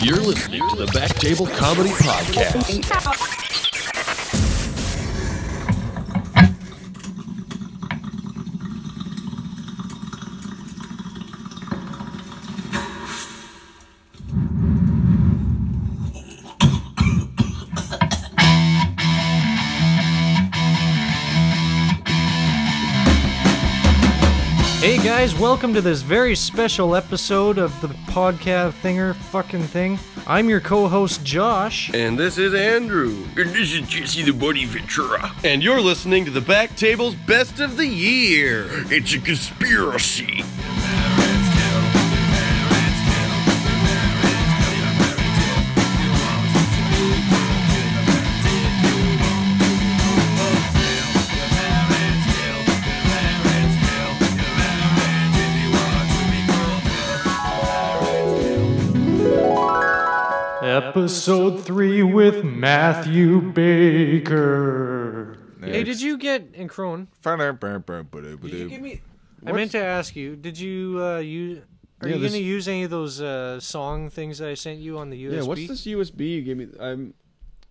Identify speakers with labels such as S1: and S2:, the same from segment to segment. S1: You're listening to the Back Table Comedy Podcast.
S2: Hey guys, welcome to this very special episode of the podcast thinger fucking thing. I'm your co-host Josh.
S3: And this is Andrew. And this is Jesse the Buddy Ventura.
S1: And you're listening to the Back Table's Best of the Year.
S3: It's a conspiracy.
S2: Episode 3 with Matthew Baker. Hey, did
S4: Next.
S2: you get in Crone?
S4: Did
S3: me
S2: I meant to ask you, did you uh you are
S4: Yeah,
S2: you
S4: this-
S2: going to use any of those uh song things that I sent you on the USB?
S4: Yeah, what's this USB you gave me? I'm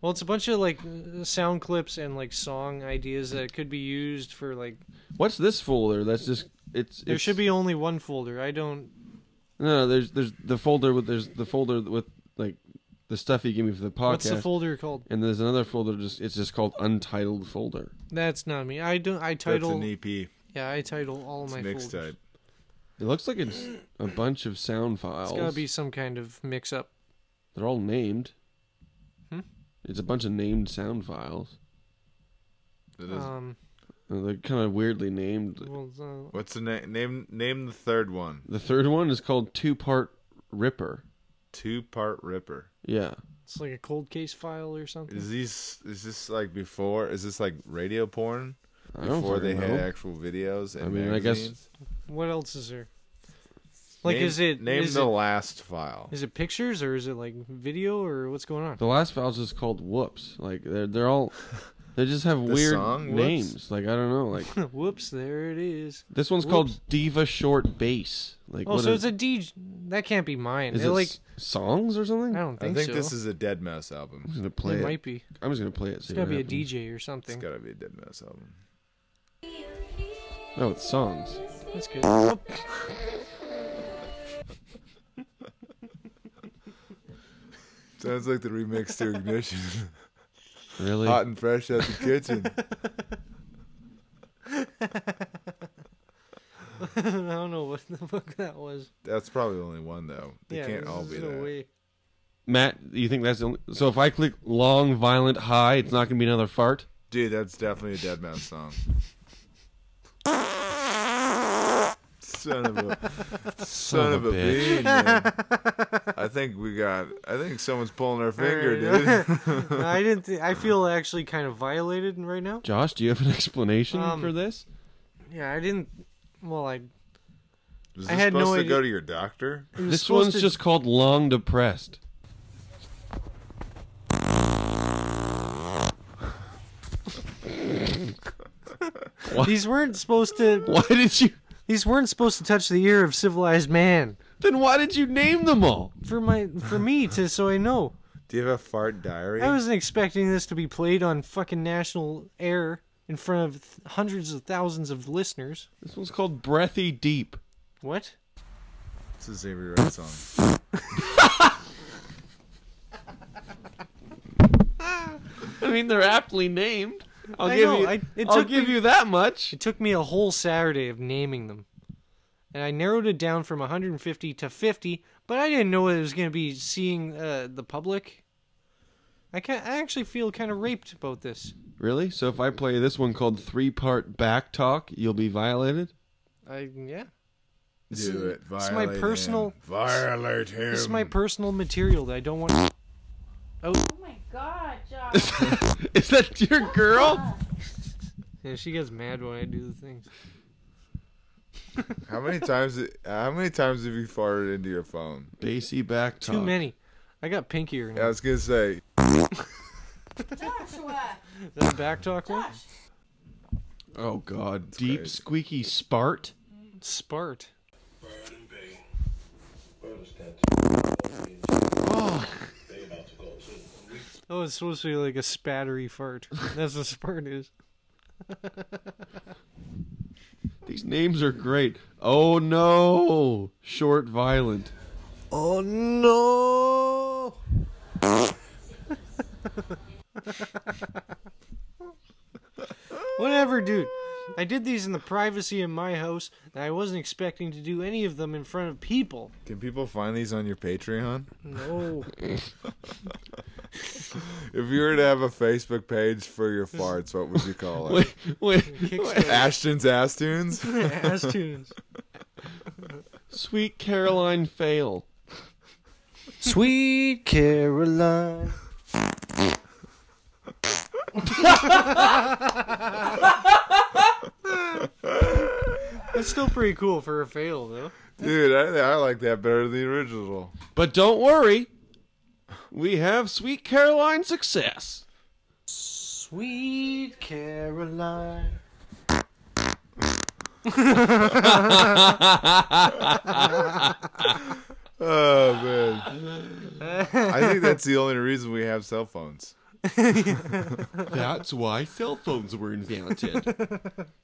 S2: Well, it's a bunch of like uh, sound clips and like song ideas that could be used for like
S4: what's this folder? That's just it's.
S2: there
S4: it's-
S2: should be only one folder. I don't
S4: no. There's there's the folder with there's the folder with like the stuff you gave me for the podcast.
S2: What's the folder called?
S4: And there's another folder just it's just called untitled folder.
S2: That's not me. I don't I title
S4: E
S5: EP.
S2: Yeah, I title all my folders.
S4: It looks like it's a bunch of sound files.
S2: It's gotta be some kind of mix up.
S4: They're all named.
S2: Hmm?
S4: It's a bunch of named sound files.
S2: Um,
S4: And they're kind of weirdly named.
S2: well, uh,
S5: What's the name? Name name the third one.
S4: The third one is called Two Part Ripper.
S5: Two part Ripper.
S4: Yeah.
S2: it's like a cold case file or something.
S5: Is these? Is this like before? Is this like radio porn
S4: I don't
S5: before they
S4: fucking
S5: had
S4: know.
S5: actual videos and
S4: I mean, I guess-
S5: magazines?
S2: What else is there? Like,
S5: Name-
S2: is it
S5: name
S2: is
S5: the
S2: it,
S5: last file?
S2: is it pictures or is it like video or what's going on?
S4: The last file's just called Whoops. Like they're they're all they just have
S5: The
S4: weird
S5: song, Whoops?
S4: names. Like I don't know. Like
S2: Whoops, there it is.
S4: this one's
S2: Whoops.
S4: called Diva Short Bass. Like
S2: Oh,
S4: what
S2: so
S4: is-
S2: it's a DJ. That can't be mine.
S4: is
S2: It,
S4: it
S2: like
S4: s- songs or something?
S2: I
S4: I'm
S2: don't
S5: I
S2: think,
S5: think
S2: so.
S5: this is a Dead Mouse album.
S4: just gonna
S2: it
S4: play it.
S2: might be.
S4: I'm just gonna play it.
S2: It's gotta be a DJ or
S5: It's
S2: something.
S5: gotta be a Dead Mouse album.
S4: No, Oh, it's songs.
S2: That's good. Oh,
S5: Sounds like the remix to Ignition.
S4: Really?
S5: Hot and fresh out the kitchen.
S2: I don't know what the fuck that was.
S5: That's probably the only one though. They
S2: yeah,
S5: can't
S2: this
S5: all
S2: is
S5: be
S2: no
S5: that.
S2: way.
S4: Matt, you think that's the only... so? If I click long, violent, high, it's not gonna be another fart.
S5: Dude, that's definitely a Dead Mouse song. son of a son, of a,
S4: bitch.
S5: bean. man. I think we got. I think someone's pulling our finger, dude.
S2: I didn't. Th- I feel actually kind of violated right now.
S4: Josh, do you have an explanation
S2: Um,
S4: for this?
S2: Yeah, I didn't. Well, I
S5: Was
S2: I
S5: this
S2: had no
S5: supposed to
S2: idea-
S5: go to your doctor?
S2: It was
S4: This
S2: supposed
S4: one's
S2: to-
S4: just called long depressed.
S2: These weren't supposed to.
S4: Why did you?
S2: These weren't supposed to touch the ear of civilized man.
S4: Then why did you name them all?
S2: For my, for me to, so I know.
S5: Do you have a fart diary?
S2: I wasn't expecting this to be played on fucking national air in front of th- hundreds of thousands of listeners.
S4: This one's called Breathy Deep.
S2: What?
S5: This is Avery Wright song.
S4: I mean, they're aptly named. I'll
S2: I
S4: give
S2: know,
S4: you.
S2: I- it
S4: will
S2: took
S4: give
S2: me-
S4: you that much.
S2: It took me a whole Saturday of naming them, and I narrowed it down from 150 to 50. But I didn't know it was going to be seeing uh, the public. I can I actually feel kind of raped about this.
S4: Really? So if I play this one called Three Part Back Talk, you'll be violated.
S2: I yeah.
S5: Do it.
S2: this
S5: Violate
S2: is my personal-
S5: Him. Violate him.
S2: This is my personal material that I don't want.
S6: Oh my god, Josh.
S4: Is that your girl?
S2: Yeah, she gets mad when I do the things.
S5: How many times? How many times have you farted into your phone?
S4: Bassy back talk.
S2: Too many. I got pink ear
S5: I
S2: now.
S5: was gonna say.
S6: Joshua.
S2: Is that a back talk one?
S6: Josh.
S4: Oh God! Deep
S5: crazy.
S4: squeaky spart.
S2: Spart.
S4: Oh
S2: Oh, it's supposed to be like a spattery fart. That's what spart is.
S4: These names are great. Oh no, short violent.
S1: Oh no!
S2: Whatever, dude. I did these in the privacy of my house, and I wasn't expecting to do any of them in front of people.
S5: Can people find these on your Patreon?
S2: No.
S5: If you were to have a Facebook page for your farts, what would you call it?
S4: Wait, wait,
S5: Ashton's ass tunes.
S2: Ass tunes.
S4: sweet Caroline fail.
S1: Sweet Caroline.
S2: That's still pretty cool for a fail, though.
S5: Dude, I, I like that better than the original.
S4: But don't worry, we have sweet Caroline success.
S1: Sweet Caroline.
S5: Oh man, I think that's the only reason we have cell phones.
S4: That's why cell phones were invented.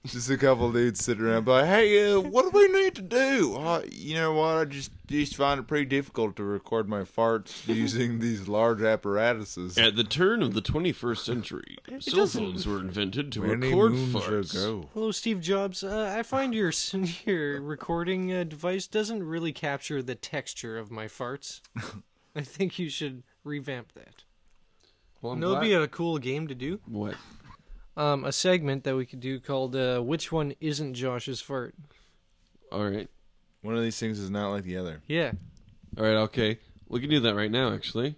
S5: Just a couple dudes sitting around, like, "Hey, uh, what do we need to do?" Uh, you know what? I just just find it pretty difficult to record my farts using these large apparatuses.
S4: At the turn of the 21st century, cell phones were invented to record farts.
S2: Hello, Steve Jobs. Uh, I find your s- your recording uh, device doesn't really capture the texture of my farts. I think you should revamp that.
S4: Well, I'm
S2: No, it'd
S4: glad-
S2: be a cool game to do.
S4: What?
S2: Um, a segment that we could do called uh, "Which one isn't Josh's fart?"
S4: All right,
S5: One of these things is not like the other.
S2: Yeah.
S4: all right, okay. We can do that right now, actually.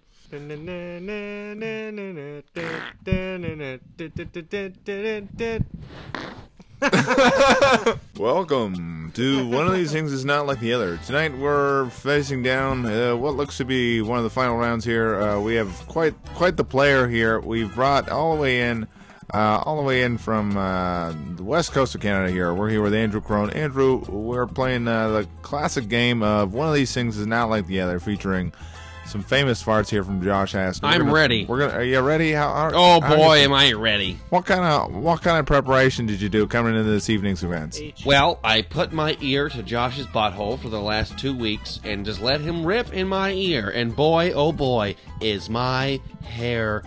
S5: Welcome to one of these things is not like the other. Tonight we're facing down uh, what looks to be one of the final rounds here. Uh, we have quite quite the player here. We've brought all the way in, uh, all the way in from uh, the west coast of Canada. Here we're here with Andrew Crone. Andrew, we're playing uh, the classic game of one of these things is not like the other, featuring some famous farts here from Josh Aston.
S4: I'm
S5: We're gonna-
S4: ready.
S5: We're gonna. Are you ready? How, how,
S4: Oh
S5: how-
S4: boy, am I ready!
S5: What kind of what kind of preparation did you do coming into this evening's events?
S4: Well, I put my ear to Josh's butthole for the last two weeks and just let him rip in my ear. And boy, oh boy, is my hair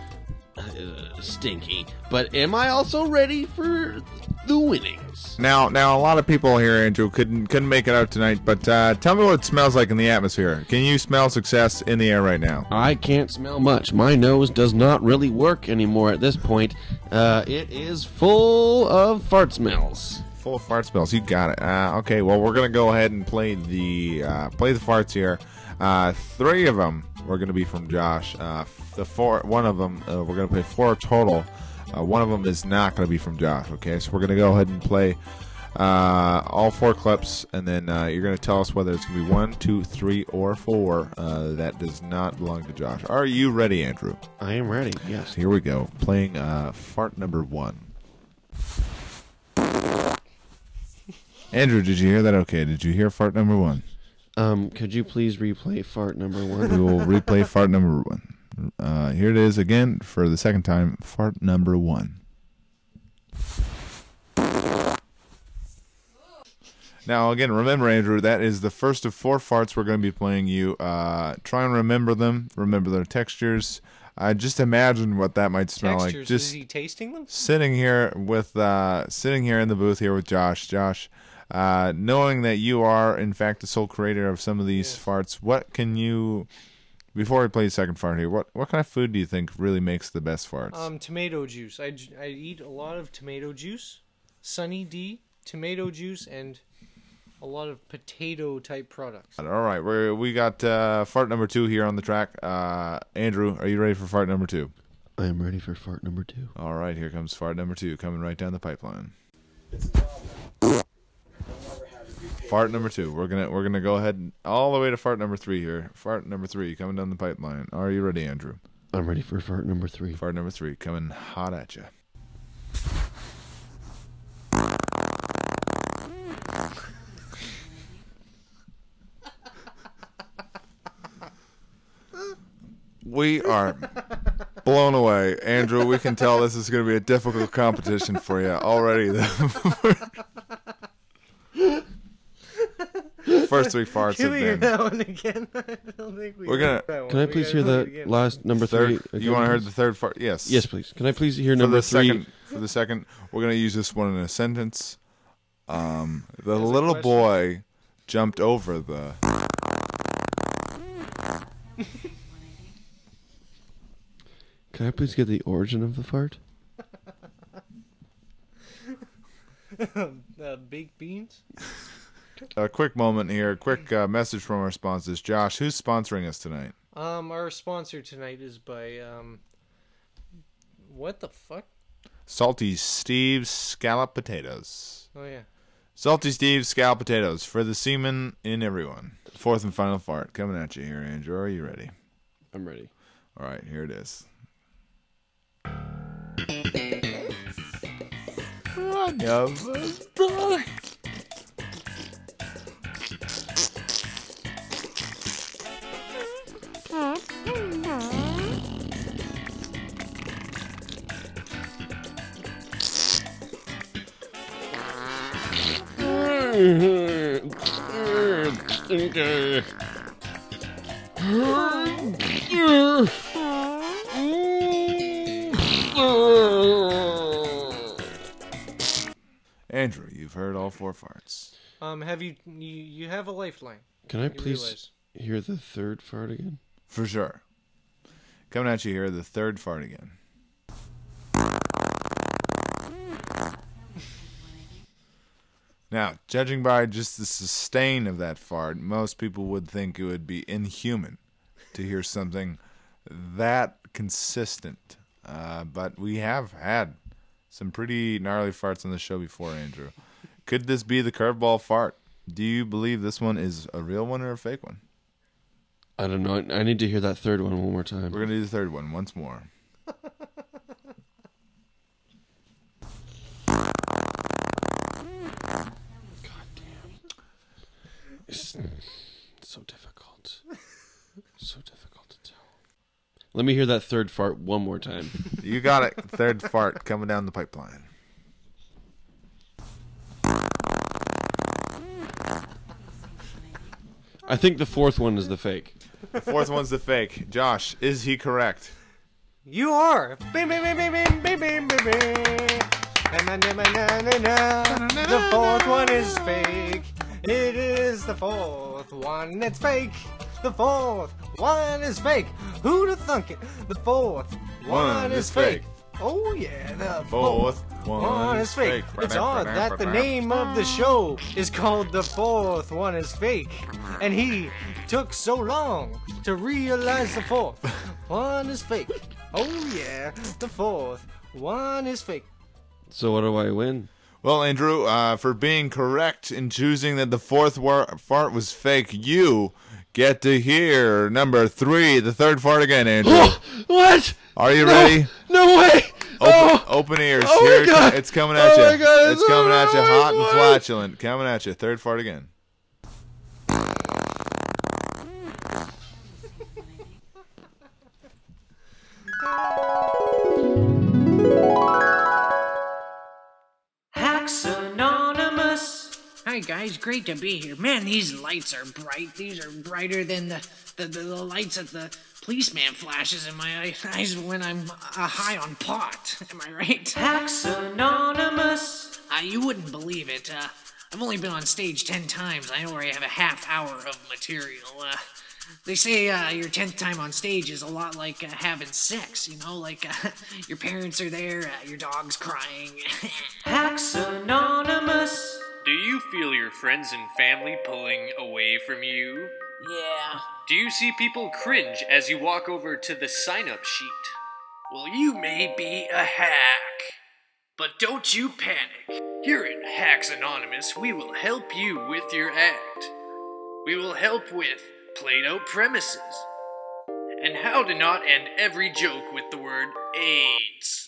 S4: uh, stinky. But am I also ready for the winnings?
S5: Now, now, a lot of people here, Andrew, couldn't couldn't make it out tonight. But uh, tell me what it smells like in the atmosphere. Can you smell success in the air right now?
S4: I can't smell much. My nose does not really work anymore at this point. Uh, it is full of fart smells.
S5: Full of fart smells. You got it. Uh, okay. Well, we're gonna go ahead and play the uh, play the farts here. Uh, three of them are gonna be from Josh. Uh, the four, one of them uh, we're gonna play four total. Uh, one of them is not gonna be from Josh. Okay, so we're gonna go ahead and play uh, all four clips, and then uh, you're going to tell us whether it's going to be one, two, three, or four. Uh, that does not belong to Josh. Are you ready, Andrew?
S4: I am ready. Yes.
S5: Here we go. Playing uh, fart number one. Andrew, did you hear that? Okay, did you hear fart number one?
S4: Um, could you please replay fart number
S5: We
S4: one?
S5: will replay fart number one. Uh, here it is again for the second time. Fart number one. Now, again, remember, Andrew, that is the first of four farts we're going to be playing you. Uh, try and remember them. Remember their textures. Uh, just imagine what that might smell
S2: Textures.
S5: like. Just
S2: Is he tasting them?
S5: sitting here with uh, sitting here in the booth here with Josh. Josh, uh, knowing that you are in fact the sole creator of some of these farts, what can you? Before we play the second fart here, what what kind of food do you think really makes the best farts?
S2: Um, tomato juice. I, j- I eat a lot of tomato juice, Sunny D, tomato juice, and a lot of potato type products.
S5: All right, we we got uh, fart number two here on the track. Uh, Andrew, are you ready for fart number two?
S4: I am ready for fart number two.
S5: All right, here comes fart number two, coming right down the pipeline. Fart number two. We're gonna we're gonna go ahead and all the way to fart number three here. Fart number three coming down the pipeline. Are you ready, Andrew?
S4: I'm ready for fart number three.
S5: Fart number three coming hot at you. We are blown away, Andrew. We can tell this is going to be a difficult competition for you already. First week farts
S2: Can
S5: have
S2: we hear
S5: been.
S2: that one again? I don't think we
S5: We're gonna-
S2: heard that one.
S7: Can I
S2: We
S7: please
S2: gotta
S7: hear
S2: do it
S7: the
S2: again.
S7: last number three?
S5: Third, you want to hear the third fart? Yes.
S7: Yes, please. Can I please hear
S5: For
S7: number
S5: the
S7: three?
S5: second, for the second, we're going to use this one in a sentence. Um, the little boy jumped over the.
S7: Can I please get the origin of the fart?
S2: Uh, baked beans?
S5: A quick moment here. Quick uh, message from our sponsors. Josh, who's sponsoring us tonight?
S2: Um, our sponsor tonight is by um, what the fuck?
S5: Salty Steve's Scallop Potatoes.
S2: Oh yeah,
S5: Salty Steve's Scallop Potatoes for the semen in everyone. Fourth and final fart coming at you here, Andrew. Are you ready?
S7: I'm ready.
S5: All right, here it is. Andrew, you've heard all four farts.
S2: Um, have you you, you have a lifeline?
S7: Can I
S2: You
S7: please
S2: realize.
S7: hear the third fart again?
S5: For sure. Coming at you here, the third fart again. Now, judging by just the sustain of that fart, most people would think it would be inhuman to hear something that consistent. Uh, but we have had some pretty gnarly farts on the show before, Andrew. Could this be the curveball fart? Do you believe this one is a real one or a fake one?
S7: I don't know. I I need to hear that third one one more time.
S5: We're gonna do the third one once more.
S7: It's so difficult. So difficult to tell. Let me hear that third fart one more time.
S5: You got it. Third fart coming down the pipeline.
S7: I think the fourth one is the fake.
S5: The fourth one's the fake. Josh, is he correct?
S2: You are. Bam, bam, bam, bam, bam, bam, bam, bam, bam. Na, na, na, na, na, na. The fourth one is fake. It is the fourth one that's fake. The fourth one is fake. Who'd have thunk it? The fourth
S5: One is fake.
S2: Oh yeah, the fourth one is fake. It's odd that the name of the show is called The Fourth One is Fake. And he took so long to realize the fourth one is fake. Oh, yeah, the fourth one is fake.
S7: So what do I win?
S5: Well, Andrew, uh, for being correct in choosing that the fourth war- fart was fake, you get to hear number three, the third fart again, Andrew.
S7: What?
S5: Are you
S7: No.
S5: ready?
S7: No way!
S5: Open,
S7: Oh,
S5: open ears.
S7: Oh my
S5: Here it co-
S7: God.
S5: It's coming at
S7: Oh
S5: you.
S7: my God,
S5: It's
S7: it's
S5: coming at you
S7: another
S5: hot and
S7: one.
S5: flatulent. Coming at you. Third fart again.
S8: Hacks Anonymous. Hi guys, great to be here. Man, these lights are bright. These are brighter than the the, the, the lights that the policeman flashes in my eye- eyes when I'm uh, high on pot. Am I right? Hacks Anonymous. Uh, you wouldn't believe it. Uh, I've only been on stage ten times. I already have a half hour of material. Uh, they say uh, your tenth time on stage is a lot like uh, having sex, you know, like uh, your parents are there, uh, your dog's crying. Hacks Anonymous.
S9: Do you feel your friends and family pulling away from you?
S8: Yeah.
S9: Do you see people cringe as you walk over to the sign up sheet? Well, you may be a hack. But don't you panic. Here at Hacks Anonymous, we will help you with your act. We will help with Play Doh premises and how to not end every joke with the word AIDS.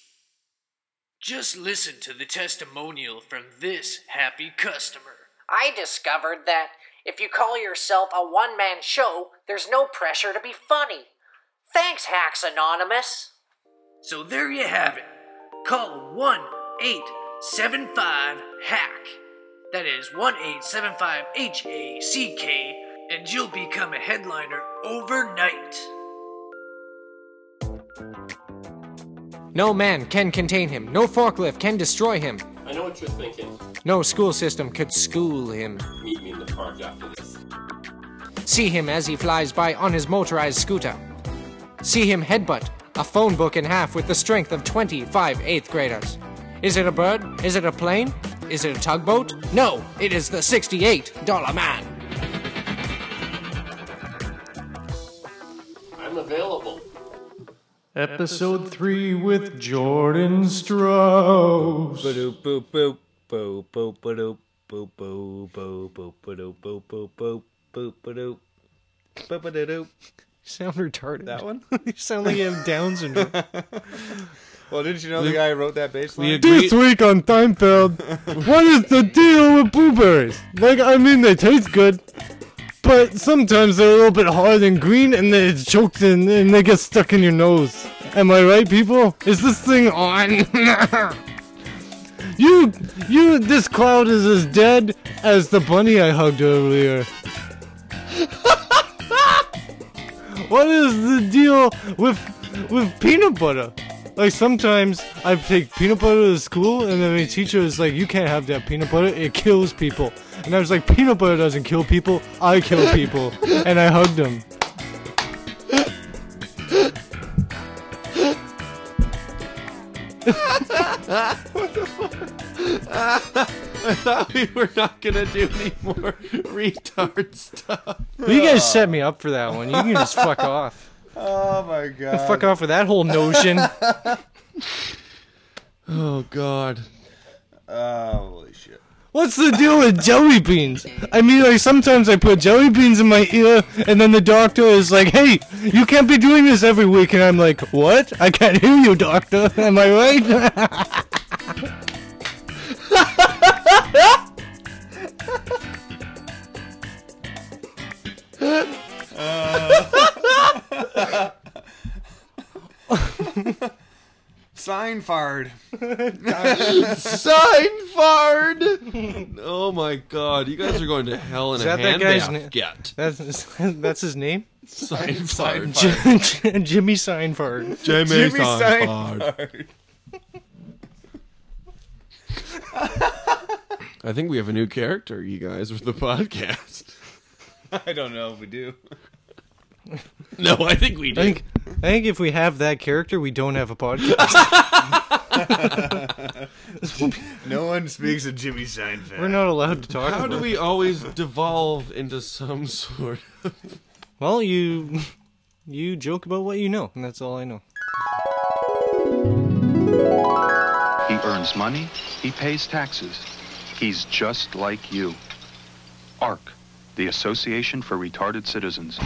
S9: Just listen to the testimonial from this happy customer.
S8: I discovered that if you call yourself a one man show, there's no pressure to be funny. Thanks, Hacks Anonymous.
S10: So there you have it. Call 1875 HACK. That is 1875 H A C K, and you'll become a headliner overnight.
S2: No man can contain him. No forklift can destroy him.
S9: I know what you're thinking.
S2: No school system could school him.
S9: Meet me in the park after this.
S2: See him as he flies by on his motorized scooter. See him headbutt a phone book in half with the strength of 25 eighth graders. Is it a bird? Is it a plane? Is it a tugboat? No, it is the $68 man.
S9: I'm available.
S1: Episode 3 with Jordan Strauss.
S2: Sound retarded.
S11: That one?
S2: you sound like you have Down syndrome.
S11: Well, didn't you know the guy who wrote that bass line?
S1: This week on Timefeld, what is the deal with blueberries? Like, I mean, they taste good, but sometimes they're a little bit hard and green, and they it's choked in, and they get stuck in your nose. Am I right, people? Is this thing on? you, you, this cloud is as dead as the bunny I hugged earlier. what is the deal with with peanut butter? Like sometimes I take peanut butter to school, and then my teacher is like, "You can't have that peanut butter; it kills people." And I was like, "Peanut butter doesn't kill people; I kill people." and I hugged him.
S4: what the fuck? I thought we were not gonna do any more retard stuff.
S2: You guys set me up for that one. You can just fuck off.
S11: Oh my god.
S2: Fuck off with that whole notion.
S4: oh god.
S11: Holy shit.
S1: What's the deal with jelly beans? I mean, like sometimes I put jelly beans in my ear, and then the doctor is like, "Hey, you can't be doing this every week," and I'm like, "What? I can't hear you, doctor. Am I right?"
S11: Sign fard.
S4: Seinfeld. Oh my god, you guys are going to hell in
S2: Is
S4: a
S2: that that guy's
S4: handbasket.
S2: na- That's that's his name.
S4: Seinfeld.
S2: Jim- Jimmy Seinfeld.
S4: Jimmy Jimmy Seinfeld. I think we have a new character, you guys, for the podcast.
S11: I don't know if we do.
S4: No, I think we
S2: I think, I think if we have that character, we don't have a podcast.
S11: no one speaks of Jimmy Seinfeld.
S2: We're not allowed to talk.
S4: How
S2: about
S4: do
S2: it.
S4: we always devolve into some sort of
S2: Well, you you joke about what you know, and that's all I know.
S12: He earns money, he pays taxes. He's just like you. ARC, the Association for Retarded Citizens.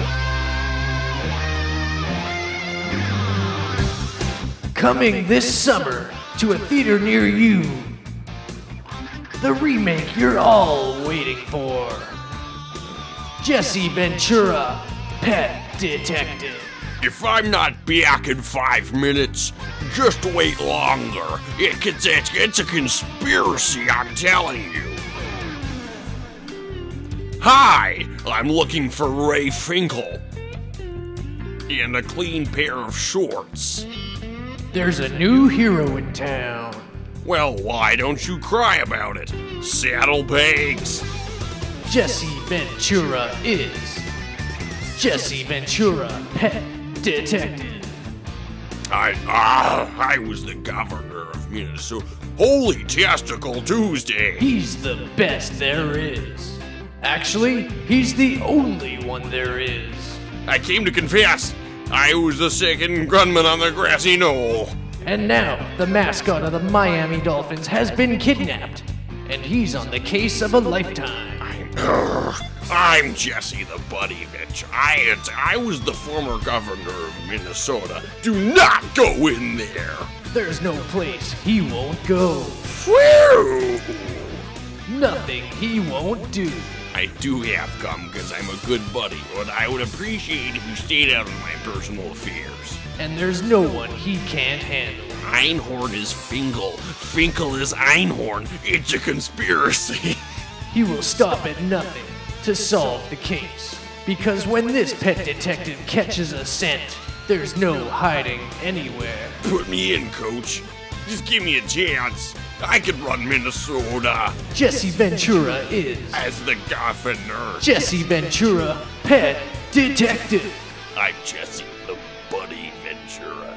S8: Coming this summer to a theater near you. The remake you're all waiting for. Jesse Ventura, Pet Detective.
S3: If I'm not back in five minutes, just wait longer. It, it's, it's, it's a conspiracy, I'm telling you. Hi, I'm looking for Ray Finkel. And a clean pair of shorts.
S8: There's a new hero in town.
S3: Well, why don't you cry about it? Saddlebags.
S8: Jesse Ventura is. Jesse Ventura, Pet Detective.
S3: I ah, I was the governor of Minnesota. Holy testicle Tuesday.
S8: He's the best there is. Actually, he's the only one there is.
S3: I came to confess. I was the second gunman on the grassy knoll.
S8: And now, the mascot of the Miami Dolphins has been kidnapped, and he's on the case of a lifetime.
S3: Urgh. I'm Jesse the Buddy Bitch. I it's- I was the former governor of Minnesota. Do not go in there.
S8: There's no place he won't go,
S3: Whew.
S8: nothing he won't do.
S3: I do have come because I'm a good buddy, but I would appreciate if you stayed out of my personal affairs.
S8: and there's no one he can't handle.
S3: Einhorn is Fingal. Finkel is Einhorn. It's a conspiracy.
S8: He will stop at nothing to solve the case. Because when this pet detective catches a scent, there's no hiding anywhere.
S3: Put me in, coach. Just give me a chance. I could run Minnesota.
S8: Jesse Ventura is
S3: As the governor.
S8: Jesse Ventura, pet detective.
S3: I'm Jesse the Buddy Ventura.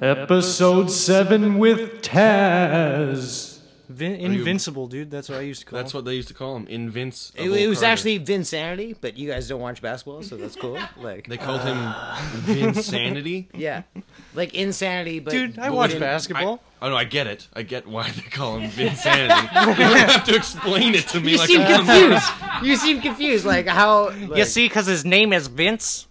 S9: Episode 7 with Taz.
S2: Vin- invincible, dude. That's what I used to call.
S4: That's
S2: him.
S4: what they used to call him, Invince.
S1: It, it was actually Vinsanity, but you guys don't watch basketball, so that's cool. Like uh,
S4: They called him Vinsanity?
S1: Yeah, like insanity. But
S2: Dude, I
S1: but
S2: watch
S1: in-
S2: basketball.
S4: Oh no, I get it. I get why they call him Vinsanity. you don't have to explain it to me
S1: You
S4: like
S1: seem
S4: a dumb-
S1: confused. you seem confused. Like how?
S2: you
S1: like-
S2: see, because his name is Vince,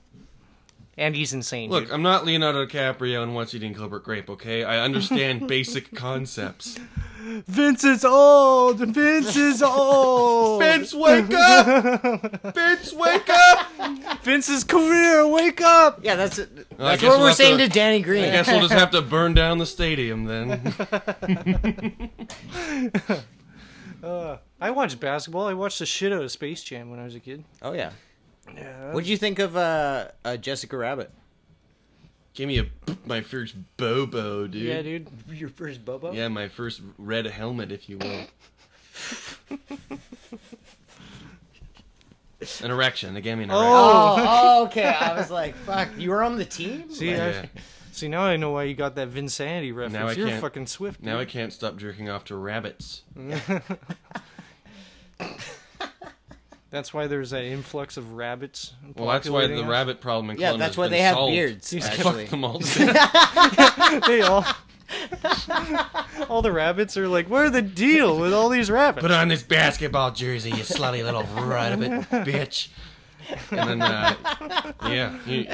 S2: and he's insane.
S4: Look,
S2: dude.
S4: I'm not Leonardo DiCaprio and once eating Gilbert Grape, okay? I understand basic concepts.
S9: Vince is old. Vince is old.
S4: Vince, wake up!
S9: Vince, wake up! Vince's career, wake up!
S1: Yeah, that's it.
S4: Well, I
S1: That's
S4: guess
S1: what
S4: we'll
S1: we're
S4: have
S1: saying to, Danny
S4: I
S1: Green.
S4: guess we'll just have to burn down the stadium then.
S2: Uh, I watched basketball. I watched the shit out of Space Jam when I was a kid.
S1: Oh yeah.
S2: Yeah.
S1: What do you think of uh, uh, Jessica Rabbit?
S4: Give me a my first Bobo, dude.
S1: Yeah, dude. Your first Bobo?
S4: Yeah, my first red helmet, if you will. an erection. They gave me an erection.
S1: Oh, oh, okay. I was like, fuck. You were on the team.
S2: See,
S1: Like-
S2: I, see, now I know why you got that Vinsanity reference.
S4: Now I
S2: You're
S4: can't-
S2: fucking swift.
S4: Now I can't stop jerking off to rabbits.
S2: That's why there's that influx of rabbits.
S4: Well, that's why the
S2: populating us.
S4: rabbit problem in
S1: Yeah,
S4: Cologne
S1: that's
S4: has
S1: why
S4: been
S1: they have
S4: solved.
S1: beards,
S4: Just
S1: actually.
S4: Fuck them all.
S2: they all. all the rabbits are like, what are the deal with all these rabbits?
S4: Put on this basketball jersey, you slutty little rabbit bitch. And then, uh, yeah, you-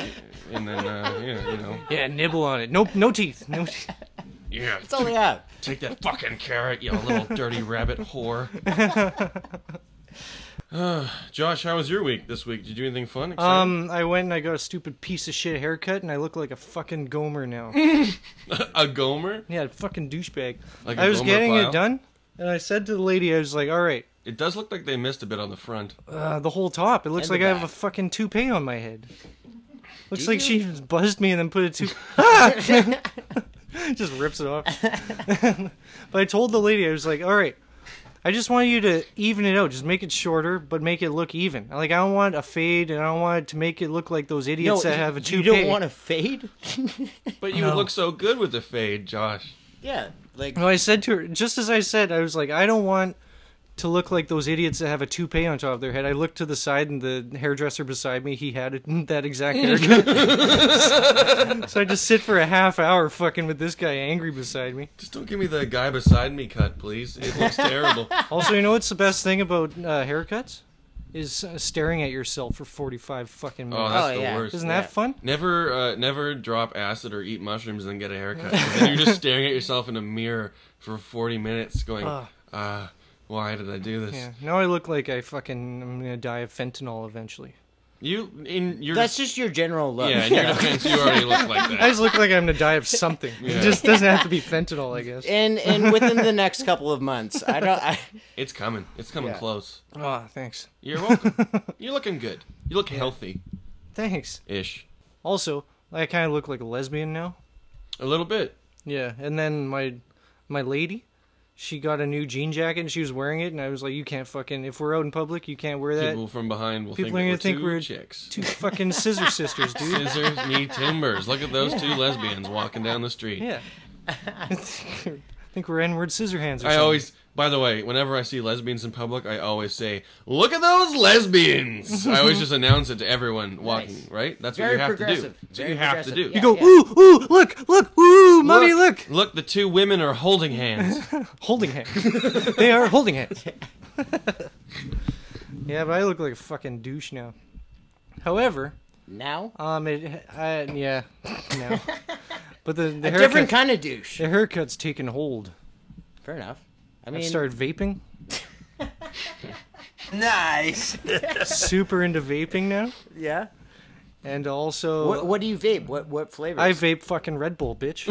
S4: and then, uh, yeah, you know,
S2: Yeah, nibble on it. Nope, no teeth. No teeth.
S4: yeah.
S1: That's all they have.
S4: Take that fucking carrot, you little dirty rabbit whore. Uh, Josh, how was your week this week? Did you do anything fun? Exciting?
S2: Um, I went and I got a stupid piece of shit haircut, and I look like a fucking Gomer now.
S4: a Gomer?
S2: yeah, a fucking douchebag.
S4: Like a
S2: I was
S4: Gomer
S2: getting
S4: file?
S2: it done, and I said to the lady, I was like, "All right,
S4: It does look like they missed a bit on the front.
S2: uh, the whole top. It looks
S4: And the
S2: like I have a
S4: back.
S2: fucking toupee on my head. Looks
S4: Do
S2: like she
S4: you?
S2: just buzzed me and then put a toupee. Ah! just rips it off. but I told the lady, I was like, all right, I just want you to even it out. Just make it shorter, but make it look even. Like, I don't want a fade, and I don't want it to make it look like those idiots
S1: No,
S2: that have a toupee.
S1: you don't want a fade.
S4: But you
S2: No.
S4: look so good with the fade, Josh.
S1: yeah, like
S2: No, I said to her, just as I said, I was like, I don't want to look like those idiots that have a toupee on top of their head. I looked to the side, and the hairdresser beside me, he had it, that exact haircut. so I just sit for a half hour fucking with this guy angry beside me.
S4: Just don't give me the guy beside me cut, please. It looks terrible.
S2: Also, you know what's the best thing about uh, haircuts? Is uh, staring at yourself for 45 fucking
S4: Oh,
S2: minutes.
S4: that's the worst.
S2: Isn't that fun?
S4: Never, uh, never drop acid or eat mushrooms and then get a haircut. 'Cause then you're just staring at yourself in a mirror for 40 minutes, going,
S2: Ah.
S4: uh, "Why did I do this?"
S2: Yeah. Now I look like I fucking I'm gonna die of fentanyl eventually.
S4: You in your
S1: That's just your general look.
S4: Yeah, in your defense, you already look like that.
S2: I just look like I'm gonna die of something.
S4: Yeah.
S2: It just doesn't have to be fentanyl, I guess.
S1: and and within the next couple of months, I don't. I,
S4: It's coming. It's coming
S1: Yeah.
S4: close.
S2: Oh, thanks.
S4: You're welcome. you're looking good. You look healthy,
S2: Thanks.
S4: ish,
S2: Also, I kind of look like a lesbian now.
S4: a little bit.
S2: Yeah, and then my my lady, she got a new jean jacket and she was wearing it, and I was like, you can't fucking if we're out in public, you can't wear that.
S4: People from behind will
S2: People
S4: think
S2: are
S4: that
S2: gonna
S4: we're
S2: think
S4: two
S2: we're
S4: chicks.
S2: two fucking scissor sisters, dude.
S4: Scissors knee timbers. Look at those two lesbians walking down the street.
S2: Yeah. I think we're N-word scissor hands. Or
S4: I
S2: something.
S4: always, by the way, whenever I see lesbians in public, I always say, "Look at those lesbians!" I always just announce it to everyone walking. Right? That's
S1: Very
S4: what you have to do.
S1: progressive.
S4: That's
S1: Very
S4: what you have to do.
S2: You go,
S1: progressive.
S2: ooh, ooh, look, look, ooh, mommy, look.
S4: look! Look, the two women are holding hands.
S2: Holding hands. they are holding hands. yeah, but I look like a fucking douche now. However,
S1: now
S2: um, it, I, yeah, no. But the, the
S1: A different
S2: haircut-
S1: kind of douche.
S2: The haircut's taken hold.
S1: fair enough. I
S2: I
S1: mean,
S2: started vaping.
S1: nice.
S2: Super into vaping now.
S1: yeah.
S2: And also,
S1: What, what do you vape? What what flavors?
S2: I vape fucking Red Bull, bitch.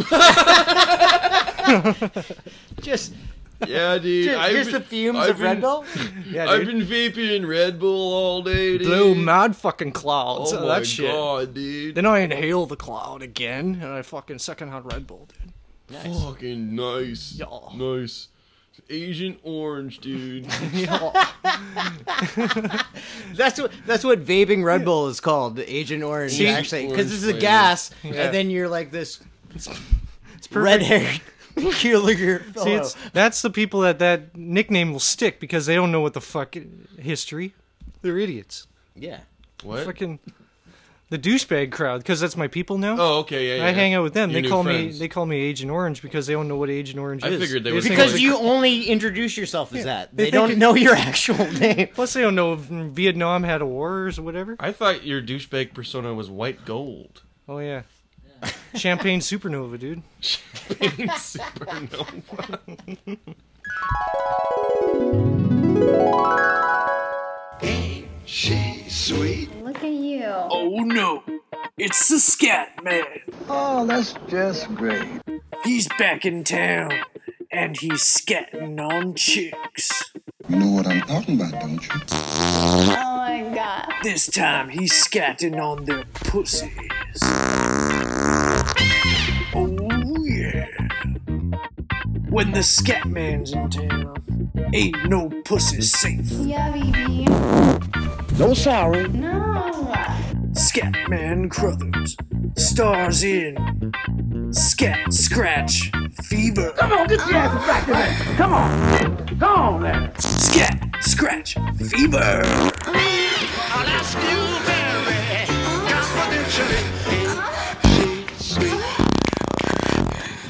S1: just
S4: Yeah, dude.
S1: Just-
S4: I've
S1: just
S4: been-
S1: the fumes
S4: I've
S1: of Red
S4: been-
S1: Bull?
S2: Yeah,
S4: I've been
S2: dude.
S4: vaping Red Bull all day, dude.
S2: Blow mad fucking clouds.
S4: Oh
S2: and
S4: my
S2: that shit.
S4: God, dude.
S2: Then I inhale the cloud again, and I fucking second hand Red Bull, dude.
S4: Fucking nice. Nice. Asian orange, dude.
S1: That's what that's what vaping Red Bull is called, the Agent Orange.
S4: See?
S1: actually, because it's a
S4: Orange
S1: gas,
S4: flavor. Yeah.
S1: and then you're like this
S2: perfect.
S1: red-haired, peculiar fellow.
S2: See, it's, that's the people that that nickname will stick because they don't know what the fuck history. They're idiots.
S1: Yeah.
S4: What?
S2: Fucking the douchebag crowd because that's my people now.
S4: Oh, okay, yeah, yeah,
S2: I
S4: yeah.
S2: hang out with them.
S4: Your
S2: they
S4: new
S2: call
S4: friends.
S2: me they call me Agent Orange because they don't know what Agent Orange
S4: I
S2: is.
S4: figured they
S2: They
S4: would
S2: think
S1: because
S2: it's-
S1: you only introduce yourself as that.
S2: they
S1: They, don't
S2: think it-
S1: know your actual name.
S2: Plus, they don't know if Vietnam had a war or whatever.
S4: I thought your douchebag persona was white gold.
S2: Oh yeah, Champagne Supernova, dude. Champagne
S4: Supernova.
S8: She's sweet.
S13: Look at you.
S8: Oh no, it's the Scat Man. Oh, that's just great. He's back in town, and he's scatting on chicks.
S14: You know what I'm talking about, don't you?
S8: Oh my god. This time he's scatting on their pussies. Oh yeah. When the scat man's in town, ain't no pussy safe.
S13: Yeah, baby.
S8: No sorry.
S13: No.
S8: Scatman Crothers stars in Scat Scratch Fever. Come on, get your ass back to that. Come on, go on there. Scat Scratch Fever.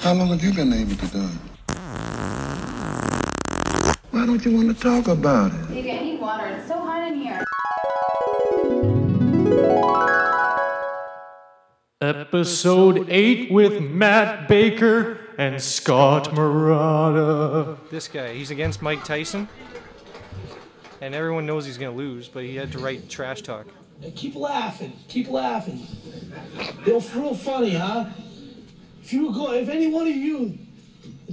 S14: How long have you been able to do it? Why don't you want to talk about it?
S13: Baby, I need water. It's so hot in here.
S9: Episode 8 with Matt Baker and Scott Murata.
S2: This guy, he's against Mike Tyson, and everyone knows he's gonna lose, but he had to write trash talk.
S15: Keep laughing. Keep laughing. They'll feel funny, huh? If you go, if any one of you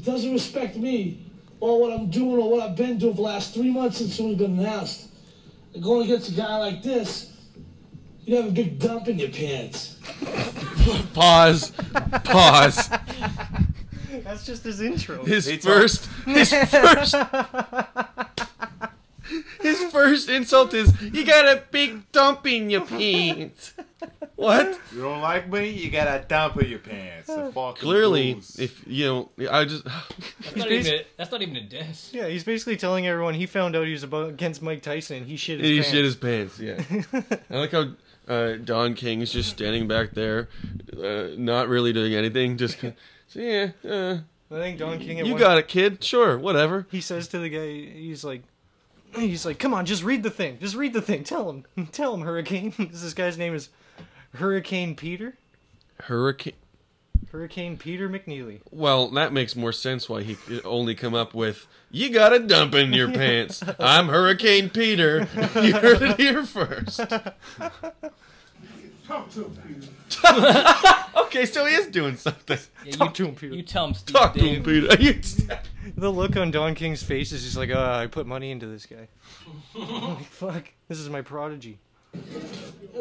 S15: doesn't respect me or what I'm doing or what I've been doing for the last three months since we've been announced, going against a guy like this, you'd have a big dump in your pants.
S4: Pause. Pause.
S2: That's just his intro.
S4: His first. His first. His first insult is you got a big dump in your pants. What?
S5: You don't like me? You got a dump in your pants. The fucking
S4: Clearly,
S5: rules.
S4: if you know, I just
S16: That's not, even a, that's not even a diss.
S2: Yeah, he's basically telling everyone he found out he was about against Mike Tyson and he shit his
S4: he
S2: pants.
S4: shit his pants. Yeah, I like how uh, Don King is just standing back there, uh, not really doing anything. Just so yeah. Uh,
S2: I think Don King at
S4: You
S2: one-
S4: got it, kid. Sure, whatever.
S2: He says to the guy, he's like, he's like, come on, just read the thing, just read the thing. Tell him, tell him, Hurricane. this guy's name is Hurricane Peter,
S4: Hurricane.
S2: Hurricane Peter McNeely.
S4: Well, that makes more sense why he could only come up with "You got a dump in your pants." I'm Hurricane Peter. You heard it here first.
S14: Talk to me.
S4: okay, so he is doing something.
S2: Talk to him, Peter. You
S16: tell him, Steve.
S2: Talk
S16: to him, Dave. Peter. You
S2: the look on Don King's face is just like, oh, I put money into this guy. Like, Fuck, this is my prodigy.
S15: And,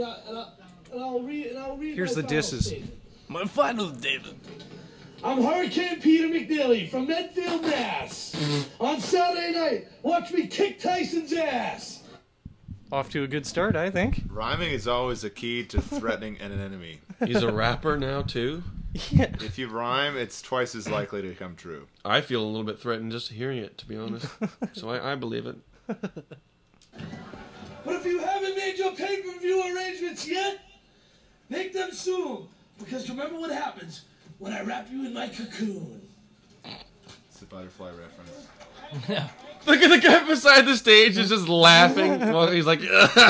S15: I, and, I, and I'll read. And I'll read
S2: Here's
S15: my
S2: the
S15: final
S2: disses.
S15: statement.
S2: My final David.
S15: I'm Hurricane Peter McNeely from Medfield, Mass. On Saturday night, watch me kick Tyson's ass.
S2: Off to a good start, I think.
S5: Rhyming is always a key to threatening an enemy.
S4: He's a rapper now too.
S5: If you rhyme, it's twice as likely to come true.
S4: I feel a little bit threatened just hearing it, to be honest. so I, I believe it.
S15: But if you haven't made your pay-per-view arrangements yet, make them soon. Because remember what happens when I wrap you in my cocoon.
S5: It's a butterfly reference.
S4: Look at the guy beside the stage is just laughing. Well, he's like,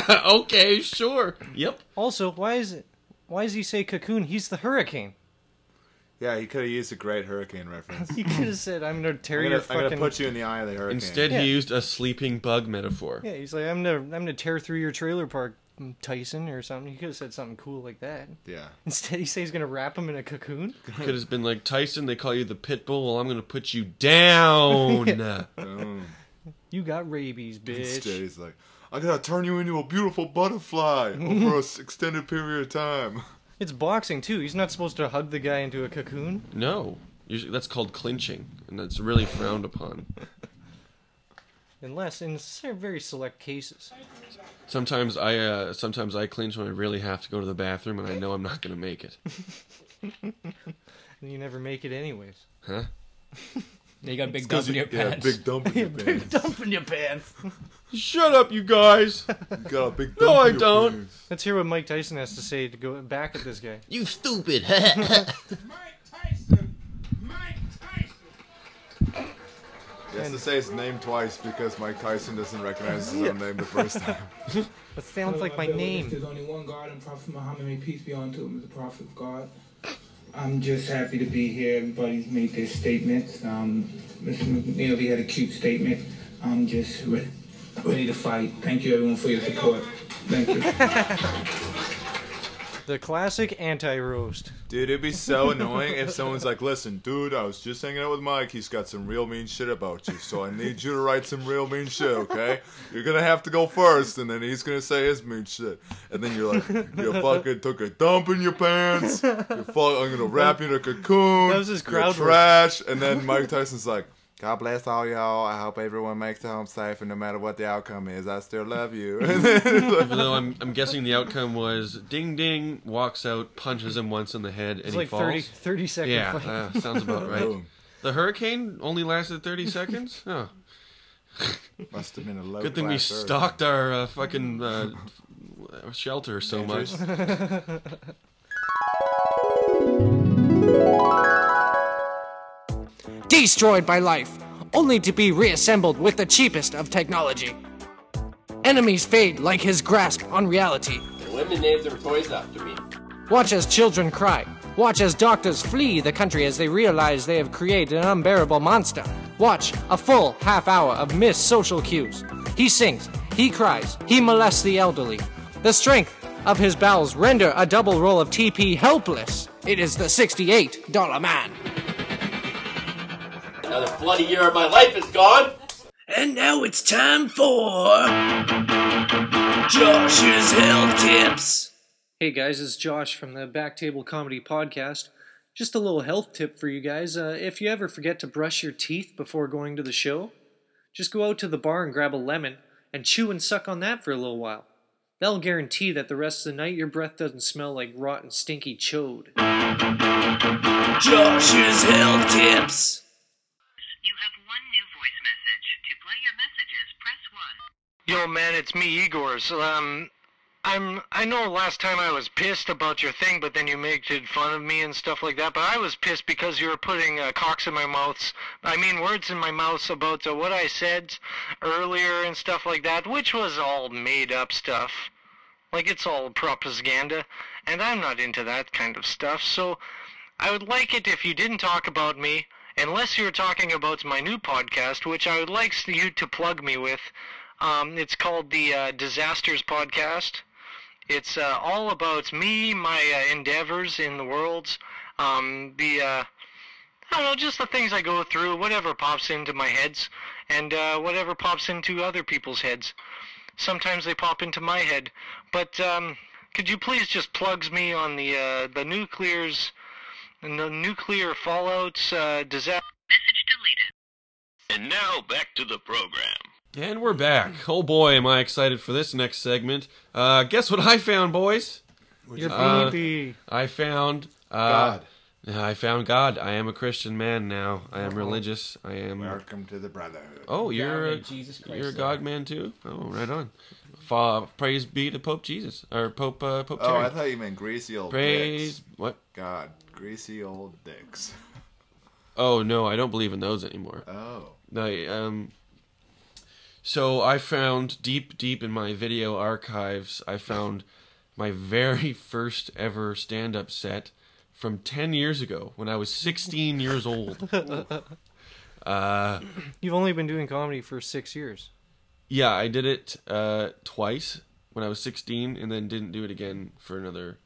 S4: okay, sure. Yep.
S2: Also, why is it? Why does he say cocoon? He's the hurricane.
S5: Yeah, he could have used a great hurricane reference.
S2: He could have said, "I'm gonna tear
S5: I'm
S2: your
S5: gonna, I'm
S2: fucking."
S5: gonna put you in the eye of the hurricane.
S4: Instead,
S2: Yeah.
S4: he used a sleeping bug metaphor.
S2: Yeah, he's like, I'm gonna, I'm gonna tear through your trailer park mm,
S1: Tyson or something. He could have said something cool like that.
S5: Yeah.
S1: Instead, he says he's gonna wrap him in a cocoon.
S4: Could have been like Tyson. They call you the pit bull. Well, I'm gonna put you down.
S1: Yeah. You got rabies, bitch.
S5: Instead, he's like, I gotta turn you into a beautiful butterfly over an extended period of time.
S1: It's boxing too. He's not supposed to hug the guy into a cocoon.
S4: No, Usually that's called clinching, and that's really frowned upon.
S1: Unless in se- very select cases.
S4: Sometimes I uh, sometimes I clinch when I really have to go to the bathroom, and I know I'm not gonna make it.
S1: And you never make it anyways.
S4: Huh?
S17: Yeah, you got a big
S1: It's
S17: dump
S1: 'cause
S17: in your
S1: you- yeah,
S17: pants.
S1: big dump in your
S17: big
S1: pants.
S17: dump.
S1: in your pants.
S4: Shut up, you guys.
S5: got a big
S4: No, I don't.
S1: Let's hear what Mike Tyson has to say to go back at this guy.
S4: You stupid.
S5: He has to say his name twice because Mike Tyson doesn't recognize his own name the first time.
S1: That sounds
S15: Lord
S1: like my
S15: Bible,
S1: name.
S15: if There's only one God and Prophet Muhammad, may peace be unto him, is the prophet of God. I'm just happy to be here. Everybody's made their statements. Um, Mr. McNeely had a cute statement. I'm just re- ready to fight. Thank you, everyone, for your support. Thank you.
S1: The classic anti-roast.
S5: Dude, it'd be so annoying if someone's like, listen, dude, I was just hanging out with Mike. He's got some real mean shit about you, so I need you to write some real mean shit, okay? You're gonna have to go first, and then he's gonna say his mean shit. And then you're like, you fucking took a dump in your pants. You fuck, I'm gonna wrap you in a cocoon.
S1: That was his
S5: You're
S1: crowd work.
S5: trash. And then Mike Tyson's like, God bless all y'all. I hope everyone makes it home safe, and no matter what the outcome is, I still love you. And then, like,
S4: Even though I'm, I'm guessing the outcome was ding ding walks out punches him once in the head and
S1: It's
S4: he
S1: like
S4: falls.
S1: 30 30 second
S4: Yeah,
S1: fight.
S4: uh, sounds about right.
S1: Boom.
S4: the hurricane only lasted thirty seconds. Oh.
S5: Must have been a low.
S4: Good thing we
S5: class earth.
S4: stocked our uh, fucking uh, f- shelter so much.
S2: Destroyed by life, only to be reassembled with the cheapest of technology. Enemies fade like his grasp on reality.
S3: The women named their toys after me.
S2: Watch as children cry. Watch as doctors flee the country as they realize they have created an unbearable monster. Watch a full half hour of missed social cues. He sings, he cries, he molests the elderly. The strength of his bowels render a double roll of TP helpless. It is the $68 man.
S3: Another bloody year of my life is gone.
S8: And now it's time for Josh's Health Tips.
S1: Hey guys, it's Josh from the Backtable Comedy Podcast. Just a little health tip for you guys. Uh, if you ever forget to brush your teeth before going to the show, just go out to the bar and grab a lemon and chew and suck on that for a little while. That'll guarantee that the rest of the night your breath doesn't smell like rotten, stinky chode.
S8: Josh's Health Tips.
S2: Yo, man, it's me, Igor. So, um, I'm. I know last time I was pissed about your thing, but then you made fun of me and stuff like that. But I was pissed because you were putting uh, cocks in my mouths. I mean, words in my mouths about uh, what I said earlier and stuff like that, which was all made up stuff. Like it's all propaganda, and I'm not into that kind of stuff. So, I would like it if you didn't talk about me, unless you're talking about my new podcast, which I would like you to plug me with. Um, it's called the uh, Disasters Podcast. It's uh, all about me, my uh, endeavors in the world, um, the uh, I don't know, just the things I go through, whatever pops into my heads, and uh, whatever pops into other people's heads. Sometimes they pop into my head, but um, could you please just plugs me on the uh, the nuclear's and the nuclear fallouts uh, disaster?
S18: And now back to the program.
S4: And we're back.
S5: Hmm.
S4: Oh boy, am I excited for this next segment. Uh, guess what I found, boys?
S1: Your
S4: Uh,
S1: baby.
S4: I found uh,
S5: God.
S4: I found God. I am a Christian man now. I am religious. I am.
S5: Welcome to the brotherhood.
S4: Oh, you're
S5: Down
S4: a,
S5: in Jesus Christ,
S4: you're a
S5: Lord.
S4: God man too. Oh, right on. Fa, praise be to Pope Jesus or Pope uh, Pope
S5: Oh,
S4: Terry.
S5: I thought you meant greasy old
S4: Praise-
S5: dicks.
S4: what?
S5: God, greasy old dicks.
S4: Oh no, I don't believe in those anymore.
S5: Oh.
S4: No, um. So I found deep, deep in my video archives, I found my very first ever stand-up set from ten years ago when I was sixteen years old. Uh,
S1: You've only been doing comedy for six years.
S4: yeah, I did it uh, twice. when I was 16, and then didn't do it again for another.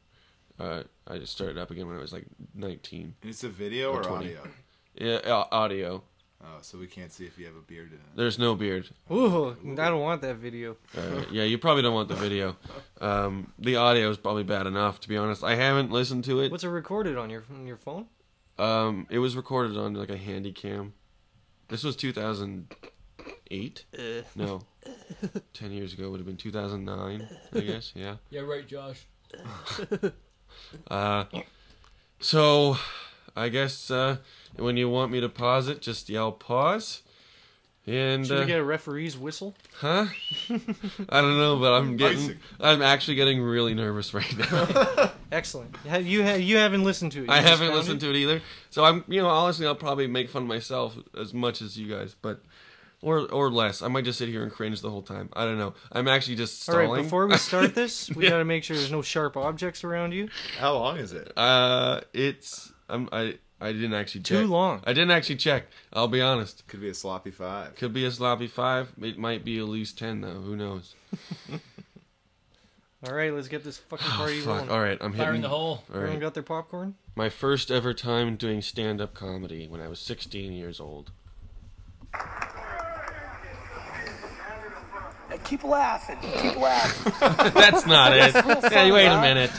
S4: Uh, I just started up again when I was like 19.
S5: And it's a video or audio?
S4: Yeah, au- audio.
S5: Oh, so we can't see if you have a beard. In it.
S4: There's no beard.
S2: Ooh, I don't want that video.
S4: Uh, yeah, you probably don't want the video. Um, the audio is probably bad enough, to be honest. I haven't listened to it.
S2: What's it recorded on your on your phone?
S4: Um, it was recorded on like a handy cam. This was 2008.
S2: Uh.
S4: No, ten years ago would have been 2009. I guess. Yeah.
S19: Yeah, right, Josh.
S4: Uh, so, I guess uh, when you want me to pause it, just yell pause. And
S2: Should
S4: uh,
S2: we get a referee's whistle?
S4: huh? I don't know, but I'm getting.
S2: Icing.
S4: I'm actually getting really nervous right now.
S2: Excellent. Ha- You ha- you haven't listened to it.
S4: I haven't listened to it either. So I'm, you know, honestly, I'll probably make fun of myself as much as you guys, but or or less. I might just sit here and cringe the whole time. I don't know. I'm actually just
S2: All
S4: stalling.
S2: right, before we start this, we got to make sure there's no sharp objects around you.
S5: How long is it?
S4: uh, it's I'm, I I didn't actually
S2: Too
S4: check.
S2: long.
S4: I didn't actually check. I'll be honest.
S5: Could be a sloppy five.
S4: Could be a sloppy five. It might be a loose ten though. Who knows?
S2: All right, let's get this fucking party
S4: Oh, fuck.
S2: rolling.
S4: All right, I'm Fire in hitting- the hole. all right.
S2: Everyone got their popcorn?
S4: My first ever time doing stand up comedy when I was 16 years old.
S15: Keep laughing. Keep laughing.
S4: That's not it. Hey, wait a minute.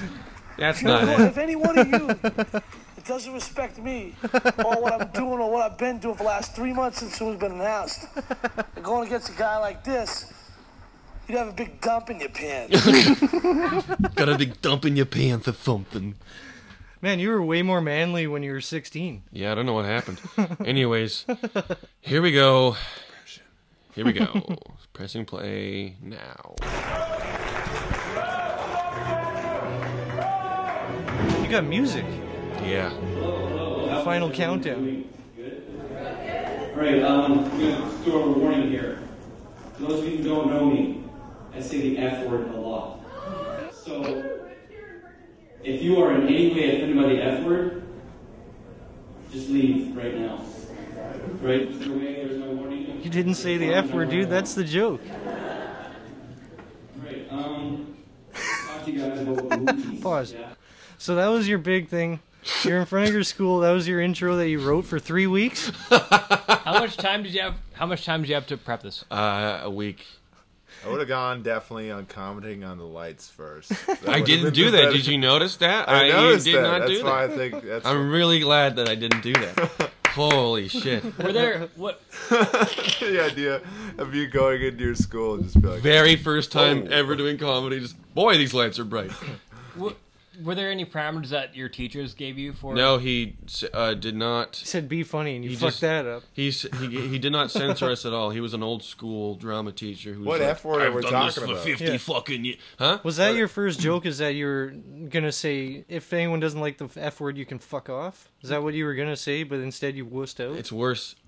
S4: That's
S15: You know,
S4: not
S15: if
S4: it.
S15: any one of you that doesn't respect me or what I'm doing or what I've been doing for the last three months since it was been announced, and going against a guy like this, you'd have a big dump in your pants.
S4: Got a big dump in your pants or something.
S2: Man, you were way more manly when you were 16.
S4: Yeah, I don't know what happened. Anyways, here we go. Here we go. Pressing play now.
S2: You got music.
S4: Yeah.
S2: Final countdown.
S20: Alright, um, I'm going to throw a warning here. For those of you who don't know me, I say the F word a lot. So, if you are in any way offended by the F word, just leave right now. Right? There's no way, there's no warning.
S2: You didn't say the F word, dude. That's the joke.
S20: Alright, um, talk to you guys about movies.
S2: Pause. So that was your big thing. You're in front of your school. That was your intro that you wrote for three weeks.
S19: How much time did you have? How much time did you have to prep this?
S4: Uh, a week.
S5: I would have gone definitely on commenting on the lights first. That
S4: I
S5: would've
S4: didn't
S5: been
S4: do
S5: just
S4: that.
S5: better.
S4: Did you notice that?
S5: I
S4: you
S5: noticed
S4: did
S5: that.
S4: not
S5: That's
S4: do
S5: why
S4: that.
S5: I think that's.
S4: I'm really glad that I didn't do that. Holy shit.
S19: Were there what?
S5: the idea of you going into your school and just be like,
S4: Very first time
S5: "Oh."
S4: ever doing comedy. Just boy, these lights are bright.
S19: Were, were there any parameters that your teachers gave you for?
S4: No, he s- uh, did not. He
S2: said be funny, and you
S4: he
S2: fucked
S4: just-
S2: that up.
S4: He's, he he did not censor us at all. He was an old school drama teacher who was
S5: What
S4: like,
S5: F word are
S4: I've
S5: we
S4: done this
S5: talking
S4: for
S5: about?"
S4: Fifty
S5: Yeah.
S4: fucking ye-" huh?
S2: Was that your first joke? Is that you were gonna say if anyone doesn't like the f word, you can fuck off? Is that what you were gonna say? But instead you wussed out.
S4: It's worse.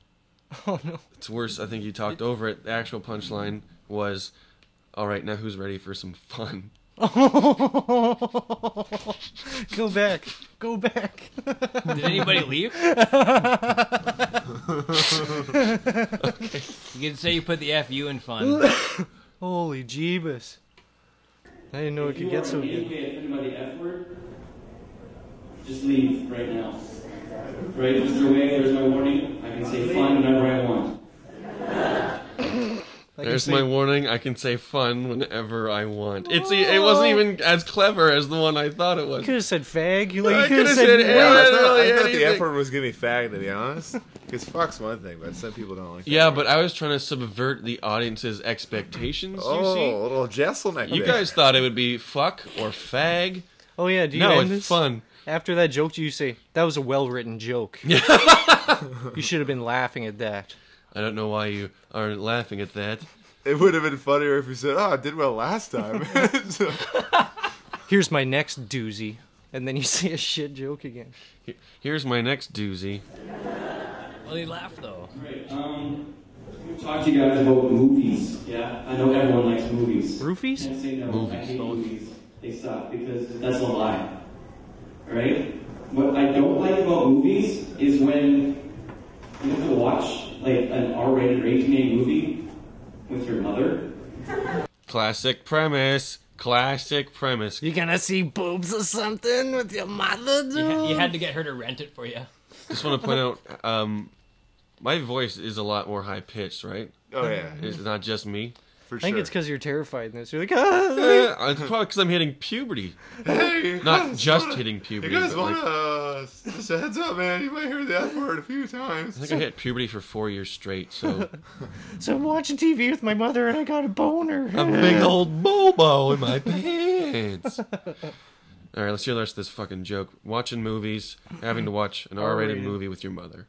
S2: Oh no.
S4: It's worse. I think you talked over it. The actual punchline was, "All right, now who's ready for some fun?"
S2: Go back. Go back.
S19: Did anybody leave?
S2: Okay.
S19: You can say you put the fu in fun.
S2: Holy jeebus. I didn't know it
S20: if you
S2: could
S20: are
S2: get so e-
S20: in any
S2: good.
S20: way offended by the F word, just leave right now. Right? There's no way, there's no warning. I can say fun whenever I want.
S2: I can
S4: There's
S2: say-
S4: my warning. I can say fun whenever I want. It's e-
S2: Oh,
S4: it wasn't even as clever as the one I thought it
S2: You
S4: was.
S2: could have said fag. You, like,
S4: I
S2: you could have
S4: could've said
S2: said, wait.
S4: Yeah,
S5: I thought,
S4: really,
S5: I thought the
S4: anything.
S5: effort was gonna be fag, to be honest. Because fuck's one thing, but some people don't like. that
S4: Yeah,
S5: word.
S4: but I was trying to subvert the audience's expectations.
S5: oh,
S4: you see?
S5: a little Jesselneck.
S4: You
S5: there.
S4: guys thought it would be fuck or fag.
S2: Oh yeah, do you
S4: No, it's
S2: end this?
S4: fun.
S2: After that joke, do you say that was a well-written joke? you should have been laughing at that.
S4: I don't know why you aren't laughing at that.
S5: It would have been funnier if you said, "Oh, I did well last time." So-
S2: Here's my next doozy, and then you say a shit joke again.
S4: He- Here's my next doozy.
S19: Well, he laughed though.
S20: Um, talk to you guys about movies. Yeah, I know everyone likes movies.
S2: Roofies?
S20: Can't say no. I
S4: Movies.
S20: hate movies. They suck because that's a lie. Right? What I don't like about movies is when you have to watch like an R-rated or 18A movie with your mother.
S4: Classic premise. Classic premise.
S8: You gonna see boobs or something with your mother, dude?
S19: You, ha- you had to get her to rent it for you.
S4: Just want to point out, um, my voice is a lot more high pitched, right?
S2: Oh, yeah.
S4: it's not just me. For
S2: I think it's because you're terrified. And you're like,
S4: Uh,
S2: ah,
S4: it's probably because I'm hitting puberty.
S21: Hey,
S4: not just hitting puberty.
S21: You guys
S4: but, like,
S21: want to uh, just a heads up, man? You might hear the F word a few times.
S4: I think I hit puberty for four years straight, so
S2: so I'm watching TV with my mother and I got a boner.
S4: a big old bobo in my pants. All right, let's hear the rest of this fucking joke. Watching movies, having to watch an R-rated,
S20: R-rated.
S4: movie with your mother.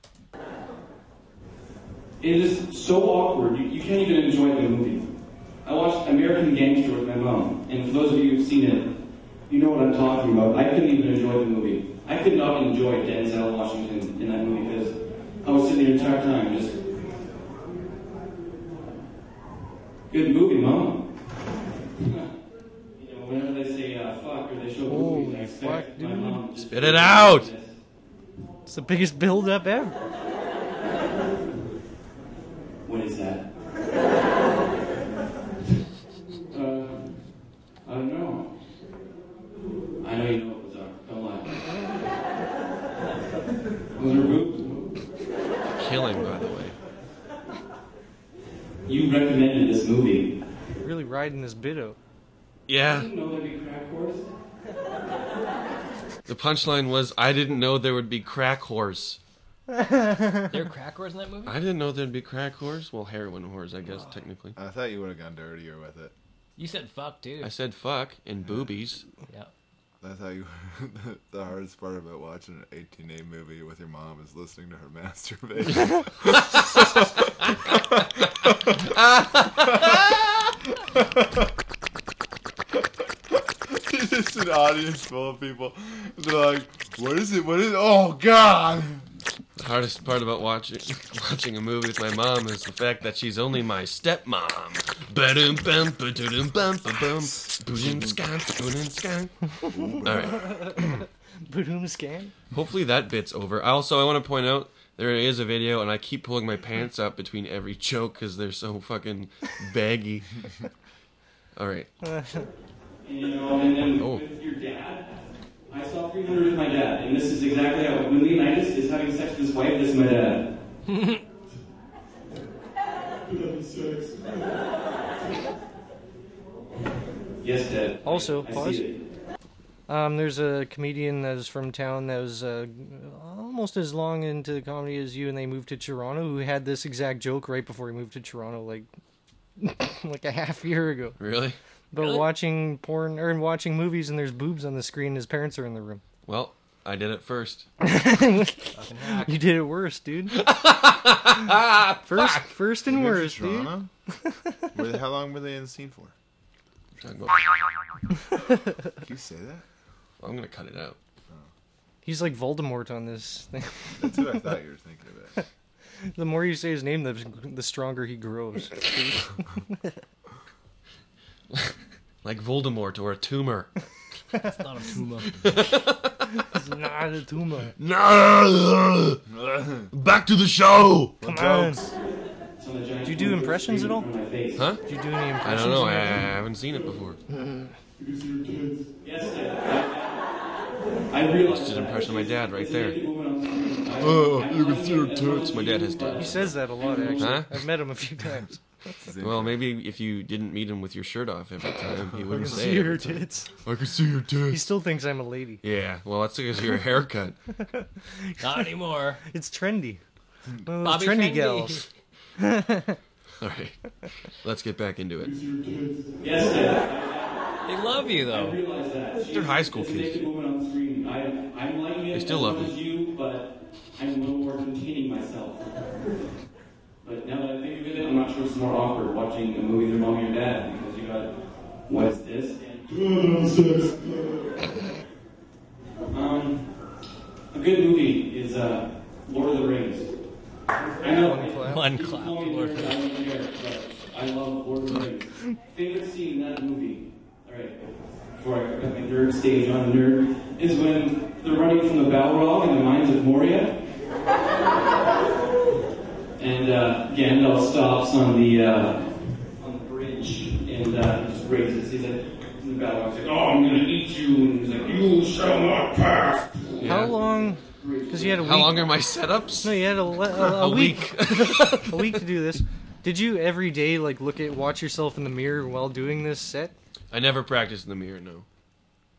S20: It is so awkward. You, you can't even enjoy the movie. I watched American Gangster with my mom, and for those of you who've seen it, you know what I'm talking about. I couldn't even enjoy the movie. I could not enjoy Denzel Washington in that movie because I was sitting the entire time just. Good movie, mom. you know, whenever they say uh, fuck or they show movies, I expect my mom to
S4: Spit it out.
S2: It's the biggest build up ever.
S20: What is that? uh, I don't know. I know you know what those are. Don't lie. Those are boobs.
S4: Killing, by the way.
S20: You recommended this movie.
S2: Really riding this bitto.
S4: Yeah.
S20: You know there'd be crack whores.
S4: The punchline was, I didn't know there would be crack whores.
S19: there were crack whores in that movie?
S4: I didn't know there'd be crack whores. Well, heroin whores, I guess, technically.
S21: I thought you would have gone dirtier with it.
S19: You said fuck, dude.
S4: I said fuck and boobies.
S19: Yeah.
S21: That's how you. the hardest part about watching an 18A movie with your mom is listening to her masturbate. It's just an audience full of people. They're like, "What is it? What is? Oh God!"
S4: The hardest part about watching watching a movie with my mom is the fact that she's only my stepmom. Ba-dum bum ba-dum bum ba-bum boom scan boom scan. All right.
S2: Boom scan.
S4: Hopefully that bit's over. Also, I want to point out there is a video, and I keep pulling my pants up between every joke because they're so fucking baggy. All right.
S20: You know, and then
S4: Oh.
S20: with your dad, I saw 300 with my dad, and this is exactly how when Leonidas is having sex with his wife, this is my dad. Yes, Dad.
S2: Also,
S20: I see
S2: pause.
S20: it.
S2: Um, there's a comedian that was from town that was uh, almost as long into comedy as you, and they moved to Toronto. Who had this exact joke right before he moved to Toronto, like like a half year ago.
S4: Really?
S2: But watching porn or watching movies, and there's boobs on the screen. His parents are in the room.
S4: Well, I did it first.
S2: You did it worse, dude. first, first and
S21: You moved to
S2: worst, dude.
S21: Toronto? Where, how long were they in the scene for? Can you say that?
S4: I'm gonna cut it out.
S2: Oh. He's like Voldemort on this thing.
S21: That's what I thought you were thinking about.
S2: The more you say his name, the the stronger he grows.
S4: Like Voldemort or a tumor.
S2: it's not a tumor. it's not a tumor.
S4: Back to the show.
S2: Come on. Do you do impressions at all?
S4: Huh?
S2: Do you do any
S4: I
S2: impressions?
S4: don't know.
S2: in
S4: I, I
S2: your-
S4: haven't seen it before.
S20: Yes, Dad. I realized
S4: Just an impression of my dad right there.
S20: Oh, you can see her tits.
S4: My dad has
S2: He
S4: tits.
S2: says that a lot, actually.
S4: Huh?
S2: I've met him a few times.
S4: Well, maybe if you didn't meet him with your shirt off every time, he wouldn't
S2: I can
S4: say
S2: see
S4: it
S2: your
S4: every time.
S2: tits.
S4: I can see your
S2: He
S4: tits.
S2: still thinks I'm a lady.
S4: Yeah, well, that's because of your haircut.
S19: Not anymore.
S2: It's trendy. One of
S19: Bobby
S2: those trendy,
S19: Trendy.
S2: gals.
S4: All right, let's get back into it.
S20: Yes, Dad.
S19: They love you,
S20: I
S19: though.
S20: realized that. She-
S4: They're high school
S20: it's a naked
S4: kids.
S20: woman on the screen. I, I'm liking it
S4: They still
S20: as
S4: love
S20: much
S4: me.
S20: as you, but I'm no more containing myself. But now that I think of it, I'm not sure it's more awkward watching a movie with your mom and your dad because you got what's this and um, a good movie is uh, Lord of the Rings. I know one clap,
S19: One clap, Lord of the
S20: I don't care, but I love Lord of the Rings. Favorite scene in that movie. All right before I got my nerd stage on nerd, is when they're running from the Balrog in the mines of Moria. and uh, Gandalf stops on the uh, on the bridge and uh, just raises. He's like, bellow. He's like, oh, I'm gonna eat you. And he's like, you shall not pass.
S2: How long? Because you had a week.
S4: How long are my setups?
S2: No, you had a, le- a,
S4: A
S2: a, week. a week to do this. Did you every day like look at watch yourself in the mirror while doing this set?
S4: I never practiced in the mirror. No.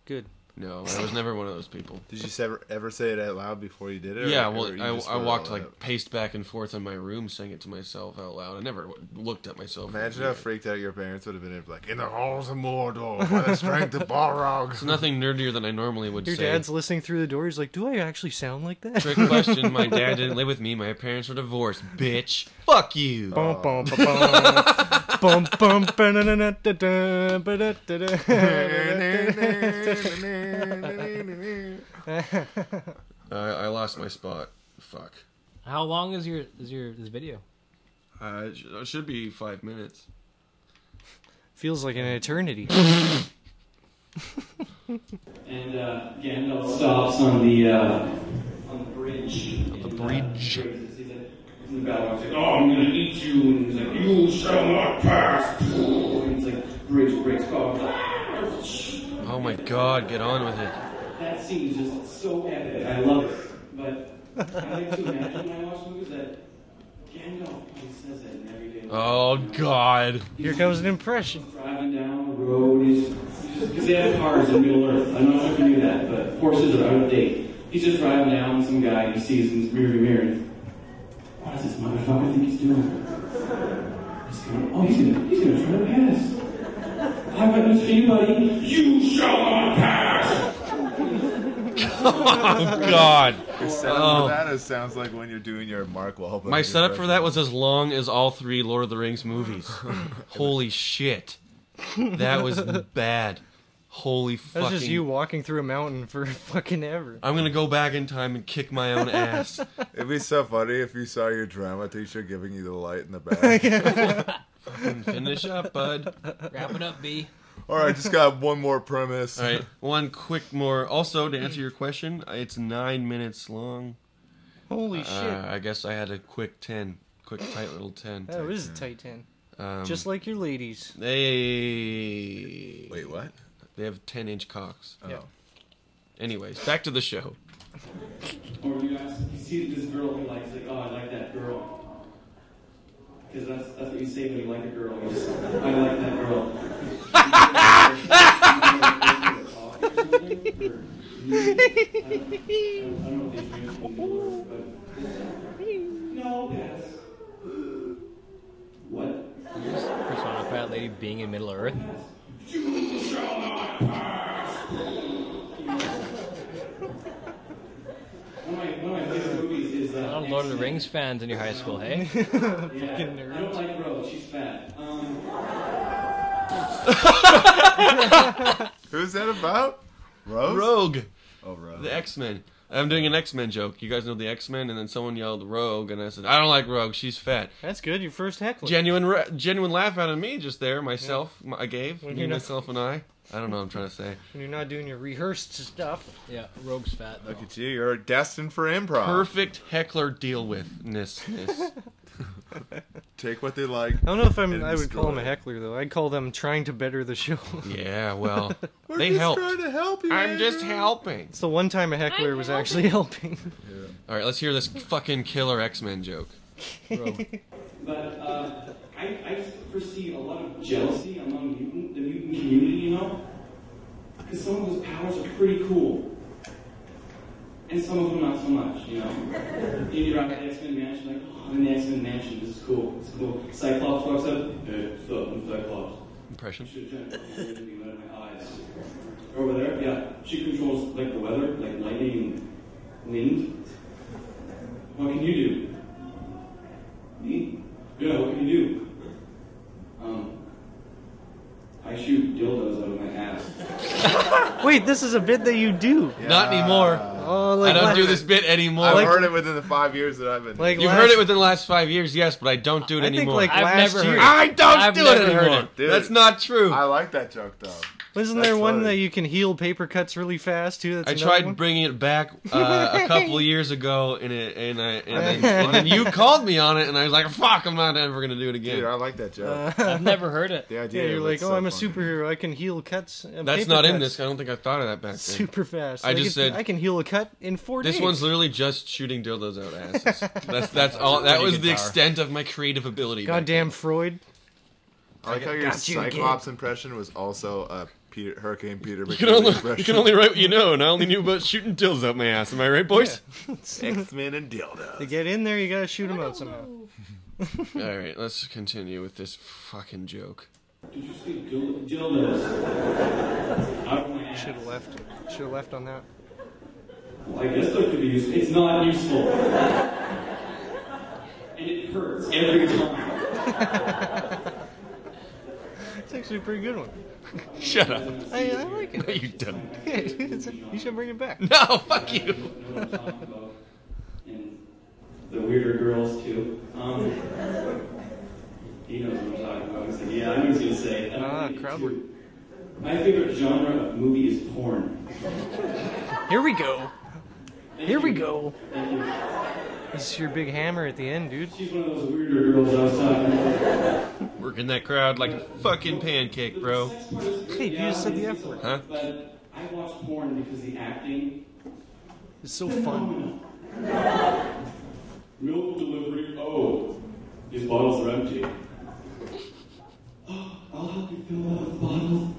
S2: Good.
S4: No, I was never one of those people.
S21: Did you ever ever say it out loud before you did it? or-
S4: Yeah,
S21: or
S4: well,
S21: you
S4: I,
S21: just uh,
S4: I
S21: wrote it
S4: walked
S21: all
S4: like
S21: out?
S4: paced back and forth in my room, saying it to myself out loud. I never w- looked at myself.
S21: Imagine how freaked out your parents would have been if, like, in the halls of Mordor, by
S4: what
S21: the strength of Balrog.
S4: It's nothing nerdier than I normally would
S2: Your
S4: say.
S2: dad's listening through the door. He's like, "Do I actually sound like that?"
S4: Trick question. My dad didn't live with me. My parents were divorced. Bitch. Fuck you.
S21: Uh,
S2: Bum, bum, ba, bum. Bum, bum, ba, da, da, da, da, da, ba, da, da, da, da, da, da.
S4: I, I lost my spot. Fuck.
S19: How long is your is your this video?
S4: Uh, it sh- it should be five minutes.
S2: Feels like an eternity.
S20: And uh, Gandalf stops on the uh, on the bridge. On the bridge. He's like, in the battle, he's like, oh, I'm gonna eat you. And he's like, you shall not pass. And he's like, bridge breaks off.
S4: Oh my god, get on with it.
S20: That scene is just so epic. I love it. But I like to imagine when I watch movies that Gandalf probably says that in everyday life.
S4: Oh god.
S2: Here comes an impression.
S20: Driving down the road, he's because they have cars in Middle Earth. I don't know if you knew that, but horses are out of date. He's just driving down, some guy and he sees in his rearview mirror. and he's, What does this motherfucker think he's doing? He's going, oh, he's gonna, he's gonna try to pass. I went this for you, buddy. You shall not pass.
S4: Oh god.
S21: Your setup
S4: Oh.
S21: for that is- sounds like when you're doing your Mark Wahlberg.
S4: My setup for
S21: impression.
S4: that was as long as all three Lord of the Rings movies. Holy shit. That was bad. Holy
S2: That's
S4: fucking.
S2: just you walking through a mountain for fucking ever.
S4: I'm gonna go back in time and kick my own ass.
S21: It'd be so funny if you saw your drama teacher giving you the light in the back.
S4: Fucking finish up, bud.
S19: Wrap it up, B.
S21: All right, just got one more premise.
S4: All right, one quick more. Also, to answer your question, it's nine minutes long.
S2: Holy
S4: Uh,
S2: shit.
S4: I guess I had a quick ten, quick tight little ten.
S2: That was a tight ten.
S4: Um,
S2: Just like your ladies.
S4: They wait, what? Oh. They have ten-inch cocks.
S2: Yeah.
S4: Anyways, back to the show.
S20: Or you ask, you see this girl he likes, like, oh, I like that girl. Because that's, that's what you say when you like a girl. You just, I like that girl. No, pass. What?
S19: Personify that lady being in Middle Earth. A lot of Lord of the Rings fans in your high school, hey?
S20: Yeah. I don't like Rose. She's fat. Um.
S21: Who's that about? Rose.
S4: Rogue.
S21: Oh, Rogue.
S4: The X Men. I'm doing an X Men joke. You guys know the X Men, and then someone yelled Rogue, and I said, I don't like Rogue. She's fat.
S2: That's good. Your first heckler.
S4: Genuine, ra- genuine laugh out of me just there. Myself, m- I gave
S2: When
S4: me,
S2: you're not-
S4: myself, and I. I don't know. what I'm trying to say.
S2: When you're not doing your rehearsed stuff.
S19: Yeah, rogue's fat.
S21: Look at you. You're destined for improv.
S4: Perfect heckler deal with ness.
S21: Take what they like.
S2: I don't know if I'm.
S21: and
S2: I would
S21: destroy
S2: call them a
S21: it.
S2: heckler though. I'd call them trying to better the show.
S4: Yeah, well,
S21: We're
S4: they
S21: just
S4: help.
S21: trying to help you.
S4: I'm just
S21: Andrew.
S4: helping.
S2: It's the one time a heckler was actually helping.
S4: All right, let's hear this fucking killer X Men joke.
S20: But uh, I, I foresee a lot of jealousy among mutant, the mutant community, you know? Because some of those powers are pretty cool. And some of them not so much, you know? And you're out at the X Men Mansion, like, oh, I'm in the X Men Mansion, this is cool, it's cool. Cyclops walks up, hey, what's up, I'm Cyclops.
S4: Impression.
S20: Should've done it. It would've been out of my eyes. Over there, yeah. She controls like the weather, like lightning and wind. What can you do? Me? Yeah, what can you do? Um, I shoot dildos out of my ass.
S2: Wait, this is a bit that you do.
S4: Not anymore.
S2: Oh, like
S4: I don't
S2: la-
S4: do this bit anymore.
S21: I've heard it within the five years that I've been.
S2: Like
S4: You've heard it within the last five years, yes, but I don't do it
S2: I think
S4: anymore.
S2: like last year.
S4: I don't do it
S21: Heard
S4: anymore.
S21: it, dude.
S4: That's not true.
S21: I like that joke though.
S2: Wasn't there one that you can heal paper cuts really fast too? That's
S4: I
S2: another
S4: tried
S2: one?
S4: bringing it back uh, a couple years ago, and it and I and then, and then you called me on it, and I was like, "Fuck, I'm not ever gonna do it again."
S5: Dude, I like that joke.
S2: heard it.
S5: The idea
S2: Uh, Yeah, you're
S5: of
S2: like,
S5: it's
S2: oh,
S5: so
S2: I'm a superhero. I can heal cuts. uh,
S4: That's
S2: paper
S4: not in
S2: cuts
S4: this. I don't think I thought of that back then.
S2: Super fast.
S4: I
S2: Like,
S4: just
S2: if-
S4: said
S2: I can heal a cut in four
S4: This
S2: days.
S4: one's literally just shooting dildos out asses. That's that's all. That was the extent of my creative ability. back
S2: Goddamn Freud.
S5: I like how your
S2: Got you again.
S5: Cyclops impression was also a Peter, Hurricane Peter
S4: You can
S5: McNeely
S4: only you
S5: impression.
S4: can only write what you know, and I only knew about shooting dildos up my ass. Am I right, boys?
S5: X-Men and dildos.
S2: To get in there, you gotta shoot them out somehow.
S4: All right, let's continue with this fucking joke.
S20: Did you see dil- dildos? Out of my ass.
S2: Should have left. Should have left on that.
S20: Well, I guess that could be useful. It's not useful. and it hurts every time.
S2: It's actually a pretty good one.
S4: Shut up.
S2: I, I like it.
S4: No, you don't.
S2: Yeah, dude, it's- you should bring it back.
S4: No, fuck you.
S20: the weirder girls too. Um, he knows what I'm talking about. He said, "Yeah, I knew he was gonna say." it." And I
S2: Ah,
S20: did
S2: crowd
S20: too. My favorite genre of movie is porn.
S2: Here we go.
S20: Thank
S2: Here we
S20: you.
S2: go.
S20: Thank you.
S2: This is your big hammer at the end, dude.
S20: She's one of those weirder girls I was talking about.
S4: Working that crowd like a fucking pancake, bro.
S2: Hey, you just said the F word.
S4: Huh?
S20: But I watch porn because the acting
S2: It's so fun.
S20: Milk delivery. Oh, these bottles are empty. I'll help you fill up the bottles.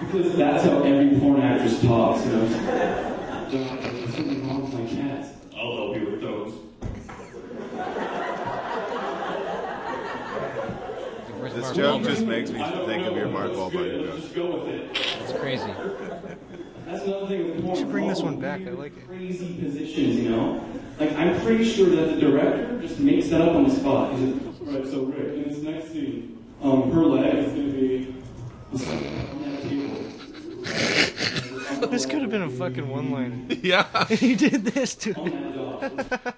S20: Because that's how every porn actress talks, you know. Don't- There's something wrong with my cats. I'll help you with those.
S5: This joke just makes me think of your Mark Wahlberg joke.
S20: Just go with it.
S5: It's crazy.
S20: That's another thing with porn.
S2: should bring this
S20: all
S2: one back. I
S20: weird,
S2: like
S20: Crazy positions, you know. Like I'm pretty sure that the director just makes that up on the spot. He's just, "All right, so Rick, in this next scene, um, her leg is gonna be this- on that table.
S2: it. This could have been a fucking one-liner.
S4: Yeah.
S2: he did this too.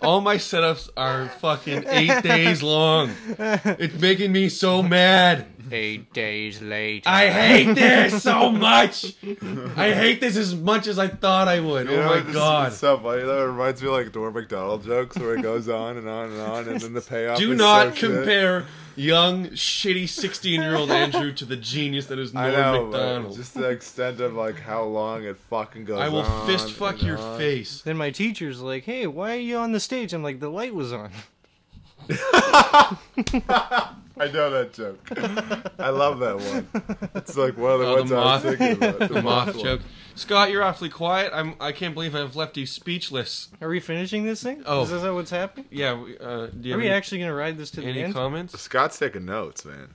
S4: All my setups are fucking eight days long. It's making me so mad.
S22: Eight days later.
S4: I hate this so much. I hate this as much as I thought I would.
S5: You know,
S4: oh
S5: this
S4: my
S5: is
S4: god.
S5: so funny. That reminds me of, like Dora McDonald jokes where it goes on and on and on, and then the payoff.
S4: Do
S5: is
S4: not
S5: so shit.
S4: compare young, shitty 16 year old Andrew to the genius that is
S5: I
S4: Norm
S5: know,
S4: McDonald.
S5: but just the extent of like how long it fucking goes.
S4: I will
S5: on
S4: fist fuck
S5: and
S4: your
S5: on.
S4: face.
S2: Then my teacher's like, "Hey, why are you on the stage?" I'm like, "The light was on."
S5: I know that joke. I love that one. It's like one of the
S4: Oh,
S5: ones
S4: the
S5: I was
S4: moth,
S5: thinking about.
S4: the moth
S5: one.
S4: joke. Scott, you're awfully quiet. I'm. I can't believe I've left you speechless.
S2: Are we finishing this thing?
S4: Oh.
S2: is that what's happening?
S4: Yeah. we- Uh, do you
S2: Are
S4: have
S2: we
S4: any-
S2: actually gonna ride this to the
S4: any
S2: end?
S4: comments?
S5: Scott's taking notes, man.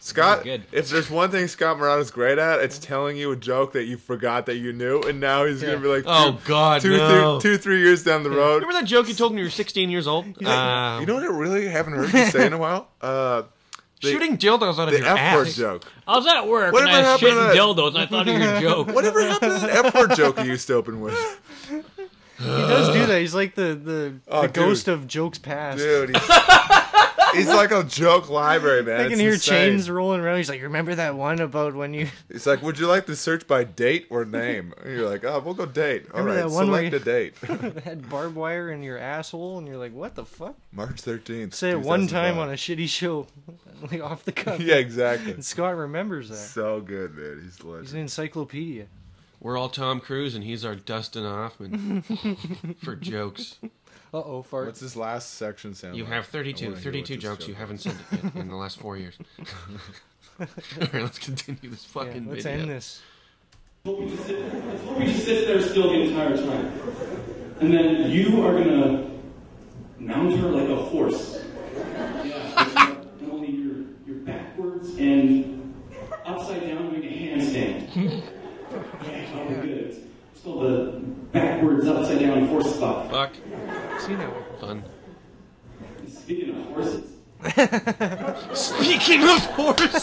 S5: Scott, if there's one thing Scott Murata's great at, it's telling you a joke that you forgot that you knew, and now he's gonna be like,
S4: Oh,
S5: two-
S4: God,
S5: two,
S4: no.
S5: three, two, three years down the road.
S4: Remember that joke you told me you were 16 years old? Um,
S5: you know what I really haven't heard you say in a while? Uh, the-
S4: Shooting dildos out of
S5: the
S4: your
S5: F
S4: ass.
S5: word joke.
S1: I was at work
S5: Whatever
S1: and I was
S5: happened to
S1: shitting
S5: that-
S1: dildos. And I thought of your joke.
S5: Whatever happened to that F word joke you used to open with?
S2: He does do that. He's like the the,
S5: Oh,
S2: the
S5: dude.
S2: ghost of jokes past.
S5: Dude, he's, he's like a joke library, man.
S2: I can
S5: It's
S2: hear
S5: insane.
S2: chains rolling around. He's like, "Remember that one about when you
S5: He's like, would you like to search by date or name? And you're like, oh, we'll go date. All
S2: Remember
S5: right,
S2: that one where
S5: select
S2: you-
S5: a date.
S2: had barbed wire in your asshole?" And you're like, "What the fuck?"
S5: March 13th.
S2: Say it one time on a shitty show, like off the cuff.
S5: 2005. Yeah, exactly.
S2: And Scott remembers that.
S5: So good, man. He's
S2: He's
S5: legend.
S2: an encyclopedia.
S4: We're all Tom Cruise, and he's our Dustin Hoffman for jokes.
S2: Uh oh, fart.
S5: What's this last section sound
S4: You
S5: like?
S4: have
S5: I
S4: 32,
S5: wanna hear
S4: 32
S5: what this
S4: jokes.
S5: joke
S4: You
S5: is.
S4: haven't said it yet in the last four years. all right, let's continue this
S2: Yeah,
S4: fucking
S2: let's
S4: video.
S2: end this.
S20: Or we just sit there still the entire time. And then you are gonna mount her like a horse. Yeah. and only you're, you're backwards and upside down doing a handstand. yeah, oh, good. It's- It's called the backwards upside down horse spot.
S4: Fuck.
S2: See now.
S4: Fun.
S20: Speaking of horses.
S4: Speaking of horses.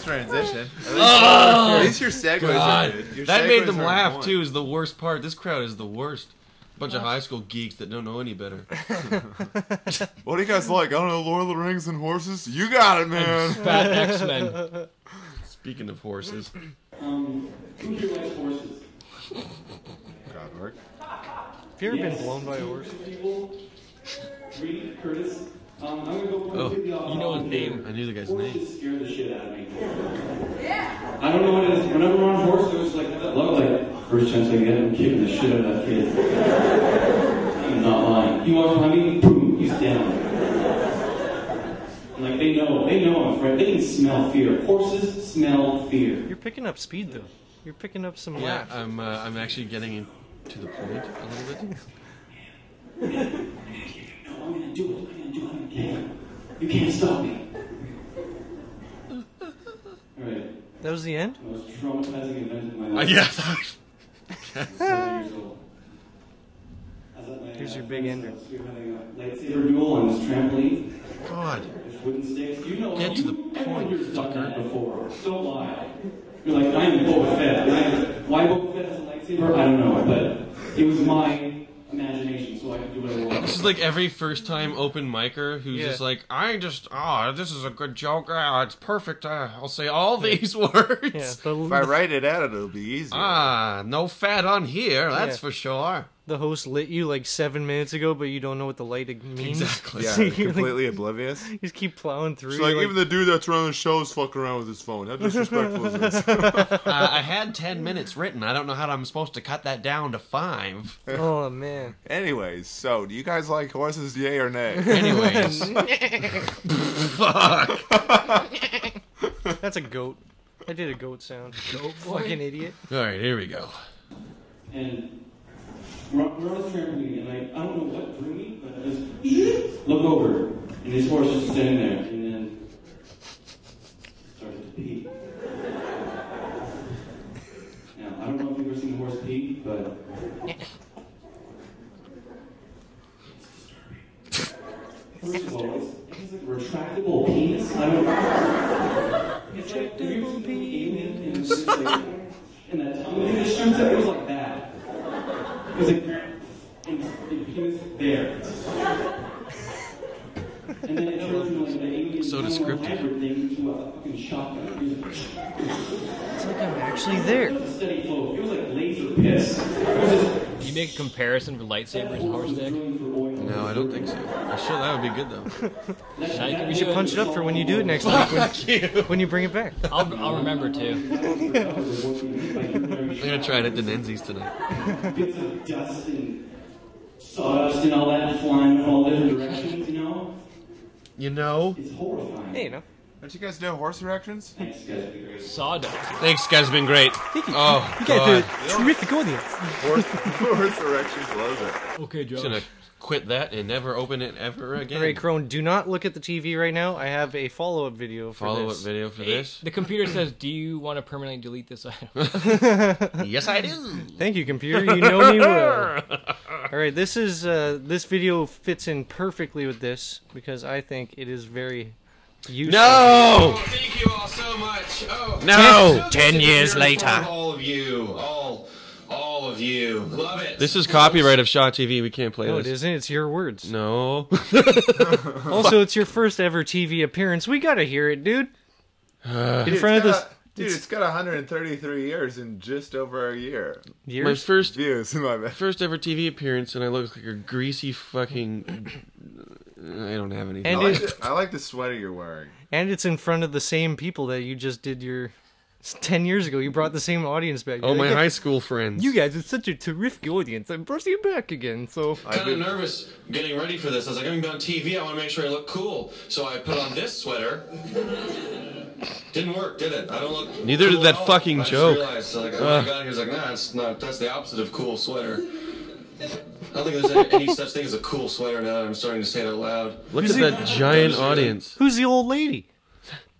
S5: transition.
S4: Oh,
S5: At least your segues are
S4: God.
S5: good. Your
S4: That made
S5: segues
S4: them
S5: are on
S4: laugh
S5: point.
S4: too. Is the worst part. This crowd is the worst. Bunch of high school geeks that don't know any better.
S5: What do you guys like? I don't know, Lord of the Rings and horses? You got it, man.
S1: Fat X Men.
S4: Speaking of horses,
S20: Um, who's your wife's horses?
S5: God, Mark.
S2: Have you ever been blown by a horse?
S20: Reed, Curtis. Um, I'm gonna go
S4: Oh,
S20: completely off. topic here.
S4: I knew the guy's name.
S20: Scare the shit out of me. I don't know what it is. Whenever we're on horse, there's like that look like first chance I get, I'm kicking the shit out of that kid. I'm not lying. He walks behind me, boom, he's down. And, Like they know, they know I'm afraid. They can smell fear. Horses smell fear.
S2: You're picking up speed though. You're picking up some
S4: Yeah,
S2: laps.
S4: I'm. Uh, I'm actually getting to the point a little bit.
S20: No, I'm gonna do it. I'm gonna do it. I'm gonna get it. You can't stop me. Alright.
S2: That was the end.
S20: I was traumatizing event in my
S4: Uh,
S20: life.
S4: yeah.
S20: Seven years old. I was at my,
S2: Here's
S20: uh,
S2: your big ender.
S20: We were having a lightsaber duel on this trampoline.
S4: God.
S20: There's wooden sticks. You know,
S4: Get to
S20: you,
S4: the
S20: everyone here's done that before. Don't lie. You're like, I'm Boba Fett. and I- Why Boba Fett has a lightsaber? I don't know, but it was my imagination, so I could do what I wanted.
S4: This is like every first time open micer who's
S20: Yeah.
S4: just like, I just, ah, this is a good joke. Ah, it's perfect. Ah, I'll say all these words.
S5: if I write it out, it'll be easier.
S4: Ah, no fat on here, that's
S2: Yeah.
S4: for sure.
S2: The host lit you like seven minutes ago, but you don't know what the light means.
S4: Exactly.
S5: yeah,
S2: So you're like-
S5: completely oblivious.
S2: you just keep plowing through.
S5: It's like,
S2: you're
S5: even the dude that's running the show is fucking around with his phone. How disrespectful is this?
S4: Uh, I had 10 minutes written. I don't know how I'm supposed to cut that down to five.
S2: Oh man.
S5: Anyways, so do you guys like horses, yay or nay?
S4: Anyways.
S2: That's a goat. I did a goat sound. Goat
S20: boy.
S2: Fucking idiot.
S4: All right, here we go.
S20: and we're on, we're on this trampoline, and I, I don't know what drew me, but I just look over, and this horse is standing there, and then started to pee. Now, I don't know if you've ever seen a horse pee, but. First of all, it's, it's like a retractable penis. I don't know. It's like, have you ever seen an alien and it's just like, and that tongue thing just shoots out? It was like that. It was like, and the penis there. And then it turns into like the alien
S4: So
S20: tongue
S4: descriptive.
S20: hybrid thing into a fucking shotgun. It was like,
S2: It's like I'm actually there.
S20: It was a steady flow. It was like laser piss. It was just
S19: Do you make a comparison for lightsabers and horse dick?
S4: No, I don't think so. I'm sure that would be good, though.
S19: Shite.
S2: You should punch it up for when you do it next week. When, when you bring it back.
S19: I'll, I'll remember too.
S4: I'm going to try it at Denenzi's tonight.
S20: bits of dust and sawdust and all that flying in all different directions, you know?
S4: You know?
S20: It's horrifying.
S2: Hey, you know.
S5: Don't you guys know horse erections?
S19: Sawdust.
S4: Thanks, guys. been great. Oh, God.
S2: you got the terrific audience.
S5: Horse, horse erections loves it.
S19: Okay,
S4: Just going to quit that and never open it ever again.
S2: Ray Crone, do not look at the TV right now. I have a follow up video for
S4: Follow up
S2: this.
S4: video for
S19: Hey,
S4: this.
S19: The computer says, "Do you want to permanently delete this item?"
S4: yes, I do.
S2: Thank you, computer. You know me well. All right, this is uh, this video fits in perfectly with this because I think it is very useful.
S4: No! Oh,
S1: Thank you all so much. Oh,
S2: No!
S23: Ten years
S2: later.
S1: All of you, all, all of you, love it.
S4: This is copyright of Shaw TV. We can't play
S2: No, it
S4: this.
S2: isn't. It's your words.
S4: No.
S2: Also, it's your first ever TV appearance. We gotta hear it, dude. in
S5: Dude,
S2: front of
S5: it's
S2: this.
S5: got a- dude, it's got 133 years in just over a year.
S4: My first
S5: views. My bad.
S4: First ever TV appearance, and I look like a greasy fucking. I don't have anything.
S5: I like, the, I like the sweater you're wearing.
S2: And it's in front of the same people that you just did your it's ten years ago. You brought the same audience back.
S4: Oh,
S2: You're
S4: my
S2: like,
S4: high school friends.
S2: You guys, it's such a terrific audience. I'm bringing you back again. So
S1: kind of nervous getting ready for this. I was like, I'm going to be on TV. I want to make sure I look cool. So I put on this sweater. Didn't work, did it? I don't look.
S4: Neither did
S1: cool
S4: that
S1: at all.
S4: fucking
S1: I just
S4: joke.
S1: realized, like, oh
S4: Ugh.
S1: my god, he was like, nah, it's not, that's the opposite of cool sweater. I don't think there's any, any such thing as a cool sweater now. that I'm starting to say it out loud.
S4: Look at that giant audience.
S2: Who's the old lady?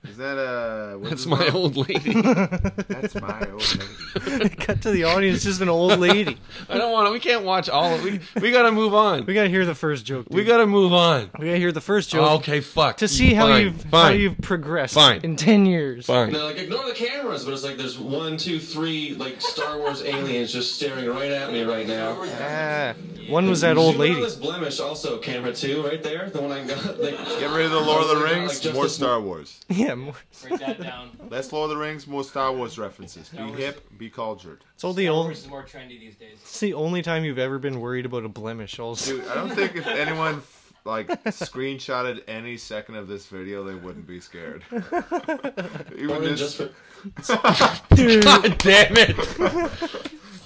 S5: Is that uh? what's
S4: That's
S5: his
S4: my
S5: name?
S4: old lady.
S5: That's my old lady.
S2: Cut to the audience, just an old lady.
S4: I don't want to. We can't watch all of. We we gotta move on.
S2: We gotta hear the first joke.
S4: We gotta move on. Oh,
S2: We gotta hear the first joke.
S4: okay, fuck.
S2: to see how
S4: Fine,
S2: you've
S4: fine.
S2: how you've progressed
S4: Fine.
S2: in ten years.
S4: Fine.
S1: And they're like, ignore the cameras, but it's like there's one, two, three, like Star Wars aliens just staring right at me right now.
S2: Ah, one was that old
S1: Zoom in on
S2: lady.
S1: This blemish also camera two right there, the one I got. Like,
S5: Get rid of the Lord of the Rings.
S1: Like, just
S5: more
S1: this-
S5: Star Wars.
S2: Yeah, Yeah, more.
S14: Break that down.
S5: Less Lord of the Rings, more Star Wars references. Be hip, be cultured.
S2: It's all the only.
S14: is more trendy these days.
S2: It's the only time you've ever been worried about a blemish. Also,
S5: Dude, I don't think if anyone like screenshotted any second of this video, they wouldn't be scared. Even
S2: Only
S5: this-
S2: just for- Dude.
S7: God damn it.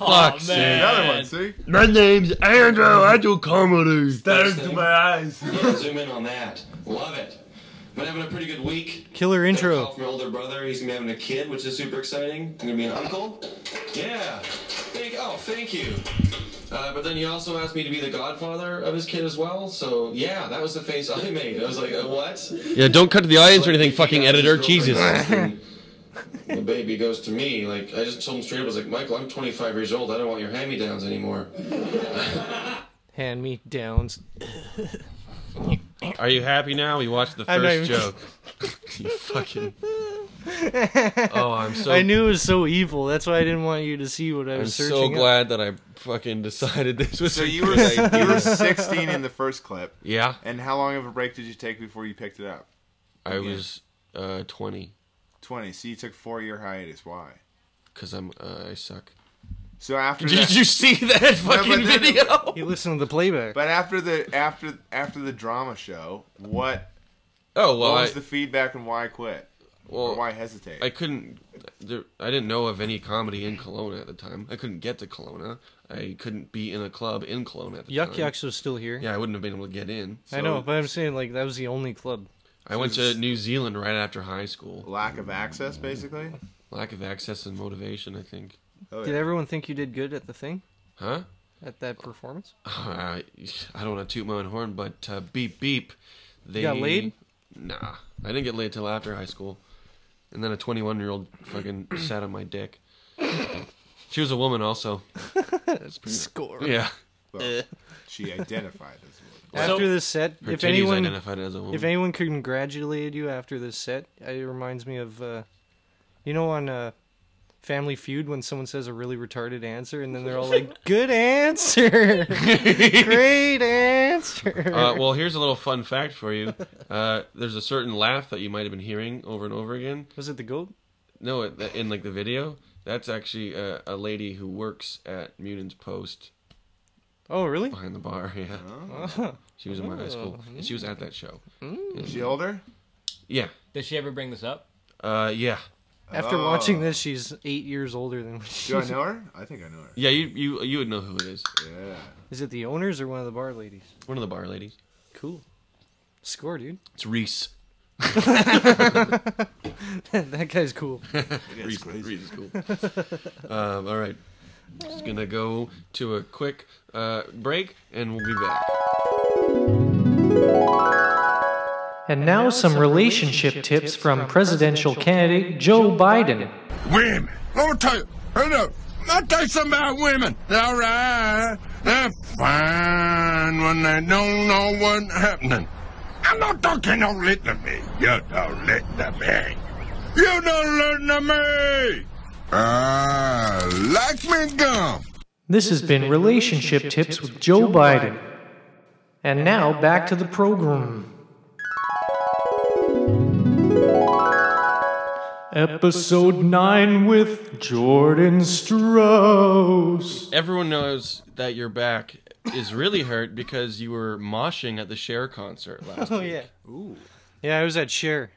S5: Aw,
S7: Fuck,
S5: man. Another one, see?
S7: My name's Andrew. I do comedy.
S24: Stares
S7: to
S24: my eyes. yeah, zoom in on that. Love it. Been having a pretty good week.
S2: killer intro.
S24: Oh, My older brother, he's gonna be having a kid, which is super exciting. I'm gonna be an uncle. Yeah. Thank. Oh, thank you. Uh, but then he also asked me to be the godfather of his kid as well. So yeah, that was the face I made. I was like, uh, what?
S7: Yeah, don't cut to the audience or anything, fucking editor. Jesus.
S24: the baby goes to me. Like I just told him straight up, I was like, Michael, I'm 25 years old. I don't want your hand-me-downs anymore.
S2: Hand me downs.
S4: Are you happy now? We watched the
S2: I'm not
S4: first
S2: even-
S4: joke. you fucking. Oh, I'm so.
S2: I knew it was so evil. That's why I didn't want you to see what I
S4: I'm
S2: was searching.
S4: so
S2: up.
S4: glad that I fucking decided this was.
S5: So
S4: a
S5: you were
S4: good
S5: you were
S4: idea.
S5: 16 in the first clip.
S4: Yeah.
S5: And how long of a break did you take before you picked it up?
S4: I
S5: Again.
S4: was uh, 20
S5: 20. So you took four year hiatus. Why?
S4: because I'm uh, I suck.
S5: So after
S4: Did
S5: that-
S4: you see that
S5: No, but
S4: fucking
S5: then-
S4: video?
S2: He listened to the playback.
S5: But after the after after the drama show, what?
S4: Oh, well,
S5: what was
S4: I-
S5: the feedback and why quit?
S4: Well,
S5: or why hesitate?
S4: I couldn't. There, I didn't know of any comedy in Kelowna at the time. I couldn't get to Kelowna. I couldn't be in a club in Kelowna at the
S2: Yuck
S4: time.
S2: Yucks was still here.
S4: Yeah, I wouldn't have been able to get in.
S2: I
S4: so-
S2: know, but I'm saying like that was the only club.
S4: I went to New Zealand right after high school.
S5: Lack of access, basically.
S4: Lack of access and motivation, I think.
S14: Oh,
S2: Did everyone think you did good at the thing?
S4: Huh?
S2: At that performance?
S4: Uh, I don't want to toot my own horn, but uh, beep beep. They
S2: got laid?
S4: Nah, I didn't get laid till after high school, and then a 21 year old fucking sat on my dick. She was a woman, also. That's pretty-
S2: Score. Eh.
S4: Yeah.
S5: Well, she identified as a woman.
S2: After this set,
S4: Her
S2: if
S4: titties
S2: anyone
S4: identified as a woman.
S2: if anyone congratulated you after this set, it reminds me of uh, you know on uh, Family Feud when someone says a really retarded answer and then they're all like, "Good answer, great answer."
S4: Uh, well, here's a little fun fact for you. Uh, there's a certain laugh that you might have been hearing over and over again.
S2: Was it the goat?
S4: No, it- in like the video, that's actually a, a lady who works at Munin's Post.
S2: Oh, really?
S4: Behind the bar, yeah.
S2: Oh.
S4: She was in my high school,
S14: Oh.
S4: and she was at that show.
S14: Mm.
S5: She older?
S4: Yeah.
S14: Did she ever bring this up?
S4: Uh, yeah.
S2: after watching this, she's eight years older than.
S5: Oh. Do I know her? I think I know her.
S4: Yeah, you you you would know who it is.
S5: Yeah.
S2: Is it the owners or one of the bar ladies?
S4: One of the bar ladies.
S2: Cool. Score, dude.
S4: It's Reese.
S2: that guy's cool.
S4: Reese, Reese is cool. um, all right. Just gonna go to a quick uh, break, and we'll be back.
S2: And now some relationship tips from presidential candidate Joe Biden.
S3: Women. Let me tell you. Hey, look. I'll tell you something about women. They're all right. They're fine when they don't know what's happening. I'm not talking, don't listen to me. You don't listen to me. You don't listen to me. Ah, like me gum.
S2: This has been Relationship Tips with Joe Biden. And now back to the program. Episode 9 with Jordan Strauss.
S4: Everyone knows that your back is really hurt because you were moshing at the Cher concert last
S2: Oh,
S4: week.
S2: yeah. Yeah, I was at Cher.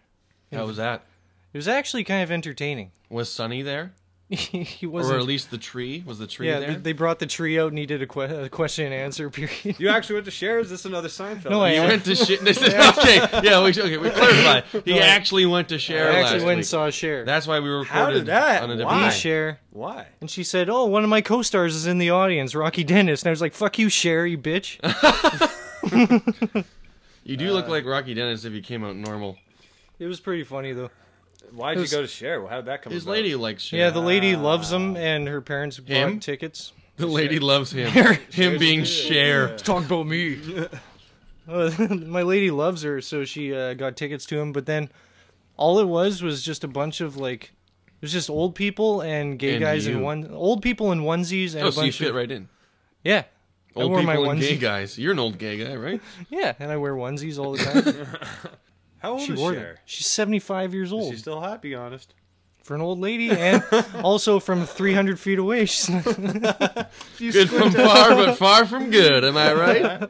S4: How was that?
S2: It was actually kind of entertaining.
S4: Was Sunny there?
S2: he wasn't.
S4: or at least the tree was the tree
S2: yeah,
S4: there.
S2: th- they brought the tree out and he did a, que- a question and answer period.
S11: You actually went to share? Is this another Seinfeld?
S2: No, I
S4: you
S2: am.
S4: went to share. This is okay. Yeah, we, okay. We clarify. He
S2: No, I-
S4: actually went to share.
S2: I actually
S4: last
S2: went and
S4: week.
S2: saw Cher.
S4: That's why we recorded. On a different
S2: We share.
S11: Why?
S2: And she said, "Oh, one of my co-stars is in the audience, Rocky Dennis." And I was like, "Fuck you, Cher, you bitch."
S4: You do
S11: Uh,
S4: look like Rocky Dennis if you came out normal.
S2: it was pretty funny though.
S11: Why'd
S2: It
S11: you
S2: was-
S11: go to share? How did that come
S4: His
S11: about?
S4: lady likes Cher.
S2: Yeah, the lady loves him, and her parents
S4: Him?
S2: bought tickets.
S4: The lady loves him. him being Cher.
S2: Let's talk about me. Uh, my lady loves her, so she uh, got tickets to him. But then, all it was was just a bunch of like, it was just old people and gay
S4: And
S2: guys in
S4: you.
S2: one, old people in onesies and
S4: Oh,
S2: a
S4: so you
S2: bunch
S4: fit
S2: of
S4: right in.
S2: yeah. I
S4: Old
S2: wore my
S4: people and
S2: onesie.
S4: gay guys. You're an old gay guy, right?
S2: Yeah, and I wear onesies all the time.
S11: How old
S2: she
S11: is
S2: wore them.
S11: Cher?
S2: She's 75 years old.
S11: She's still hot, be honest.
S2: for an old lady, and also from 300 feet away. She's not
S4: Good from far, but far from good. Am I right?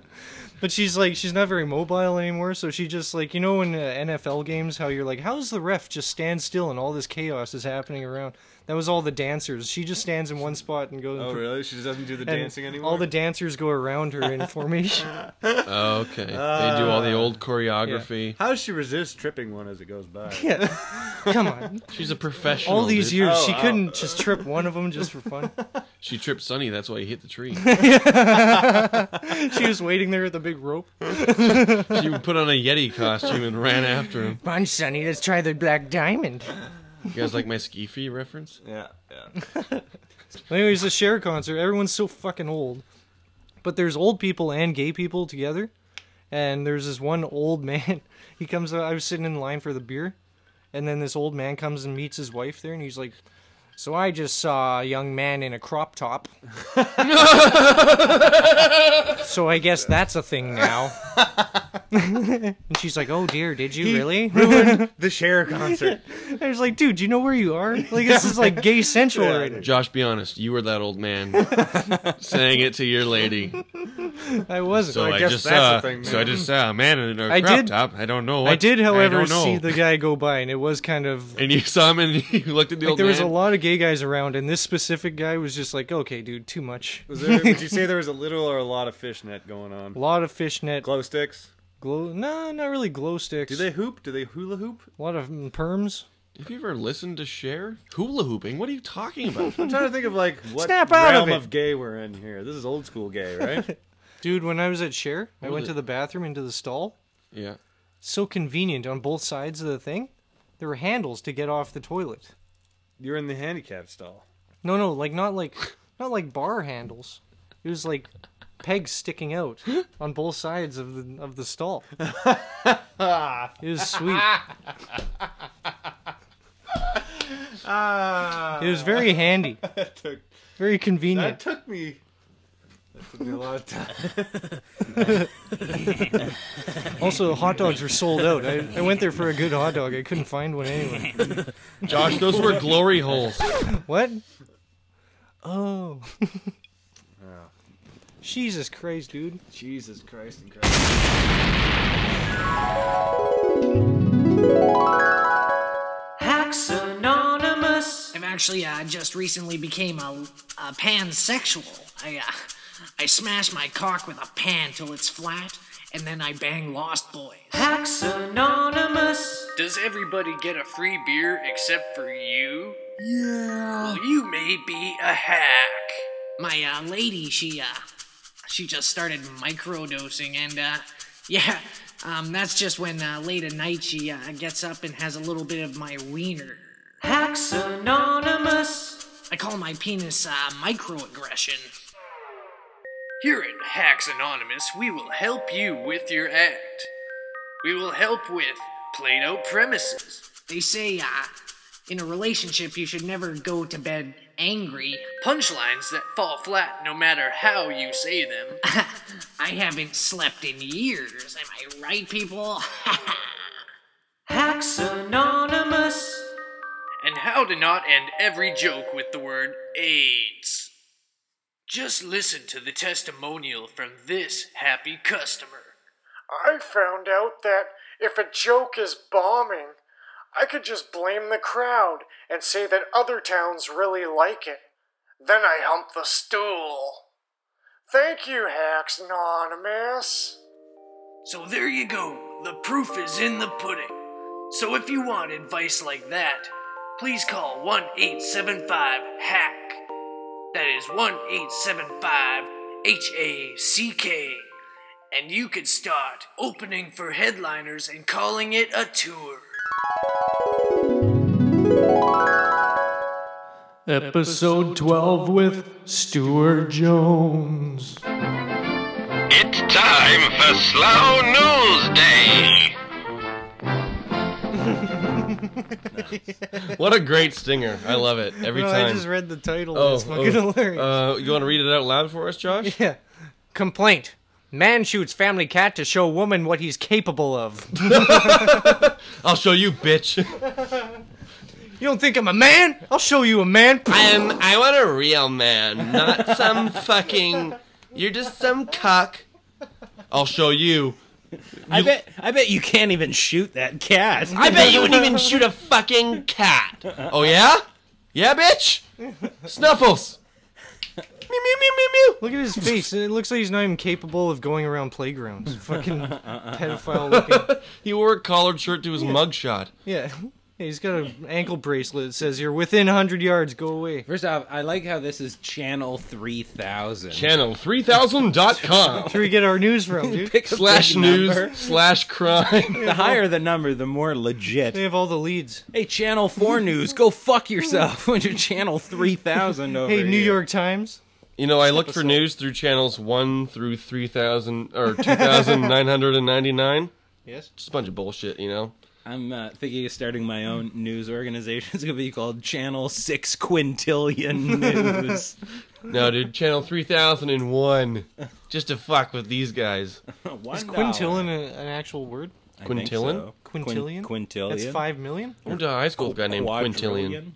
S2: But she's like, she's not very mobile anymore, so she just like, you know, in uh, NFL games, how you're like, how's the ref just stand still and all this chaos is happening around? That was all the dancers. She just stands in one spot and goes.
S11: Oh, really? She doesn't do the
S2: and
S11: dancing anymore?
S2: All the dancers go around her in formation.
S4: okay. they do all the old choreography.
S11: Ah. How does she resist tripping one as it goes by?
S2: Yeah. Come on.
S4: She's a professional.
S2: All these
S4: dude.
S2: years, she couldn't just trip one of them just for fun.
S4: She tripped Sunny. That's why he hit the tree.
S2: she was waiting there with a big rope.
S4: she put on a Yeti costume and ran after him.
S2: Come on, Sonny, let's try the black diamond.
S4: You guys like my ski free reference?
S11: Yeah, yeah.
S2: Anyways, the Cher concert, everyone's so fucking old. But there's old people and gay people together. And there's this one old man. He comes out. I was sitting in line for the beer. And then this old man comes and meets his wife there. And he's like, So I just saw a young man in a crop top. so I guess that's a thing now. and she's like, Oh dear, did you really?
S11: the Cher concert.
S2: I was like, Dude, do you know where you are? Like, this is like gay central right now.
S4: Josh, be honest. You were that old man saying it to your lady.
S2: I wasn't.
S4: So I, just saw. so I just saw a man in a crop
S2: I did-
S4: top. I don't know. What,
S2: I did, however,
S4: don't know.
S2: see the guy go by, and it was kind of
S4: And you saw him, and you looked at the
S2: like
S4: old
S2: there was a
S4: man.
S2: lot of gay guys around, and this specific guy was just like, "Okay, dude, too much."
S11: Was there, would you say there was a little or a lot of fishnet going on?
S2: a lot of fishnet
S11: glow sticks?
S2: Glow? No, not really glow sticks.
S11: Do they hoop? Do they hula hoop?
S2: A lot of mm, perms.
S4: Have you ever listened to Cher hula hooping? What are you talking about?
S11: I'm trying to think of like what
S2: Snap out of
S11: realm
S2: it.
S11: of, gay we're in here. This is old school gay, right?
S2: Dude, when I was at Cher, I
S11: What
S2: went
S11: was
S2: to
S11: it?
S2: the bathroom into the stall.
S4: Yeah.
S2: So convenient on both sides of the thing. There were handles to get off the toilet.
S11: You're in the handicap stall.
S2: No, no, like not like not like bar handles. It was like pegs sticking out on both sides of the of the stall. It was sweet. Ah. It was very handy.
S11: that took
S2: Very
S11: that
S2: convenient.
S11: took me. That took me a lot of time.
S2: also, hot dogs were sold out. I, I went there for a good hot dog. I couldn't find one anyway.
S4: Josh, those were glory holes.
S2: What? Oh. Jesus Christ, dude.
S11: Jesus Christ and Christ.
S8: Hacks Anonymous. I've actually uh, just recently became a, a pansexual. I uh, I smash my cock with a pan till it's flat, and then I bang Lost Boys. Hacks Anonymous. Does everybody get a free beer except for you? Yeah. Well, you may be a hack. My uh, lady, she uh, she just started microdosing, and uh, yeah, um, that's just when uh, late at night she uh, gets up and has a little bit of my wiener. Hacks Anonymous. I call my penis uh, microaggression.
S9: Here at Hacks Anonymous, we will help you with your act. We will help with Play Doh premises.
S8: They say, uh, in a relationship, you should never go to bed angry. Punchlines that fall flat no matter how you say them. I haven't slept in years, am I right, people? Hacks Anonymous!
S9: and how to not end every joke with the word AIDS. Just listen to the testimonial from this happy customer.
S1: I found out that if a joke is bombing, I could just blame the crowd and say that other towns really like it. Then I hump the stool. Thank you, Hacks Anonymous.
S9: So there you go, the proof is in the pudding. So if you want advice like that, please call 1 875 HACK. That is 1 875 H A C K. And you could start opening for headliners and calling it a tour.
S25: Episode 12 with Stuart Jones.
S26: It's time for Slow News Day.
S4: What a great stinger! I love it every
S2: No, I
S4: time. Oh,
S2: just read the title. It's fucking hilarious.
S4: Uh, you want to read it out loud for us, Josh?
S2: Yeah. Complaint. Man shoots family cat to show woman what he's capable of.
S4: I'll show you, bitch.
S2: You don't think I'm a man? I'll show you a man.
S7: Um, I want a real man, not some fucking. You're just some cuck.
S4: I'll show you.
S1: I bet I bet you can't even shoot that cat.
S7: I bet you wouldn't even shoot a fucking cat.
S4: Oh yeah? Yeah, bitch. Snuffles.
S2: Look at his face. It looks like he's not even capable of going around playgrounds. Fucking pedophile looking.
S4: He wore a collared shirt to his mugshot.
S2: Yeah. Yeah, He's got an ankle bracelet that says, You're within 100 yards, go away.
S1: First off, I like how this is Channel 3000.
S4: Channel3000.com.
S2: Where we get our news from, dude.
S1: Pick a
S4: slash
S1: big
S4: news
S1: number.
S4: slash crime.
S1: The higher the number, the more legit. They
S2: have all the leads.
S1: Hey, Channel 4 News, go fuck yourself when you're Channel 3000 over
S2: Hey, New
S1: here.
S2: York Times.
S4: You know, I looked for news through channels one through three thousand or two thousand nine hundred and ninety nine.
S2: Yes.
S4: Just a bunch of bullshit, you know.
S1: I'm uh, thinking of starting my own news organization. It's going to be called Channel 6 Quintillion News.
S4: No, dude, channel three thousand and one. Just to fuck with these guys.
S2: Is quintillion a, an actual word?
S4: I think Quintillion? so.
S2: Quintillion?
S4: Quin- quintillion.
S2: That's five million?
S4: I went to high school with a guy named Quintillion.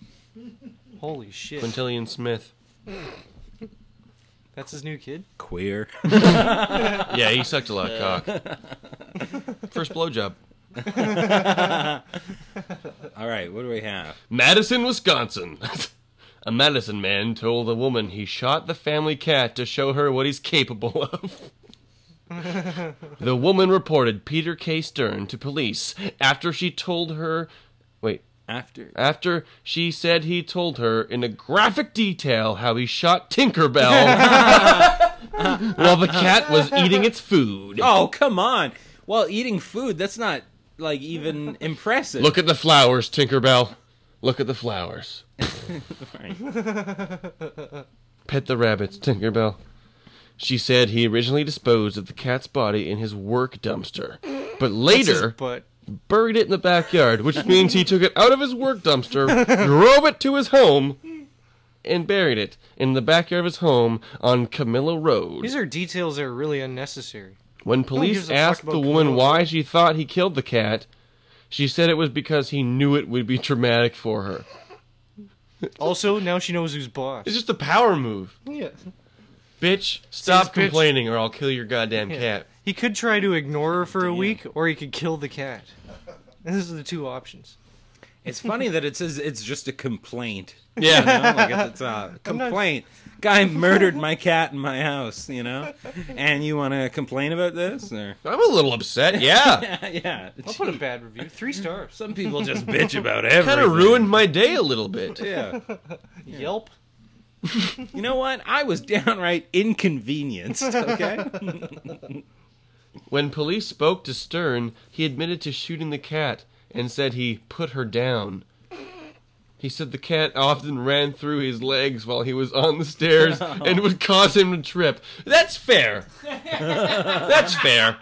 S2: Holy shit.
S4: Quintillion Smith.
S2: That's his new kid?
S1: Queer.
S4: yeah, he sucked a lot of cock. First blowjob.
S1: All right, what do we have?
S4: Madison, Wisconsin. a Madison man told a woman he shot the family cat to show her what he's capable of. The woman reported Peter K. Stern to police after she told her. Wait.
S1: After.
S4: After she said he told her in a graphic detail how he shot Tinkerbell while the cat was eating its food.
S1: Oh, come on. Well, eating food, that's not like even impressive.
S4: Look at the flowers, Tinkerbell. Look at the flowers. Pet the rabbits, Tinkerbell. She said he originally disposed of the cat's body in his work dumpster, but
S2: That's his
S4: later
S2: butt.
S4: buried it in the backyard, which means he took it out of his work dumpster, drove it to his home, and buried it in the backyard of his home on Camilla Road.
S2: These are details that are really unnecessary.
S4: When
S2: No one
S4: police
S2: gives a fuck
S4: asked
S2: about
S4: the woman
S2: Camilla.
S4: why she thought he killed the cat, she said it was because he knew it would be traumatic for her.
S2: Also, now she knows who's boss.
S4: It's just a power move.
S2: Yeah.
S4: Bitch, stop
S2: bitch.
S4: complaining or I'll kill your goddamn
S2: Yeah.
S4: cat.
S2: He could try to ignore her for a week, or he could kill the cat. These are the two options.
S1: It's funny that it says it's just a complaint.
S4: Yeah.
S1: You know, like at the top. Complaint. Guy murdered my cat in my house, you know? And you want to complain about this? Or?
S4: I'm a little upset, yeah.
S1: yeah.
S2: I'll put a bad review. Three stars.
S1: Some people just bitch about
S4: Kind
S1: everything.
S4: of ruined my day a little bit.
S1: Yeah.
S2: Yelp.
S1: You know what? I was downright inconvenienced, okay?
S4: When police spoke to Stern, he admitted to shooting the cat and said he put her down. He said the cat often ran through his legs while he was on the stairs
S1: Oh.
S4: and would cause him to trip. That's fair. That's fair.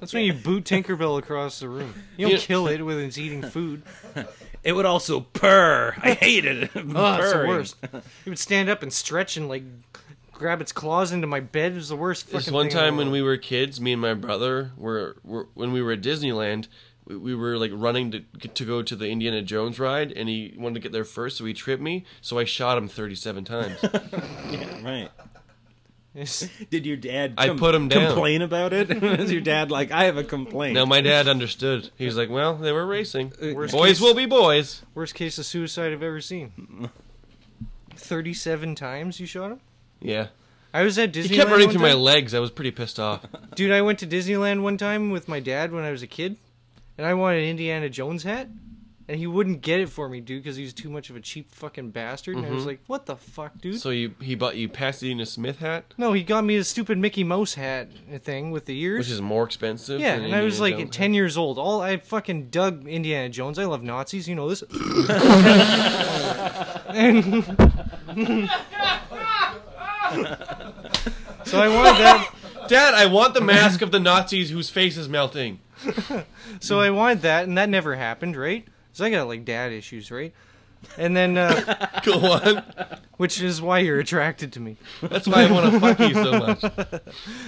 S2: That's when you boot Tinkerbell across the room. You don't kill it when it's eating food.
S1: It would also purr. I hated it.
S2: Oh, it's the
S1: Purring.
S2: worst. It would stand up and stretch and like grab its claws into my bed. It was the worst fucking
S4: This one
S2: thing in the
S4: time when
S2: world.
S4: we were kids, me and my brother were, were when we were at Disneyland, we, we were like running to to go to the Indiana Jones ride, and he wanted to get there first, so he tripped me. So I shot him thirty seven times.
S1: Yeah, right.
S2: Yes.
S1: Did your dad
S4: I put him down.
S1: complain about it? Was your dad like, I have a complaint?
S4: now my dad uh, understood. He was like, "Well, they were racing.
S2: Worst
S4: boys
S2: case-
S4: will be boys."
S2: worst case of suicide I've ever seen. Thirty-seven times you shot him.
S4: Yeah.
S2: I was at Disneyland.
S4: He kept running
S2: one
S4: through my
S2: time.
S4: legs. I was pretty pissed off.
S2: Dude, I went to Disneyland one time with my dad when I was a kid, and I wanted an Indiana Jones hat, and he wouldn't get it for me, dude, because he was too much of a cheap fucking bastard. And I was
S4: Mhm.
S2: like, what the fuck, dude?
S4: So you he bought you Pasadena Smith hat,
S2: no, he got me a stupid Mickey Mouse hat uh, thing with the ears.
S4: which is more expensive.
S2: yeah,
S4: than
S2: and I was
S4: Indiana
S2: like
S4: Jones.
S2: 10 years old. All I fucking dug Indiana Jones. I love Nazis, you know this. and so I wanted that.
S4: Dad, I want the mask of the Nazis whose face is melting.
S2: so I wanted that, and that never happened, right? So I got like dad issues, right? And then, uh,
S4: Go on.
S2: Which is why you're attracted to me.
S4: That's why I wanna fuck you so much.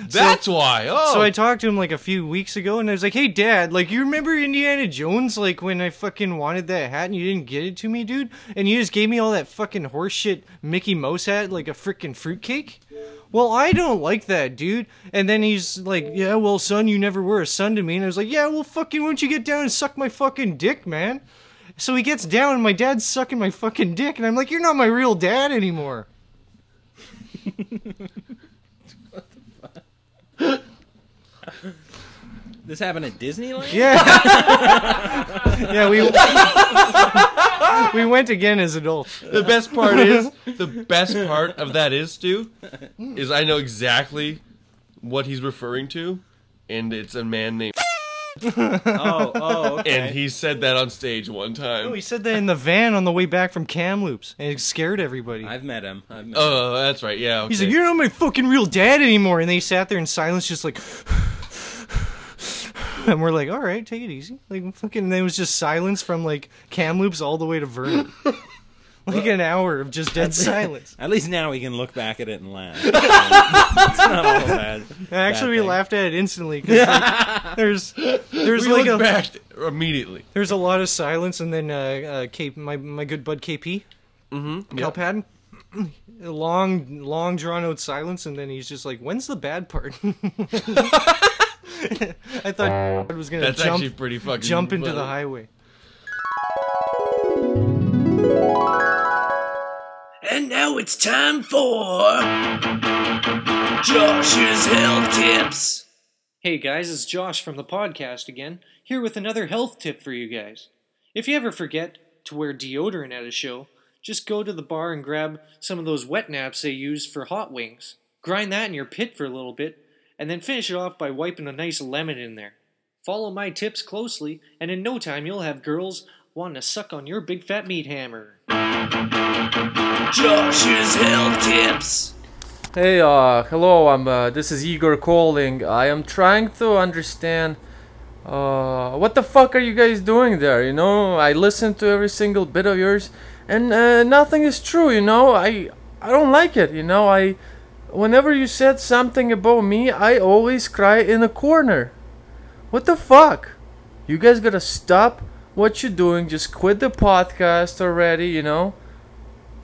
S4: That's why. Oh.
S2: So I talked to him like a few weeks ago, and I was like, "Hey, Dad, like you remember Indiana Jones? Like when I fucking wanted that hat and you didn't get it to me, dude, and you just gave me all that fucking horseshit Mickey Mouse hat like a freaking fruitcake." Well, I don't like that, dude. And then he's like, "Yeah, well, son, you never were a son to me." And I was like, "Yeah, well, fucking, won't you get down and suck my fucking dick, man?" So he gets down, and my dad's sucking my fucking dick, and I'm like, "You're not my real dad anymore."
S1: This happened at Disneyland?
S2: Yeah. yeah, we we went again as adults.
S4: The best part is the best part of that is Stu is I know exactly what he's referring to, and it's a man named.
S1: Oh, oh, okay. Oh,
S4: And he said that on stage one time.
S2: No, he said that in the van on the way back from Kamloops, and it scared everybody.
S1: I've met him. I've met him.
S4: Oh, that's right. Yeah.
S2: He's
S4: okay.
S2: like, "You're not my fucking real dad anymore," and they sat there in silence, just like. And we're like, all right, take it easy. Like, fucking, and there was just silence from like Kamloops all the way to Vernon. like an hour of just dead silence.
S1: At least now we can look back at it and laugh. it's not all bad.
S2: Actually,
S1: bad
S2: we
S1: thing.
S2: laughed at it instantly. 'cause, like, there's, there's
S4: We
S2: like
S4: look
S2: a
S4: back immediately.
S2: there's a lot of silence, and then uh, uh K, my my good bud KP,
S4: mm-hmm,
S2: Cal Patton, a long long drawn out silence, and then he's just like, "When's the bad part?" I thought was gonna
S4: That's
S2: jump,
S4: actually pretty fucking
S2: jump into the
S4: funny.
S2: highway.
S8: And now it's time for Josh's Health Tips.
S27: Hey guys, it's Josh from the podcast again, here with another health tip for you guys. If you ever forget to wear deodorant at a show, just go to the bar and grab some of those wet naps they use for hot wings. Grind that in your pit for a little bit, and then finish it off by wiping a nice lemon in there. Follow my tips closely, and in no time you'll have girls wanting to suck on your big fat meat hammer.
S8: Josh's Health Tips.
S26: Hey, uh, hello. I'm. Uh, this is Igor calling. I am trying to understand. Uh, what the fuck are you guys doing there? You know, I listen to every single bit of yours, and uh, nothing is true. You know, I I don't like it. You know, I. Whenever you said something about me, I always cry in a corner. What the fuck? You guys gotta stop what you're doing. Just quit the podcast already. You know.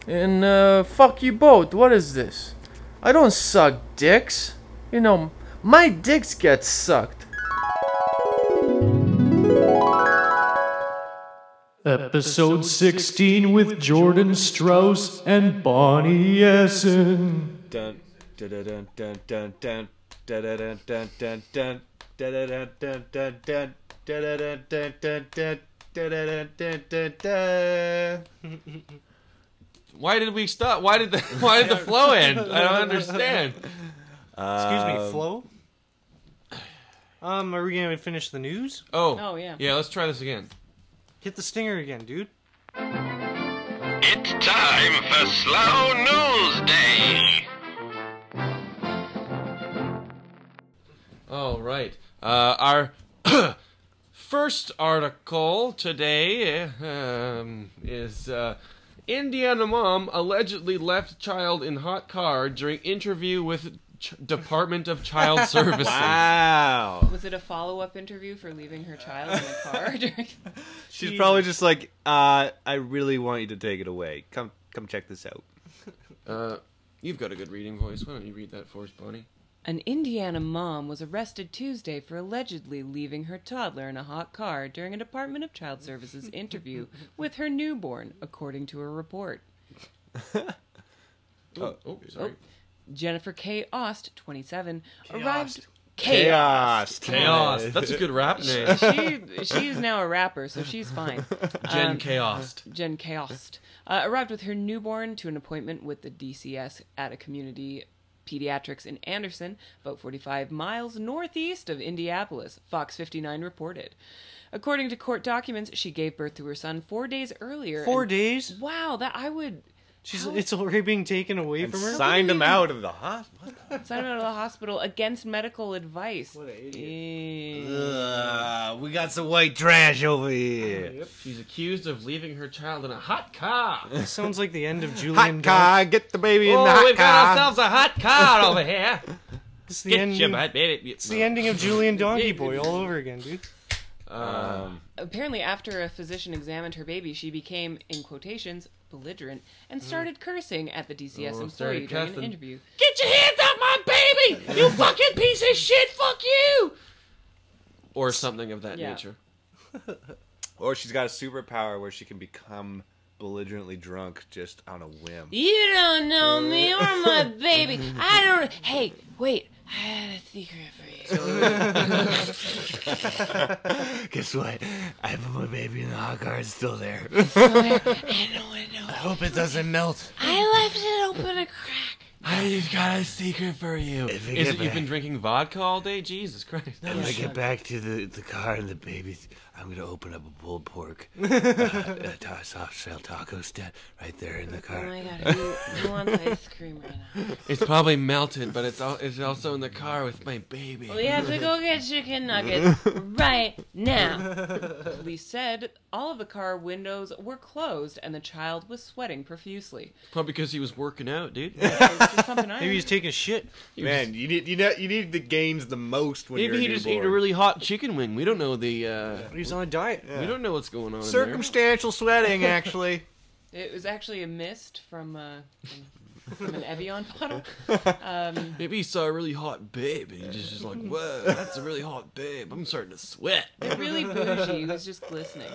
S26: And uh, fuck you both. What is this? I don't suck dicks. You know, my dicks get sucked.
S9: Episode 16 with Jordan Strauss and Bonnie Essen.
S11: Dun dun dun dun dun dun dun dun dun dun dun dun dun dun dun dun dun dun dun dun dun dun dun.
S4: Why did we stop? Why did the Why did the flow end? I don't understand.
S2: Excuse me,
S4: Um,
S2: Flo. Um, are we gonna finish the news?
S4: Oh.
S2: Oh, yeah.
S4: Yeah. Let's try this again.
S2: Hit the stinger again, dude.
S28: It's time for Slow News Day.
S4: All Oh, right. Uh, our first article today um, is uh, Indiana mom allegedly left child in hot car during interview with Ch- Department of Child Services.
S11: Wow.
S14: Was it a follow up interview for leaving her child in the car? during-
S11: She's probably just like, uh, I really want you to take it away. Come, come check this out.
S4: Uh, you've got a good reading voice. Why don't you read that for us, Bonnie?
S14: An Indiana mom was arrested Tuesday for allegedly leaving her toddler in a hot car during a Department of Child Services interview with her newborn, according to a report.
S4: Oh, oh, sorry.
S14: Jennifer K. Ost, 27,
S4: Ost.
S14: arrived.
S4: Chaos.
S14: K. Ost.
S4: Chaos. That's a good rap name.
S14: She, she is now a rapper, so she's fine. Um,
S4: Jen K. Ost.
S14: Jen K. Ost. Uh, arrived with her newborn to an appointment with the DCS at a community pediatrics in Anderson, about 45 miles northeast of Indianapolis, Fox 59 reported. According to court documents, she gave birth to her son four days earlier.
S2: Four
S14: and-
S2: days?
S14: Wow, that I would.
S2: She's it's already being taken away
S11: And
S2: from her.
S11: signed him out of the hospital.
S14: Signed him out of the hospital against medical advice. What an
S11: Ugh, we got some white trash over here.
S4: She's accused of leaving her child in a hot car.
S2: Sounds like the end of Oh,
S11: Julian car, Dog.
S4: Get the baby
S11: in the hot
S4: Oh, we've
S11: car.
S4: got ourselves a hot car over here.
S2: It's the
S4: Get
S2: end-
S4: your bad baby.
S2: It's the ending of Julian Donkey Boy all over again, dude.
S4: Um,
S14: Apparently, after a physician examined her baby, she became, in quotations, belligerent and started cursing at the DCS
S4: Mm. Oh, started
S14: employee during an
S4: cussing.
S14: interview.
S4: Get your hands off my baby! You fucking piece of shit! Fuck you! or something of that
S14: Yeah.
S4: nature.
S11: Or she's got a superpower where she can become belligerently drunk just on a whim.
S14: You don't know me or my baby. I don't. Hey, wait. I had a secret for you.
S11: Um, Guess what? I put my baby in the hot car. It's still there. I hope it doesn't melt.
S14: I left it open a crack.
S4: I've got a secret for you.
S11: If we
S4: Is
S11: get
S4: it you've been
S11: back-
S4: drinking vodka all day? Jesus Christ!
S11: When I get back to the, the car and the babies, I'm gonna open up a pulled pork, uh, uh, ta- soft shell taco stand right there in the car.
S14: Oh my god, who, who wants ice cream right now?
S4: It's probably melted, but it's al- it's also in the car with my baby.
S14: We have to go get chicken nuggets right now. Police said all of the car windows were closed and the child was sweating profusely.
S4: Probably because he was working out, dude.
S14: Maybe he's
S2: taking a shit.
S11: Man, you need you know you need the gains the most when
S4: Maybe
S11: you're
S4: he
S11: a
S4: just
S11: newborn.
S4: ate a really hot chicken wing. We don't know the. uh
S2: He's on a diet.
S4: We don't know what's going on. in there.
S11: Circumstantial sweating, actually.
S14: It was actually a mist from, uh, from an Evian bottle. Um,
S4: Maybe he saw a really hot babe and he's just, just like, whoa, that's a really hot babe. I'm starting to sweat.
S14: They're really bougie. He was just glistening.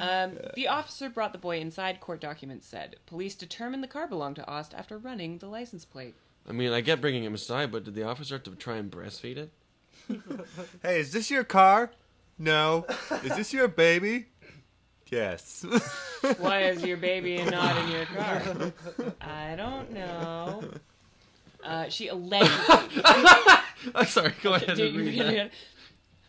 S14: Um, the officer brought the boy inside. Court documents said police determined the car belonged to Ost after running the license plate.
S4: I mean, I get bringing him aside, but did the officer have to try and breastfeed it?
S11: Hey, is this your car? No. Is this your baby? Yes.
S14: Why is your baby not in your car? I don't know. Uh, she allegedly.
S4: I'm sorry. Go ahead.
S14: Dude,
S4: and
S14: you
S4: read
S14: really
S4: that.
S14: had-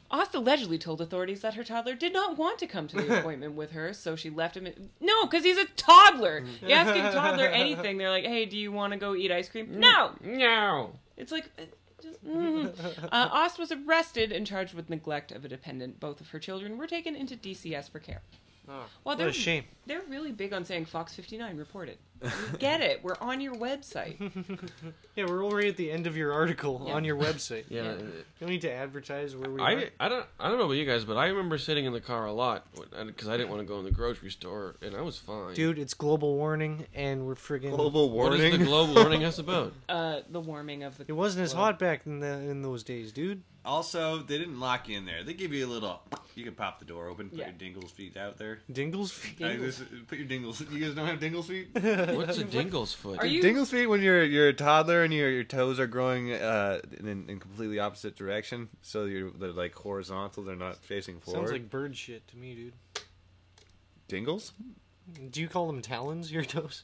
S14: Oth allegedly told authorities that her toddler did not want to come to the appointment with her, so she left him. In- no, because he's a toddler.
S4: Mm-hmm.
S14: You ask a toddler anything, they're like, "Hey, do you want to go eat ice
S11: Mm.
S14: cream?" No,
S4: no.
S14: It's like, uh, just. mm. Uh, Ost was arrested and charged with neglect of a dependent. Both of her children were taken into DCS for care. Well,
S2: Ah, what
S14: they're,
S2: a shame.
S14: They're really big on saying Fox 59 reported. We get it. We're on your website.
S2: Yeah, we're already at the end of your article
S14: Yeah.
S2: on your website.
S4: Yeah.
S2: You need to advertise where we are.
S4: I, I don't I don't know about you guys, but I remember sitting in the car a lot because I didn't want to go in the grocery store, and I was fine.
S2: Dude, it's global warning, and we're friggin'
S4: What is the Oh, global warning us about?
S14: uh, the warming of the.
S2: It wasn't as hot back in the in those days, dude.
S11: Also, they didn't lock you in there. They give you a little. You can pop the door open, put
S2: Yeah.
S11: your dingles feet out there.
S2: Dingles feet.
S11: I- this- put your dingles. You guys don't have dingles feet.
S4: What's a dingle's foot?
S11: Are Dingle's feet when you're you're a toddler and your your toes are growing uh, in, in completely opposite direction, so you're they're like horizontal. They're not facing forward.
S2: Sounds like bird shit to me, dude.
S11: dingles.
S2: Do you call them talons, your toes?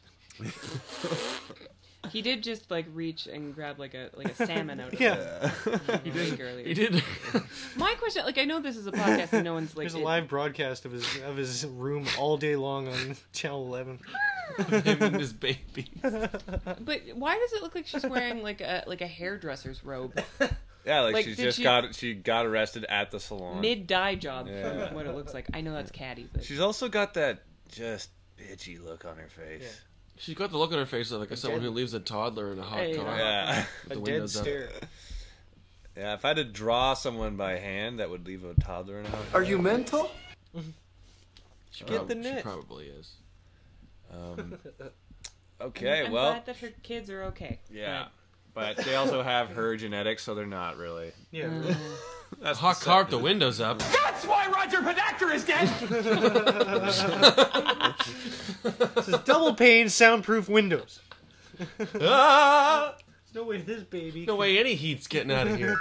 S14: He did just like reach and grab like a like a salmon out of
S2: Yeah.
S14: the
S2: He
S14: lake
S2: did.
S14: earlier.
S2: He did.
S14: My question, like I know this is a podcast and no one's like
S2: There's a
S14: it-
S2: live broadcast of his of his room all day long on Channel 11.
S4: Him and his baby.
S14: But why does it look like she's wearing like a like a hairdresser's robe?
S11: Yeah, like,
S14: Like,
S11: she's
S14: did
S11: just
S14: she-
S11: got she got arrested at the salon.
S14: Mid dye job
S11: Yeah.
S14: from what it looks like. I know that's catty, but
S11: She's also got that just bitchy look on her face.
S4: She's got the look on her face of like someone who leaves a toddler in a
S29: Oh,
S4: hot
S14: Hey,
S4: car.
S11: Yeah.
S4: with the windows up.
S11: Yeah, if I had to draw someone by hand, that would leave a toddler in a hot
S30: Are you mental?
S4: She
S11: Get
S29: Oh,
S4: prob-
S11: the net.
S4: She probably is.
S11: Um,
S14: I'm,
S11: okay,
S14: I'm
S11: well,
S14: glad that her kids are okay.
S11: yeah, but they also have her genetics, so they're not really.
S2: Yeah.
S11: That's
S4: Hot car with the windows up.
S30: That's why Roger Pedactor is dead!
S2: this is double pane soundproof windows.
S4: Ah!
S2: There's no way this baby.
S4: No way any heat's getting out of here.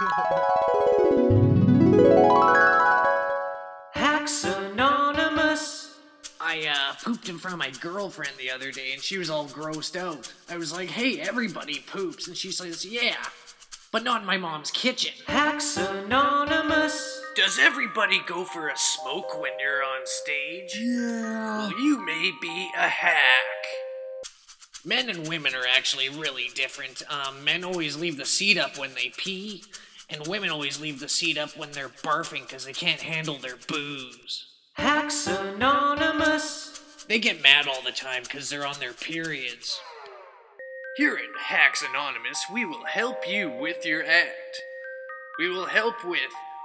S8: Hacks Anonymous. I uh, pooped in front of my girlfriend the other day and she was all grossed out. I was like, hey, everybody poops. And she says, yeah, but not in my mom's kitchen. Hacks Anonymous.
S1: Does everybody go for a smoke when you're on stage? Yeah. Well, you may be a hack.
S31: Men and women are actually really different. Um, men always leave the seat up when they pee, and women always leave the seat up when they're barfing because they can't handle their booze.
S32: Hacks Anonymous.
S31: They get mad all the time because they're on their periods.
S8: Here at Hacks Anonymous, we will help you with your act. We will help with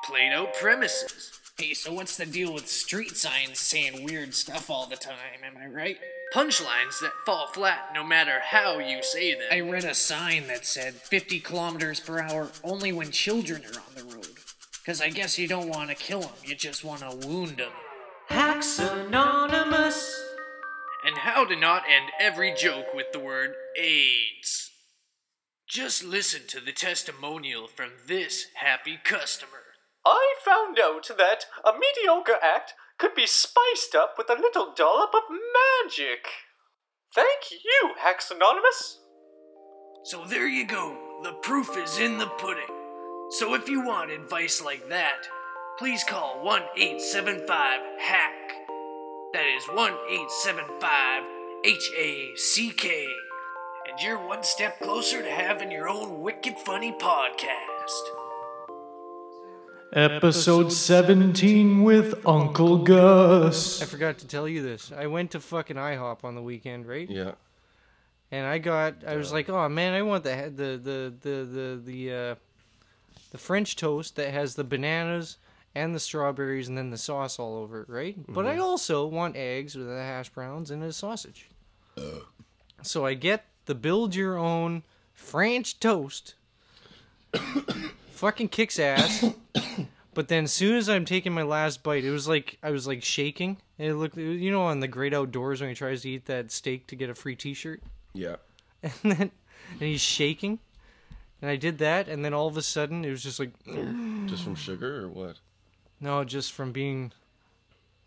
S8: Play Doh premises.
S31: Hey, so what's the deal with street signs saying weird stuff all the time? Am I right?
S8: punchlines that fall flat no matter how you say them.
S31: I read a sign that said 50 kilometers per hour only when children are on the road. Because I guess you don't want to kill them, you just want to wound them.
S32: Hacks Anonymous!
S8: And how to not end every joke with the word AIDS. Just listen to the testimonial from this happy customer.
S33: I found out that a mediocre act could be spiced up with a little dollop of magic. Thank you, Hacks Anonymous.
S8: So there you go. The proof is in the pudding. So if you want advice like that, please call 1 875 HACK. That is 1 875 H A C K. And you're one step closer to having your own wicked funny podcast.
S9: Episode 17 with Uncle Gus.
S2: I forgot to tell you this. I went to fucking IHOP on the weekend, right?
S4: Yeah.
S2: And I got. I was like, oh man, I want the the the the the the uh, the French toast that has the bananas and the strawberries and then the sauce all over it, right? But I
S34: Mhm.
S2: also want eggs with the hash browns and a sausage. So I get the build your own French toast. fucking kicks ass. But then, as soon as I'm taking my last bite, it was like I was like shaking. And it looked, you know, on the Great Outdoors when he tries to eat that steak to get a free T-shirt,
S4: Yeah.
S2: and then and he's shaking. And I did that, and then all of a sudden, it was just like
S4: Just from sugar or what?
S2: no, just from being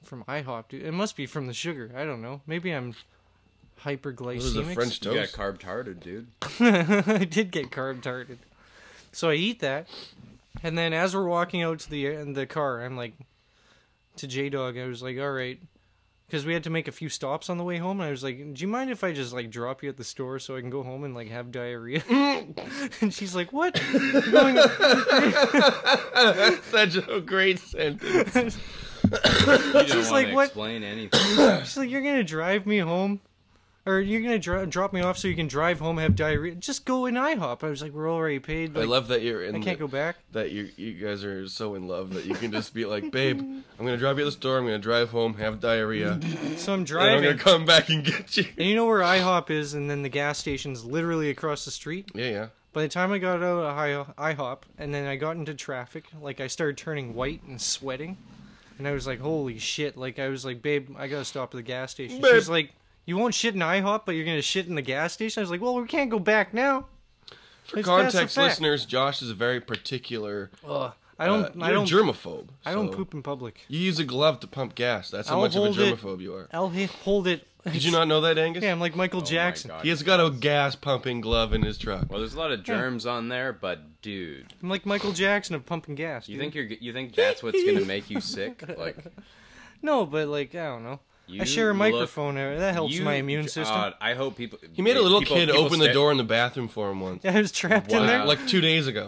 S2: from IHOP. Dude. It must be from the sugar. I don't know. Maybe I'm hyperglycemic.
S19: You got carb tarted, dude.
S2: I did get carb tarted. So I eat that, and then as we're walking out to the in the car, I'm like, to J Dog, I was like, all right, because we had to make a few stops on the way home, and I was like, do you mind if I just like drop you at the store so I can go home and like have diarrhea? and she's like, what? You're going-
S1: That's such a great sentence.
S19: You don't
S2: She's
S19: want
S2: like,
S19: to
S2: what?
S19: explain anything.
S2: She's like, you're gonna drive me home, or you're gonna dri- drop me off so you can drive home, have diarrhea. Just go in IHOP. I was like, we're already paid.
S4: I
S2: like,
S4: love that you're in.
S2: I can't
S4: the-
S2: go back.
S4: That you you guys are so in love that you can just be like, babe, I'm gonna drive you to the store. I'm gonna drive home, have diarrhea.
S2: So
S4: and
S2: I'm
S4: I'm
S2: driving.
S4: gonna come back and get you.
S2: And you know where IHOP is, and then the gas station's literally across the street.
S4: Yeah, yeah.
S2: By the time I got out of I- IHOP, and then I got into traffic, like I started turning white and sweating, and I was like, "Holy shit!" Like I was like, "Babe, I gotta stop at the gas station."
S4: Babe.
S2: She's like, "You won't shit in IHOP, but you're gonna shit in the gas station." I was like, "Well, we can't go back now."
S4: For
S2: It's- that's a
S4: context,
S2: fact.
S4: listeners, Josh is a very particular.
S2: Ugh, I don't-
S4: uh,
S2: I
S4: you're
S2: don't-
S4: germaphobe.
S2: I don't
S4: so-
S2: poop in public.
S4: You use a glove to pump gas. That's how
S2: I'll
S4: much of a
S2: hold it-
S4: germaphobe you are.
S2: I'll hi- hold it.
S4: Did you not know that, Angus?
S2: Yeah, I'm like
S19: Oh
S2: Michael Jackson.
S4: He has got a gas pumping glove in his truck.
S19: Well, there's a lot of
S2: Yeah.
S19: germs on there, but dude,
S2: I'm like Michael Jackson of pumping gas.
S19: you
S2: dude.
S19: think you're g- you think that's what's gonna make you sick? Like
S2: No, but like I don't know.
S19: you
S2: I share a
S19: look-
S2: microphone. uh, that helps
S19: you-
S2: my immune system.
S19: God, I hope people.
S4: He made a little
S19: people-
S4: kid
S19: people
S4: open the
S19: stay-
S4: door in the bathroom for him once.
S2: Yeah, I was trapped in there.
S4: Like two days ago.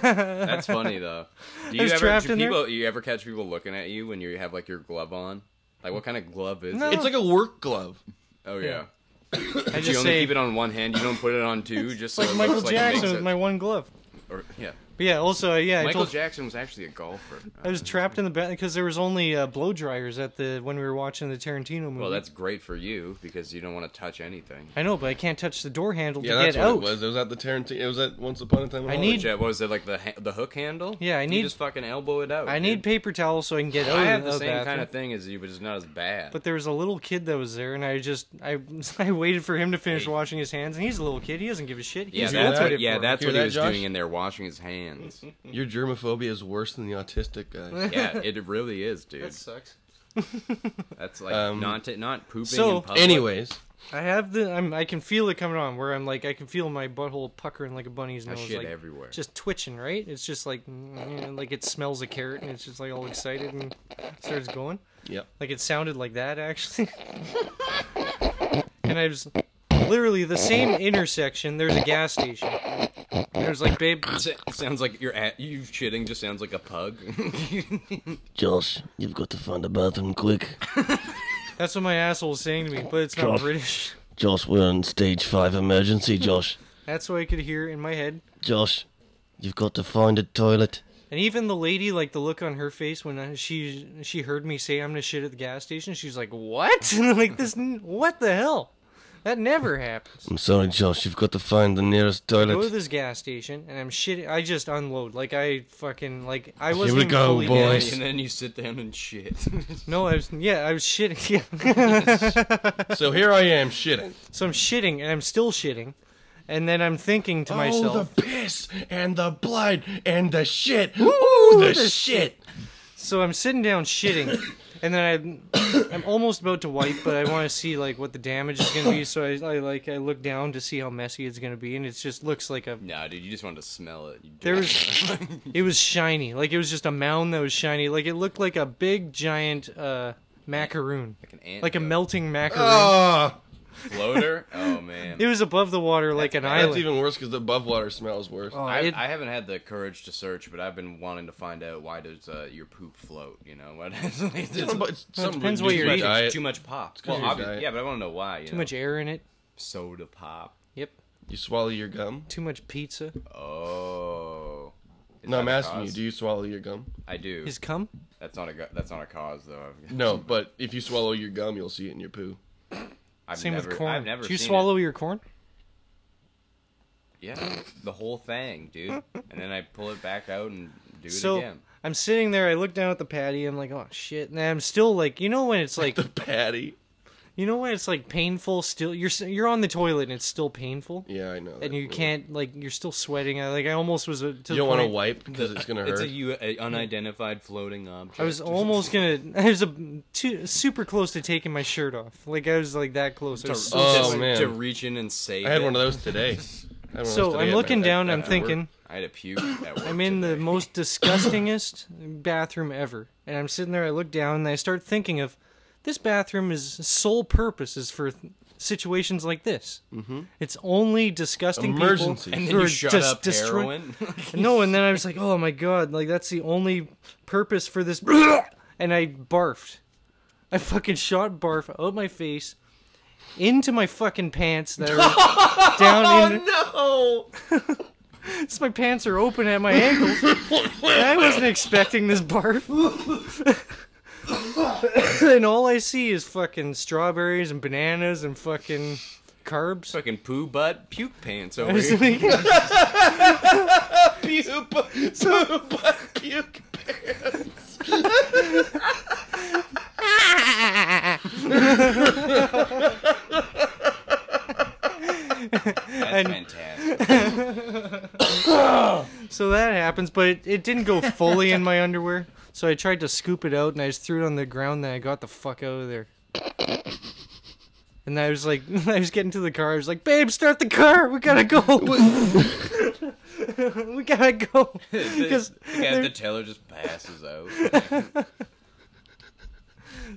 S19: That's funny though. Do
S2: I
S19: you
S2: was
S19: ever
S2: trapped
S19: do
S2: in there.
S19: people you ever catch people looking at you when you have like your glove on? Like what kind of glove is
S4: No.
S19: it?
S4: It's like a work glove.
S19: Oh
S4: Yeah.
S19: yeah.
S2: I
S19: But
S2: just
S19: you only
S2: say-
S19: keep it on one hand. You don't put it on two. Just so
S2: like
S19: it
S2: Michael
S19: looks like it
S2: Jackson
S19: makes
S2: with
S19: it-
S2: my one glove.
S19: Or, yeah.
S2: But yeah. Also, yeah. I
S19: Michael
S2: told
S19: Jackson was actually a golfer.
S2: I was trapped in the bathroom because there was only uh, blow dryers at the when we were watching the Tarantino movie.
S19: Well, that's great for you because you don't want to touch anything.
S2: I know, but I can't touch the door handle
S4: Yeah,
S2: to
S4: that's
S2: get
S4: what
S2: out.
S4: it was. It was at the Tarantino. It was at Once Upon a Time. in
S2: I
S4: Hollywood.
S2: need-
S19: Yeah, what was it like the ha- the hook handle?
S2: Yeah, I
S19: You
S2: need-
S19: just fucking elbow it out.
S2: I need paper towels so I can get out.
S19: I
S2: of
S19: have the
S2: the
S19: same kind
S2: bathroom.
S19: of thing as you, but it's not as bad.
S2: But there was a little kid that was there, and I just I I waited for him to finish washing his hands, and he's a little kid. He doesn't give a shit. He
S19: yeah,
S2: just
S19: that's
S2: opened
S19: what,
S2: it
S19: yeah,
S2: for
S19: that's
S2: him.
S19: what he was doing in there, washing his hands.
S4: Your germophobia is worse than the autistic guy.
S19: yeah, it really is, dude.
S4: That sucks.
S19: That's like
S4: Um,
S19: not t- not pooping.
S2: so-
S19: in public.
S4: Anyways,
S2: I have the I'm, I can feel it coming on where I'm like I can feel my butthole puckering like a bunny's
S19: I
S2: nose,
S19: shit
S2: like
S19: everywhere.
S2: just twitching. Right? It's just like mm, like it smells a carrot and it's just like all excited and starts going.
S4: Yep.
S2: Like it sounded like that actually. and I was literally the same intersection. There's a gas station. There's like, babe,
S19: sounds like you're at you shitting. Just sounds like a pug.
S4: Josh, you've got to find a bathroom quick.
S2: that's what my asshole's saying to me, but it's not
S4: Josh.
S2: British.
S4: Josh, we're on stage five emergency, Josh.
S2: That's what I could hear in my head.
S4: Josh, you've got to find a toilet.
S2: And even the lady, like the look on her face when I, she she heard me say I'm gonna shit at the gas station, she's like, "What? like this? n- What the hell? That never happens."
S4: I'm sorry, Josh, you've got to find the nearest
S2: Go to
S4: toilet.
S2: this gas station, and I'm shitting. I just unload. Like I fucking like I
S4: Here
S2: wasn't.
S4: we
S2: even
S19: Oh,
S4: go,
S2: fully
S4: boys.
S19: and
S2: down.
S19: then you sit down and shit.
S2: No, I was yeah, I was shitting. Yeah.
S19: So here I am, shitting.
S2: So I'm shitting, and I'm still shitting, and then I'm thinking to
S1: oh,
S2: myself,
S1: the piss and the blood and the shit. Ooh, the,
S2: the
S1: shit.
S2: So I'm sitting down shitting, and then I, I'm almost about to wipe, but I want to see like what the damage is gonna be. So I, I like I look down to see how messy it's gonna be, and it just looks like a
S19: Nah, dude, you just wanted to smell it. You
S2: there
S19: dirty
S2: was
S19: fuck.
S2: it was shiny, like it was just a mound that was shiny, like it looked like a big giant uh macaroon, like an
S19: ant
S2: like a melting macaroon.
S1: Ah.
S19: floater. Oh man,
S2: It was above the water like an
S19: that's
S2: island. Oh,
S19: even
S1: Even worse because the above water smells worse.
S19: I, I haven't had the courage to search, but I've been wanting to find out why does uh, your poop float? You know, what? it's,
S1: Something about- it's
S2: Well, it something depends what you're
S19: too much-
S2: eating.
S19: Too much pop.
S2: It's
S19: Well,
S2: 'cause your
S19: obvi-
S2: diet.
S19: yeah, but I want to know why. You
S2: Too
S19: know?
S2: much air in it.
S19: soda pop.
S2: Yep.
S1: You swallow your gum.
S2: Too much pizza.
S19: Oh. Is
S1: no,
S19: that
S1: I'm
S19: a
S1: asking you.
S19: cause?
S1: Do you swallow your gum?
S19: I do.
S2: His cum?
S19: That's not a gu- that's not a cause though.
S1: No, but if you swallow your gum, you'll see it in your poo.
S19: I've
S2: Same
S19: never,
S2: with corn.
S19: I've never
S2: Do you
S19: seen
S2: swallow your corn?
S19: It. Yeah, the whole thing, dude. And then I pull it back out and do it
S2: so
S19: again.
S2: I'm sitting there. I look down at the patty. I'm like, oh shit! And I'm still like, you know when it's like the
S1: patty.
S2: You know when it's like painful. Still, you're s- you're on the toilet and it's still painful.
S1: Yeah, I know.
S2: And you can't like you're still sweating. I like I almost was. uh, To
S1: You don't
S2: want
S1: wanna wipe 'cause it's gonna
S19: It's a
S1: hurt.
S19: u- a unidentified floating object.
S2: I was almost gonna. I was a, too, super close to taking my shirt off. Like I was like that close. I
S19: to,
S2: was so
S19: oh,
S2: close.
S19: man. to reach in and save.
S1: I had
S19: it.
S1: one of those today. I had one of those
S2: So
S1: today
S2: I'm
S1: at
S2: looking
S1: my-
S2: down.
S1: at-
S2: I'm
S1: at work.
S2: thinking.
S19: I had a puke at work.
S2: I'm in the most disgustingest bathroom ever, and I'm sitting there. I look down and I start thinking of this bathroom is sole purpose is for th- situations like this. Mm-hmm. It's only disgusting people
S1: Emergency. And then
S2: who
S1: you
S2: are
S1: shut
S2: just
S1: up
S2: destroy-
S1: heroin?
S2: no, and then I was like, oh my god, like that's the only purpose for this. and I barfed. I fucking shot barf out my face. Into my fucking pants that are down in
S1: Oh
S2: so my pants are open at my ankles. and I wasn't expecting this barf. and all I see is fucking strawberries and bananas and fucking carbs.
S19: Fucking poo butt puke pants
S2: I
S19: over
S2: was
S19: here.
S2: thinking-
S1: puke, so, puke pants.
S19: That's fantastic.
S2: so that happens, but it, it didn't go fully in my underwear. So I tried to scoop it out and I just threw it on the ground. Then I got the fuck out of there. And I was like, I was getting to the car. I was like, "Babe, start the car. We gotta go. we gotta go." Because
S19: the, guy at the teller just passes out.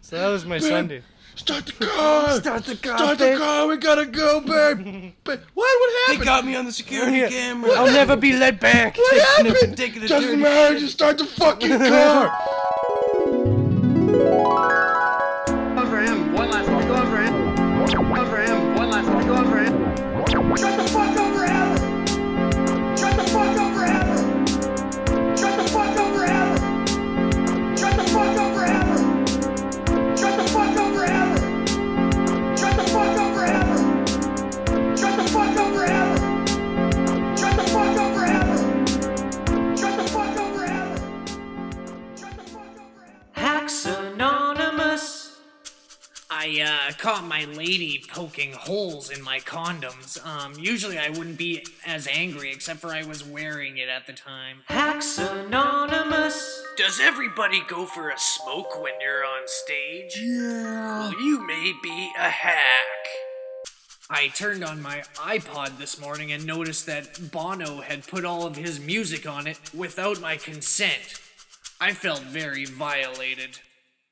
S2: so that was my
S1: Babe,
S2: Sunday.
S1: Start the car.
S2: Start the car,
S1: Start
S2: babe.
S1: the car. We gotta go, babe. But what would happen?
S15: They got me on the security
S1: Yeah.
S15: camera.
S1: I'll never be let back. What happened?
S15: Taking a
S1: Doesn't
S15: dirty-
S1: matter. Just start the fucking car.
S20: over him. One last fuck over him. Over him. One last fuck over him. Shut the fuck up forever. Shut the fuck up forever. Shut the fuck up forever. Shut the fuck up forever. Shut the fuck up forever. Shut the fuck up forever. Shut the fuck up forever. Shut the fuck up forever. Shut the fuck up forever.
S35: Hacks Anonymous.
S8: I uh, caught my lady poking holes in my condoms. Um, usually I wouldn't be as angry, except for I was wearing it at the time.
S35: Hacks Anonymous.
S9: Does everybody go for a smoke when you're on stage? Yeah. Well, you may be a hack.
S8: I turned on my iPod this morning and noticed that Bono had put all of his music on it without my consent. I felt very violated.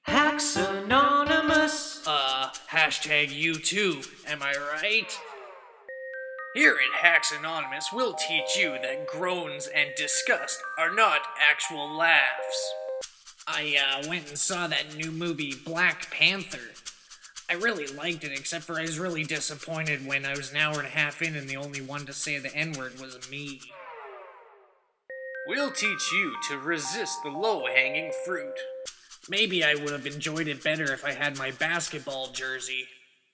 S35: Hacks Anonymous.
S8: Uh, hashtag you too, am I right? Here at Hacks Anonymous, we'll teach you that groans and disgust are not actual laughs. I uh, went and saw that new movie, Black Panther. I really liked it, except for I was really disappointed when I was an hour and a half in and the only one to say the N word was me. We'll teach you to resist the low hanging fruit. Maybe I would have enjoyed it better if I had my basketball jersey.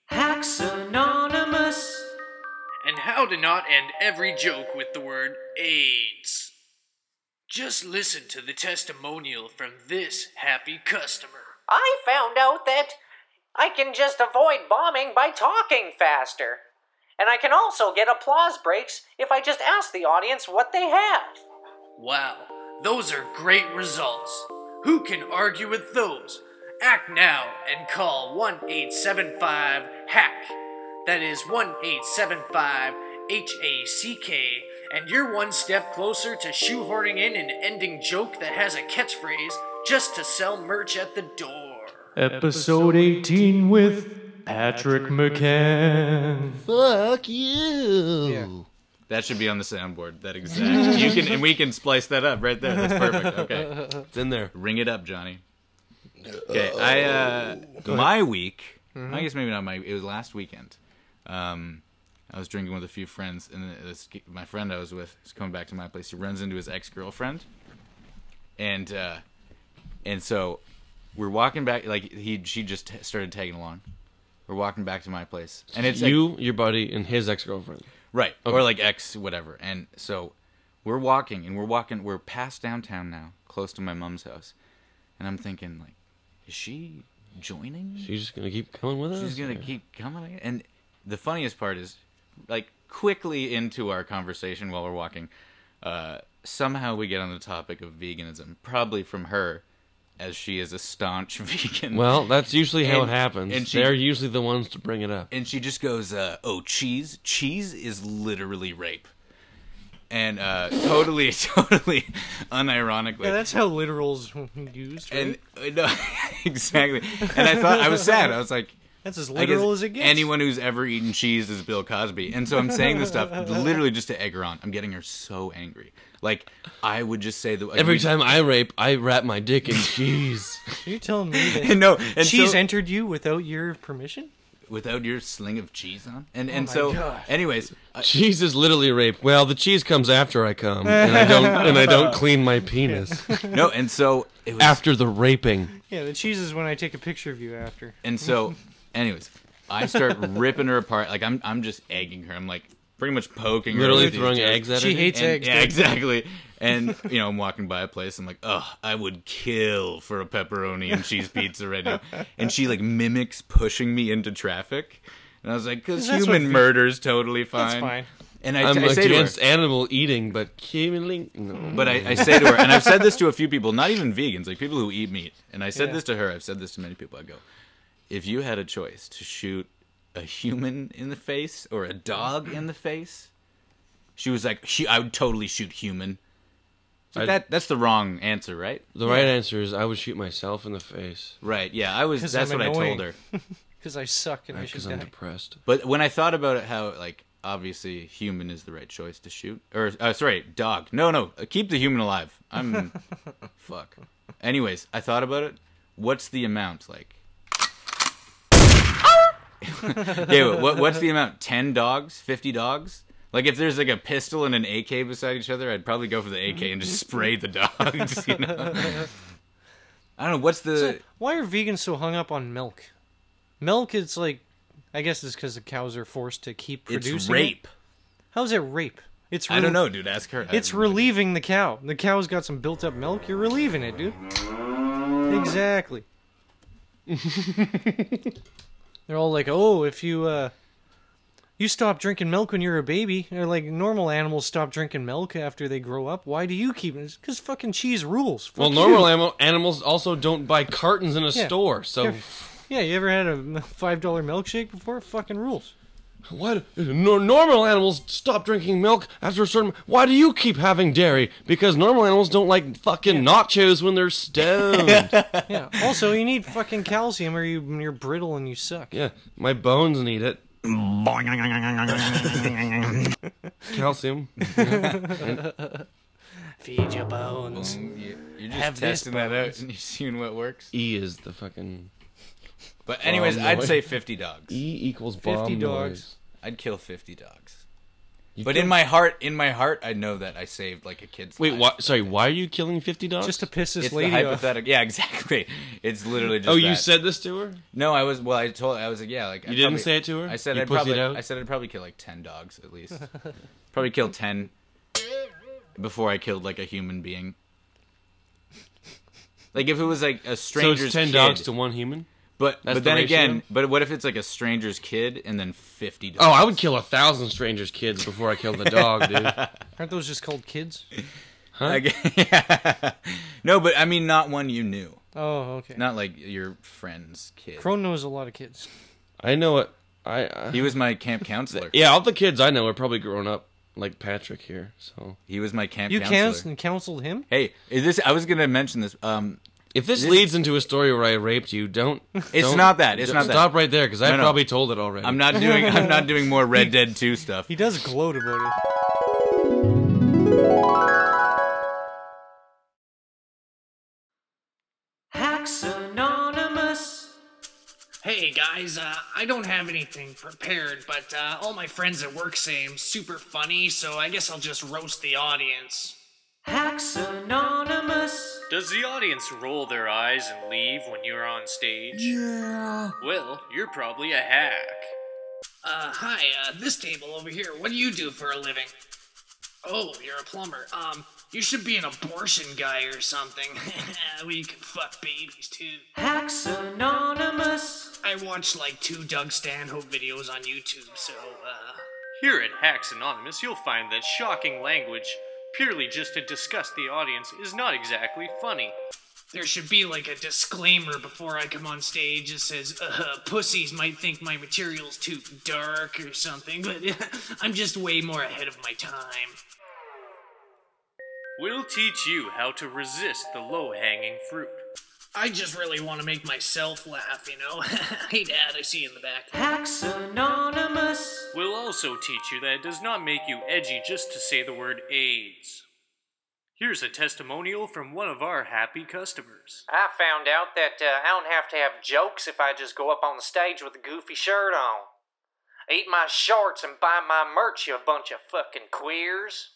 S36: Hacks Anonymous.
S8: And how to not end every joke with the word AIDS. Just listen to the testimonial from this happy customer.
S37: I found out that I can just avoid bombing by talking faster. And I can also get applause breaks if I just ask the audience what they have.
S8: Wow, those are great results. Who can argue with those? Act now and call 1875 HACK. That is 1875 H A C K, and you're one step closer to shoehorning in an ending joke that has a catchphrase just to sell merch at the door.
S9: Episode 18 with Patrick McCann.
S1: Fuck you.
S29: That should be on the soundboard. That exact. you can and we can splice that up right there. That's perfect. Okay,
S4: it's in there.
S29: Ring it up, Johnny. Okay, I uh, my week.
S38: Mhm.
S29: I guess maybe not my. It was last weekend. Um, I was drinking with a few friends, and this, my friend I was with is coming back to my place. He runs into his ex girlfriend, and uh, and so we're walking back. Like he, she just t- started tagging along. We're walking back to my place, and it's like-
S4: you, your buddy, and his ex girlfriend.
S29: Right.
S4: Okay.
S29: Or like X, whatever. And so we're walking and we're walking, we're past downtown now, close to my mom's house. And I'm thinking, like, is she joining?
S4: She's just gonna keep coming with us.
S29: She's going to keep coming. And the funniest part is, like, quickly into our conversation while we're walking, uh, somehow we get on the topic of veganism, probably from her. As she is a staunch vegan.
S4: Well, that's usually how
S29: And-
S4: it happens.
S29: And she
S4: They're usually the ones to bring it up.
S29: and she just goes, uh, "Oh, cheese! Cheese is literally rape," and uh, totally, totally, unironically.
S2: Yeah, that's how literals used. Right?
S29: and uh, no, exactly. And I thought I was sad. I was like,
S2: That's as
S29: I guess
S2: literal as it gets.
S29: Anyone who's ever eaten cheese is Bill Cosby. And so I'm saying this stuff literally just to egg her on. I'm getting her so angry. Like I would just say that
S4: Every time I rape, I wrap my dick in cheese.
S2: You're telling me that
S29: And no, and
S2: she's
S29: so-
S2: entered you without your permission?
S29: without your sling of cheese on. And
S2: Oh
S29: and
S2: my
S29: so,
S2: gosh.
S29: anyways, I-
S4: cheese is literally rape. Well, the cheese comes after I come, and I don't and I don't clean my penis.
S29: No, and so it was,
S4: after the raping.
S2: Yeah, the cheese is when I take a picture of you after.
S29: And so, anyways, I start ripping her apart. Like I'm, I'm just egging her. I'm like pretty much poking
S4: Literally
S29: her. with these
S4: throwing
S29: jokes.
S4: eggs at her? She hates
S29: And-
S4: eggs,
S29: Yeah,
S4: dude.
S29: exactly. And you know, I'm walking by a place. I'm like, oh, I would kill for a pepperoni and cheese pizza right now. And she like mimics pushing me into traffic. And I was like, because
S4: That's what
S29: human
S4: fe-
S29: murder is totally fine.
S4: That's fine.
S29: And I,
S4: I'm
S29: I say to her,
S4: against animal eating, but killing. No.
S29: but I, I say to her, and I've said this to a few people, not even vegans, like people who eat meat. And I said
S4: Yeah.
S29: this to her, I've said this to many people. I go, if you had a choice to shoot a human in the face or a dog in the face, she was like, she, I would totally shoot human. So
S4: I'd-
S29: that that's the wrong answer, right?
S4: The right answer is I would shoot myself in the face.
S29: Right. Yeah, I was. That's what I told her.
S2: Because I suck and I should
S4: Because I'm
S2: die.
S4: depressed.
S29: But when I thought about it, how like obviously human is the right choice to shoot, or uh, sorry, dog. No, no, keep the human alive. I'm fuck. Anyways, I thought about it. What's the amount like? yeah, wha- what, what's the amount? Ten dogs? Fifty dogs? Like if there's like a pistol and an AK beside each other, I'd probably go for the AK and just spray the dogs. You know? I don't know what's the.
S2: So, why are vegans so hung up on milk? Milk is like, I guess it's because the cows are forced to keep
S29: It's
S2: producing.
S29: rape.
S2: It. How's it rape? It's
S29: I don't
S13: mm.
S29: know, dude. Ask her. I
S2: It's relieving the cow. The cow's got some built-up milk. You're relieving it, dude. Exactly. They're all like, "Oh, if you uh, you stop drinking milk when you're a baby, or like normal animals stop drinking milk after they grow up. Why do you keep it? Because fucking cheese rules.
S4: Well,
S2: Fuck
S4: normal
S2: you.
S4: animal, animals also don't buy cartons in a
S2: Yeah.
S4: store, so
S2: Yeah. Yeah, you ever had a five dollar milkshake before? Fucking rules.
S4: What? No, normal animals stop drinking milk after a certain. Why do you keep having dairy? Because normal animals don't like fucking nachos when they're stoned.
S2: Yeah. Also, you need fucking calcium, or you you're brittle and you suck.
S4: yeah, my bones need it.
S13: Calcium.
S8: Feed your bones.
S29: Boom. You- You're just
S8: Have this
S29: testing that out and you're seeing what works.
S13: E is the fucking.
S29: But anyways,
S13: bomb
S29: I'd
S13: noise.
S29: say 50 dogs.
S13: E equals bomb 50 dogs.
S29: I'd kill 50 dogs.
S13: You
S29: but
S13: kill-
S29: in my heart, in my heart, I know that I saved like a kid's
S13: Wait,
S29: life.
S13: why, sorry. Why are you killing fifty dogs?
S29: Just to piss this It's the lady off. hypothetical- yeah, exactly. It's literally just
S13: Oh, you
S29: that.
S13: said this to her?
S29: No, I was well. I told. I was like, yeah, like
S13: You didn't say it to her?
S29: I said
S13: You
S29: I'd probably.
S13: pussied out?
S29: I said I'd probably kill like ten dogs at least. probably kill ten before I killed like a human being. Like if it was like a stranger's
S13: so it's ten
S29: kid,
S13: dogs to one human.
S29: But
S13: That's
S29: but
S13: the
S29: then
S13: ratio?
S29: again, but what if it's like a stranger's kid and then fifty dogs?
S13: Oh, I would kill a thousand strangers' kids before I killed Oh, the dog, dude.
S2: Aren't those just called kids?
S13: Huh?
S29: I gu- no, but I mean not one you knew.
S2: Oh, okay.
S29: Not like your friend's kid.
S2: Crone knows a lot of kids.
S13: I know it. I, I
S29: He was my camp counselor.
S13: Yeah, all the kids I know are probably grown up, like Patrick here. So
S29: He was my camp
S2: You
S29: counselor.
S2: counseled, counseled him?
S29: Hey, is this? I was gonna mention this. Um,
S13: if this leads into a story where I raped you, don't.
S29: it's
S13: don't-
S29: not that. It's
S13: don't-
S29: not that.
S13: Stop right there because I
S29: No, no.
S13: probably told it already.
S29: I'm not doing. I'm not doing more Red Dead Two stuff.
S2: He does gloat about it.
S14: Hacks Anonymous.
S8: Hey guys, uh, I don't have anything prepared, but uh, all my friends at work say I'm super funny, so I guess I'll just roast the audience.
S14: Hacks Anonymous.
S9: Does the audience roll their eyes and leave when you're on stage?
S14: Yeah.
S9: Well, you're probably a hack.
S8: Uh, hi, uh, this table over here, what do you do for a living? Oh, you're a plumber. Um, you should be an abortion guy or something. we can fuck babies too.
S14: Hacks Anonymous.
S8: I watched like two Doug Stanhope videos on YouTube, so, uh,
S9: Here at Hacks Anonymous, you'll find that shocking language, purely just to disgust the audience, is not exactly funny.
S8: There should be like a disclaimer before I come on stage that says, uh, pussies might think my material's too dark or something, but I'm just way more ahead of my time.
S9: We'll teach you how to resist the low hanging fruit.
S8: I just really want to make myself laugh, you know? hey, Dad, I see you in the back.
S14: Hacks Anonymous.
S9: We'll also teach you that it does not make you edgy just to say the word AIDS. Here's a testimonial from one of our happy customers.
S39: I found out that uh, I don't have to have jokes if I just go up on the stage with a goofy shirt on. Eat my shorts and buy my merch, you bunch of fucking queers.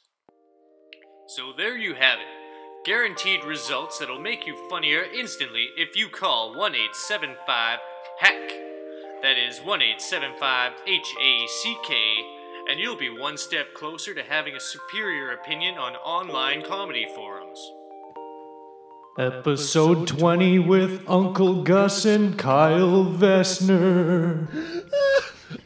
S9: So there you have it. Guaranteed results that'll make you funnier instantly if you call 1875 HACK. That is 1875 H A C K, and you'll be one step closer to having a superior opinion on online comedy forums.
S40: Episode 20 with Uncle Gus and Kyle Vesner.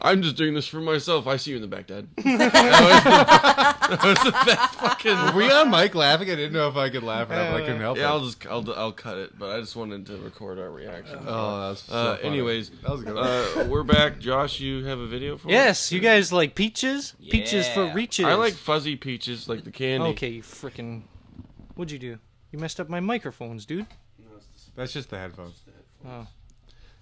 S4: I'm just doing this for myself. I see you in the back, Dad. that, was the, that was the best fucking.
S1: Were we on mic laughing? I didn't know if I could laugh or not, but I couldn't help
S4: yeah,
S1: it.
S4: I'll just I'll, I'll cut it, but I just wanted to record our reaction.
S1: Oh, that's so
S4: uh,
S1: funny.
S4: Anyways,
S1: That was a good
S4: Uh,
S1: one.
S4: we're back. Josh, you have a video for us?
S2: Yes, you guys like peaches? Peaches for
S4: Yeah.
S2: reaches.
S4: I like fuzzy peaches, like the candy.
S2: Okay, you freaking. What'd you do? You messed up my microphones, dude.
S1: That's just the headphones.
S2: Oh.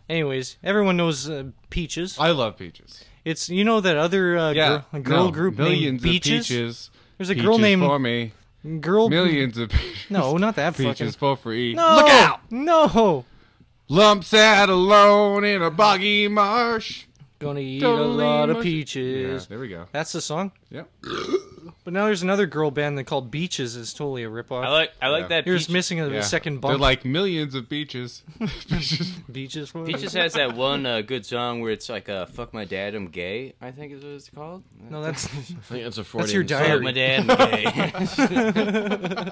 S2: Anyways, everyone knows uh, peaches.
S1: I love peaches.
S2: It's you know that other uh,
S1: Yeah,
S2: gir- girl
S1: no,
S2: group named
S1: millions
S2: Peaches.
S1: Of peaches.
S2: There's a girl
S1: Peaches
S2: named
S1: for me.
S2: Girl.
S1: Millions of peaches.
S2: No, not that
S1: peaches
S2: fucking-
S1: for free.
S2: No!
S1: Look out!
S2: No.
S1: Lump sat alone in a boggy marsh.
S2: Gonna eat a
S1: Totally
S2: lot of
S1: mush-
S2: peaches.
S1: Yeah, there we go.
S2: That's the song.
S1: Yep.
S2: But now there's another girl band that called Beaches is totally a ripoff.
S1: I like- I like Yeah. that
S2: You're just
S1: Peach-
S2: missing a
S1: Yeah.
S2: second bump.
S1: They're like millions of peaches.
S2: Beaches. For
S19: Peaches has that one uh, good song where it's like, uh, "Fuck my dad, I'm gay." I think is what it's called.
S2: No, that's- I
S4: think that's a
S19: That's your diary. Fuck my dad, I'm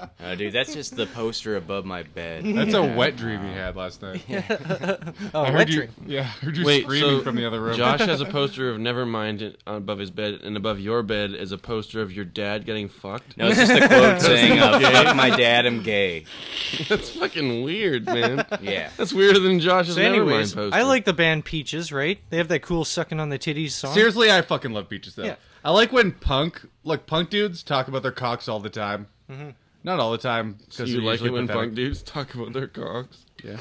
S19: gay. oh, dude, that's just the poster above my bed. Uh,
S1: That's a wet dream you had last night.
S19: Oh,
S1: I
S19: wet
S1: heard you,
S19: dream.
S1: Yeah, I heard you
S4: Wait,
S1: screaming
S4: so
S1: from the other room.
S4: Josh has a poster of Nevermind in- above his bed, and above your bed is a poster of your dad getting fucked.
S19: No, it's just a quote saying, uh, "Fuck my dad, I'm gay."
S4: That's fucking weird, man.
S19: Yeah.
S4: that's weirder than Josh's
S2: So anyways,
S4: Nevermind poster.
S2: I like the band Peaches, right? They have that cool sucking on the titties song.
S1: Seriously, I fucking love peaches though.
S2: Yeah.
S1: I like when punk, like punk dudes, talk about their cocks all the time.
S2: Mhm.
S1: Not all the time.
S4: So
S1: 'cause
S4: you
S1: they're
S4: like
S1: usually
S4: it when
S1: pathetic.
S4: punk dudes talk about their cocks?
S1: Yeah.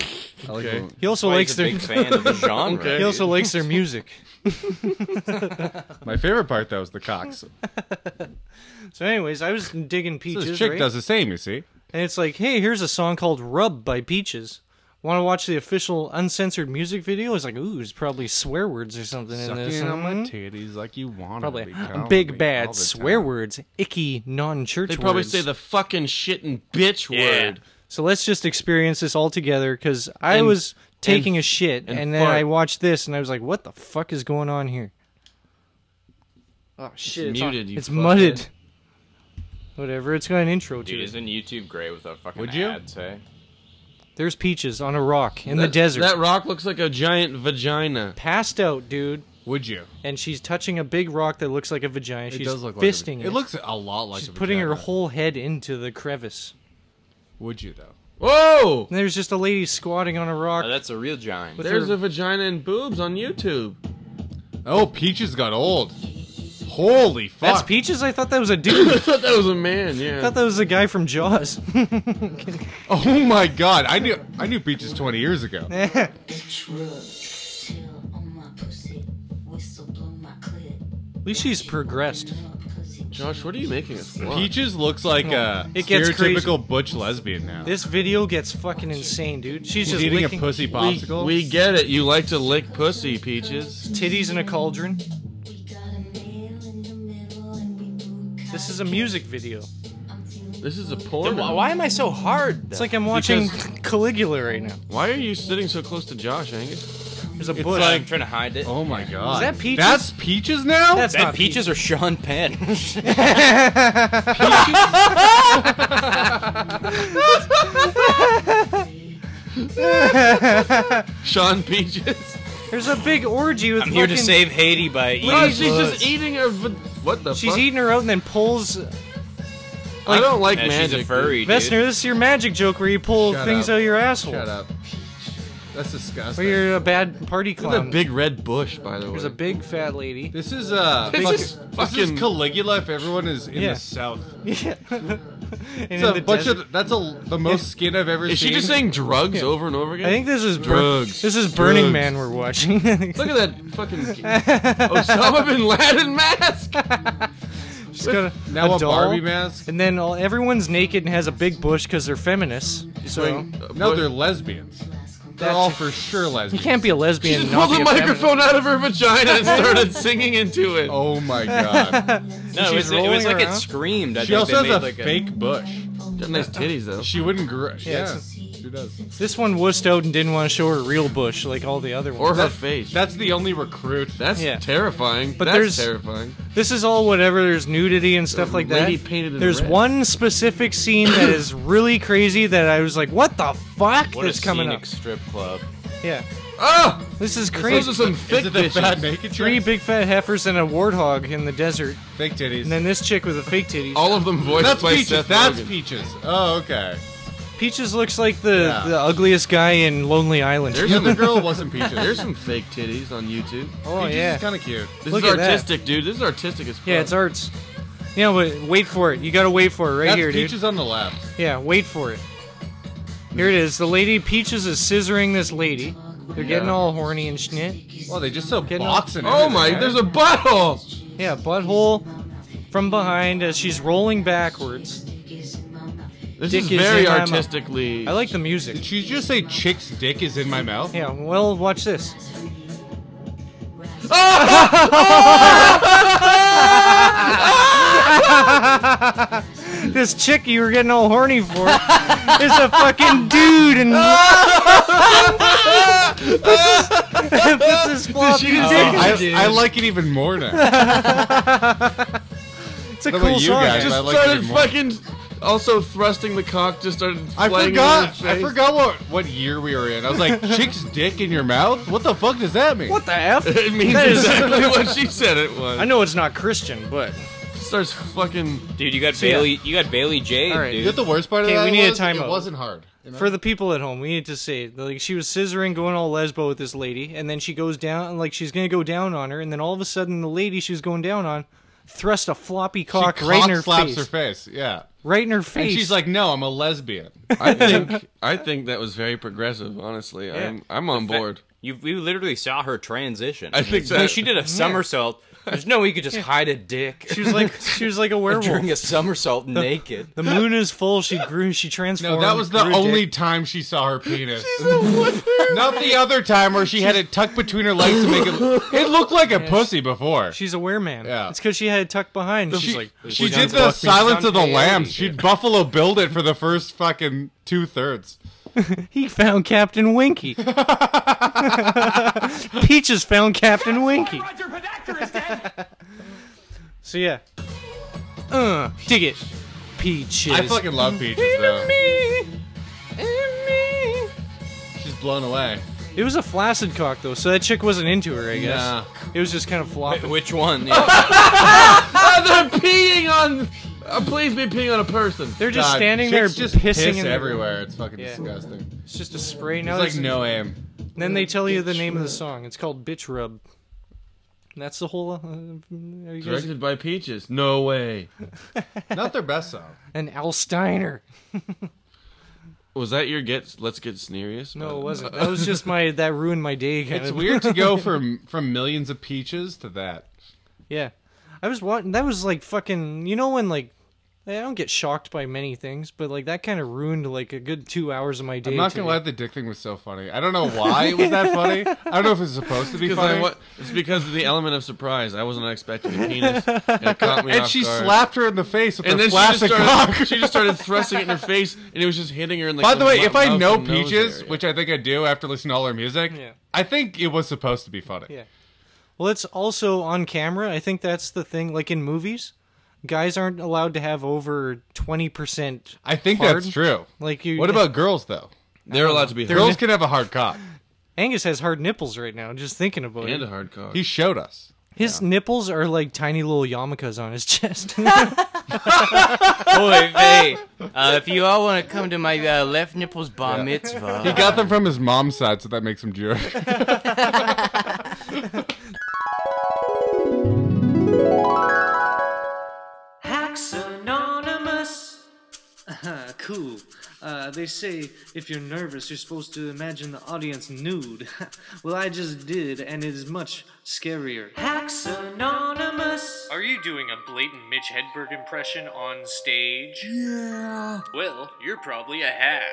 S4: I like okay.
S2: He also likes their He also likes their music.
S1: My favorite part though is the cocks.
S2: So, anyways, I was digging peaches.
S1: this chick
S2: right?
S1: does the same, you see.
S2: And it's like, hey, here's a song called Rub by Peaches. Want to watch the official uncensored music video? It's like, ooh, there's probably swear words or something in
S1: Sucking
S2: this.
S1: on my
S2: Mhm.
S1: titties like you want.
S2: Probably
S1: calling me
S2: big
S1: all
S2: bad
S1: the
S2: swear words, icky non-church
S4: They probably
S2: words.
S4: say the fucking shit and bitch word.
S2: so let's just experience this all together because I
S4: And-
S2: was taking
S4: and-
S2: a shit
S4: and
S2: and, then
S4: fart.
S2: I watched this and I was like, what the fuck is going on here? Oh shit!
S19: It's muted, you
S2: It's
S19: fuckhead.
S2: mudded. Whatever. It's got an intro to
S19: Dude,
S2: it.
S19: isn't YouTube great with a fucking
S2: Would you?
S19: ads, hey?
S2: There's peaches on a rock in the
S4: That-
S2: desert.
S4: That rock looks like a giant vagina.
S2: Passed out, dude.
S1: Would you?
S2: And she's touching a big rock that looks like a vagina.
S1: It
S2: she's
S1: does look like a
S2: fisting
S1: vagina.
S2: it.
S1: It looks a lot like
S2: She's
S1: a
S2: putting her
S1: vagina.
S2: whole head into the crevice.
S1: Would you though?
S4: Whoa!
S2: And there's just a lady squatting on a rock.
S19: that's a real giant.
S2: With
S4: There's
S2: her-
S4: a vagina and boobs on YouTube.
S1: Oh, Peaches got old. Holy fuck!
S2: That's peaches. I thought that was a dude.
S4: I thought that was a man. Yeah.
S2: I thought that was a guy from Jaws.
S1: Oh my god! I knew I knew Peaches twenty years ago.
S2: At least she's progressed.
S4: Josh, what are you making us watch?
S1: Peaches looks like a
S2: It gets
S1: stereotypical butch lesbian now.
S2: This video gets fucking insane, dude. She's
S1: She's
S2: just
S1: eating a
S2: licking
S1: pussy popsicle.
S4: We get it. You like to lick pussy, Peaches.
S2: titties in a cauldron. This is a music video.
S4: This is a porn.
S19: Then wh- why am I so hard?
S2: It's like I'm watching
S4: Because-
S2: Caligula right now.
S4: Why are you sitting so close to Josh, Angus?
S2: There's a
S4: It's
S2: bush.
S4: like-
S19: trying to hide it.
S1: Oh my god!
S2: Is that Peaches?
S1: That's Peaches now.
S2: That's
S19: that
S2: not
S19: peaches or Sean Penn?
S4: Sean Peaches.
S2: There's a big orgy with
S19: I'm here to
S2: fucking-
S19: save Haiti by eating.
S4: No, she's
S19: puss.
S4: just eating her. v- What the?
S2: She's
S4: fuck?
S2: eating her out and then pulls.
S4: I don't like
S19: Yeah,
S4: magic.
S19: she's a furry, dude.
S2: Vestner, this is your magic joke where you pull
S4: Shut
S2: things
S4: up.
S2: out of your asshole.
S4: Shut up. That's disgusting.
S2: Or you're a bad party
S4: Look at
S2: clown.
S4: that big red bush, by the way.
S2: There's a big fat lady.
S1: This is uh,
S4: This
S1: fuck-
S4: is
S1: this
S4: fucking-
S1: is Caligula if everyone is in
S2: Yeah.
S1: the south.
S2: Yeah. and
S1: It's
S2: in
S1: a
S2: the
S1: bunch
S2: desert-
S1: of that's a the most skin I've ever
S4: Is
S1: seen.
S4: she just saying drugs
S2: Yeah.
S4: over and over again?
S2: I think this is Bur-
S4: drugs.
S2: this is Burning
S4: Drugs.
S2: Man we're watching.
S4: Look at that fucking Osama bin Laden mask.
S2: She's got a,
S1: Now a
S2: doll,
S1: Barbie mask?
S2: and then all, everyone's naked and has a big bush because they're feminists. So
S1: No, they're lesbians. They're all for sure lesbians.
S2: you can't be a
S4: She
S2: lesbian
S4: just
S2: and not
S4: pulled
S2: be
S4: the
S2: a feminist.
S4: microphone out of her vagina and started singing into it.
S1: Oh my god.
S19: No, it was, it was
S2: rolling
S19: like it
S2: around.
S19: screamed. I
S1: She
S19: think
S1: also
S19: they
S1: has
S19: made
S1: a
S19: like
S1: fake bush.
S4: Got nice titties though.
S1: She wouldn't grow. Yeah,
S2: it's-
S1: she does.
S2: This one wussed out and didn't want to show her real bush like all the other ones.
S4: Or her face.
S1: That's the only recruit.
S4: That's
S2: Yeah.
S4: terrifying.
S2: But
S4: That's
S2: there's-
S4: terrifying.
S2: This is all whatever. There's nudity and stuff
S4: The
S2: like
S4: lady
S2: that.
S4: painted in
S2: There's
S4: red.
S2: one specific scene that is really crazy that I was like, "What the fuck?"
S19: what
S2: that's
S19: a
S2: coming
S19: scenic
S2: up.
S19: strip club.
S2: Yeah,
S4: Ah!
S2: this is
S4: Those
S2: crazy.
S4: are some
S1: Is
S4: thick
S1: it the
S4: bitches.
S1: fat naked
S2: Three
S1: chicks?
S2: big fat heifers and a warthog in the desert,
S1: fake titties?
S2: and then this chick with the fake titties.
S4: All of them voiced
S1: That's
S4: by
S1: peaches.
S4: Seth
S1: That's
S4: Rogen.
S1: peaches. Oh, okay.
S2: Peaches looks like the,
S1: Yeah.
S2: the ugliest guy in Lonely Island.
S4: There's
S1: The
S4: some
S1: other girl wasn't peaches.
S4: There's some fake titties on YouTube.
S2: oh
S1: peaches
S2: yeah,
S1: is kind of cute.
S4: This
S2: Look
S4: is
S2: at that.
S4: artistic, dude. This is artistic as fuck.
S2: yeah, it's arts. Yeah, but wait for it. You gotta wait for it right
S1: That's
S2: here, dude.
S1: peaches on the left.
S2: Yeah, wait for it. Here it is. The lady Peaches is scissoring this lady. They're getting
S4: Yeah.
S2: all horny and schnit.
S1: Well, they just so
S2: Getting
S1: box and
S4: Oh
S1: everything,
S4: my!
S1: right?
S4: There's a butthole.
S2: Yeah, butthole from behind as she's rolling backwards.
S4: This
S2: Dick
S4: is
S2: is
S4: very
S2: in um, my mouth.
S4: artistically.
S2: I like the music.
S1: Did she just say chick's dick is in my mouth?
S2: Yeah, well, watch this. this chick you were getting all horny for is a fucking dude and puts his floppy Oh.
S4: She didn't
S2: dick
S4: say
S2: in-
S4: I
S1: Oh, I,
S4: did.
S1: I like it even more now.
S2: It's a
S1: What about
S2: cool
S1: you
S2: song.
S1: guys?
S4: just
S1: I like it
S4: started
S1: even more.
S4: fucking. Also thrusting the cock just started.
S1: I
S4: flying in
S1: forgot.
S4: her
S1: I
S4: face.
S1: forgot what what year we were in. I was like, chick's dick in your mouth? What the fuck does that mean?
S2: What the f?
S4: It means
S2: That is-
S4: exactly what she said it was.
S2: I know it's not Christian, but
S4: Starts fucking.
S19: Dude, you got
S2: yeah.
S19: Bailey. You got Bailey Jade,
S2: All right.
S1: You
S19: dude.
S1: know what the worst part of
S2: Okay,
S1: that
S2: we need a
S1: was?
S2: timeout.
S1: It wasn't hard. You know?
S2: for the people at home, we need to say like she was scissoring, going all lesbo with this lady, and then she goes down, like she's gonna go down on her, and then all of a sudden the lady she was going down on thrust a floppy
S1: she
S2: cock right in
S1: cock
S2: her
S1: slaps
S2: face.
S1: her face. Yeah.
S2: right in her face.
S41: And she's like, "No, I'm a lesbian."
S4: I think I think that was very progressive. Honestly, I'm I'm on
S19: The fa-
S4: board.
S19: You you literally saw her transition.
S4: I think
S19: so.
S4: that-
S19: she did
S4: Yeah.
S19: a somersault. There's no way you could just hide a dick.
S2: She was like she was like a werewolf.
S19: During a somersault naked.
S2: The moon is full. She grew. She transformed.
S19: No, that was the
S2: grew a
S19: only
S2: dick.
S1: time she saw her penis. Not the other time where she had it tucked between her legs to make it. It looked like a pussy before.
S2: She's a wereman.
S1: Yeah.
S2: It's because she had it tucked behind.
S1: she,
S2: she's like
S1: she did the Silence of the Lambs. She Buffalo billed it for the first fucking two thirds.
S2: He found Captain Winky. Peaches found Captain Winky. so yeah. Uh, dig it. Peaches.
S1: I fucking love Peaches, though. She's blown away.
S2: It was a flaccid cock though, so that chick wasn't into her, I guess.
S1: Nah.
S2: It was just kind of Oh, flopping.
S19: which one?
S4: Ah, they're peeing on. Uh, please be peeing on a person.
S2: They're just
S1: God,
S2: standing there
S1: chicks just
S2: pissing
S1: piss
S2: in the-
S1: everywhere. It's fucking
S2: Yeah.
S1: disgusting.
S2: It's just a spray
S1: It's
S2: now.
S1: like no aim.
S2: Then they tell you the name of the song. It's called Bitch Rub. And that's the whole. Uh, are you guys
S4: Directed by Peaches. No way.
S1: Not their best song.
S2: an Al Steiner?
S4: Was that your get? Let's get serious.
S2: No, it wasn't. That was just my. That ruined my day. Kind
S1: It's
S2: of.
S1: weird to go from from millions of peaches to that.
S2: Yeah, I was watching. That was like fucking. You know when like. I don't get shocked by many things, but like that kind of ruined like a good two hours of my day.
S1: I'm not
S2: today.
S1: gonna lie, the dick thing was so funny. I don't know why it was that funny. I don't know if it was supposed to be
S4: Because I
S1: funny.
S4: wa- it's because of the element of surprise. I wasn't expecting a penis, and it caught me
S1: and
S4: off
S1: she
S4: guard.
S1: slapped her in the face with
S4: And
S1: her
S4: then she just,
S1: plastic
S4: started,
S1: cock.
S4: she just started thrusting it in her face, and it was just hitting her in the.
S1: By the way, if I know Peaches, which I think I do after listening to all her music,
S2: Yeah.
S1: I think it was supposed to be funny.
S2: Yeah. Well, it's also on camera. I think that's the thing. Like in movies, guys aren't allowed to have over twenty percent.
S1: I think that's true.
S2: Like you.
S1: What about girls though?
S4: They're allowed to be
S1: Girls
S4: hard.
S1: can have a hard cock.
S2: Angus has hard nipples right now. Just thinking about it.
S4: and a hard cock.
S1: He showed us.
S2: His nipples are like tiny little yarmulkes on his chest.
S19: Boy, hey, uh, if you all want to come to my uh, left nipple's bar mitzvah,
S1: He got them from his mom's side, so that makes him Jewish.
S13: Hacks Anonymous.
S42: Uh-huh, cool. Uh, they say if you're nervous, you're supposed to imagine the audience nude. well, I just did, and it is much scarier.
S13: Hacks Anonymous.
S9: Are you doing a blatant Mitch Hedberg impression on stage?
S13: Yeah.
S9: Well, you're probably a hack.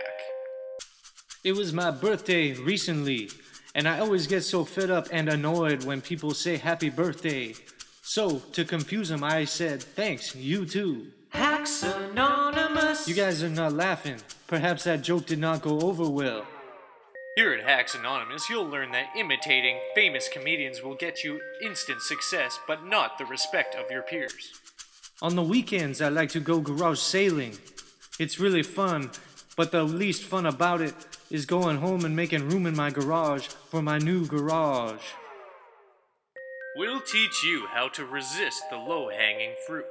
S42: It was my birthday recently, and I always get so fed up and annoyed when people say happy birthday. So, to confuse them, I said, thanks, you too.
S13: Hacks Anonymous.
S42: You guys are not laughing. Perhaps that joke did not go over well.
S9: Here at Hacks Anonymous, you'll learn that imitating famous comedians will get you instant success, but not the respect of your peers.
S42: On the weekends, I like to go garage sailing. It's really fun, but the least fun about it is going home and making room in my garage for my new garage.
S9: We'll teach you how to resist the low hanging fruit.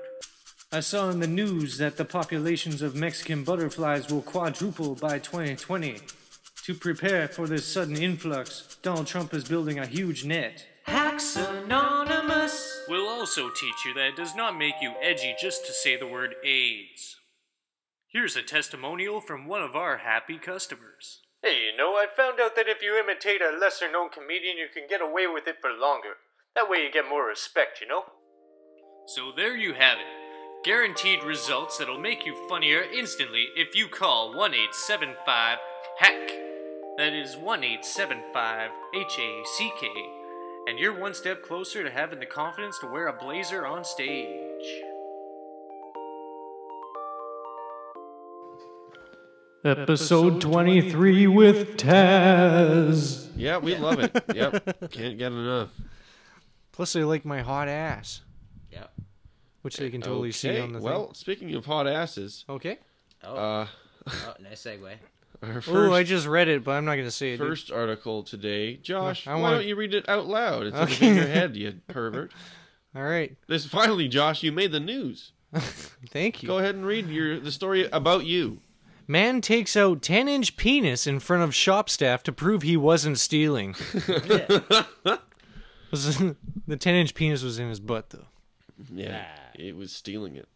S42: I saw in the news that the populations of Mexican butterflies will quadruple by 2020. To prepare for this sudden influx, Donald Trump is building a huge net.
S13: Hacks Anonymous.
S9: We'll also teach you that it does not make you edgy just to say the word AIDS. Here's a testimonial from one of our happy customers.
S43: Hey, you know, I found out that if you imitate a lesser known comedian, you can get away with it for longer. That way you get more respect, you know?
S9: So there you have it. Guaranteed results that'll make you funnier instantly if you call 1875 HACK. That is 1875 H A C K. And you're one step closer to having the confidence to wear a blazer on stage.
S44: Episode 23 with Taz.
S4: Yeah, we love it. Yep, can't get enough.
S2: Plus, they like my hot ass.
S4: Yeah.
S2: Which they can totally see
S4: Okay,
S2: on the
S4: well,
S2: thing.
S4: speaking of hot asses.
S2: Okay.
S19: Oh.
S4: Uh,
S19: Oh, nice segue.
S4: our first,
S2: Oh, I just read it, but I'm not gonna say it. dude.
S4: first article today, Josh.
S2: I
S4: why
S2: wanna-
S4: don't you read it out loud? It's
S2: Okay.
S4: in your head, you pervert.
S2: All right.
S4: This finally, Josh. You made the news.
S2: Thank you.
S4: Go ahead and read your the story about you.
S2: Man takes out 10 inch penis in front of shop staff to prove he wasn't stealing. Was- the 10 inch penis was in his butt, though.
S4: Yeah, it was stealing it.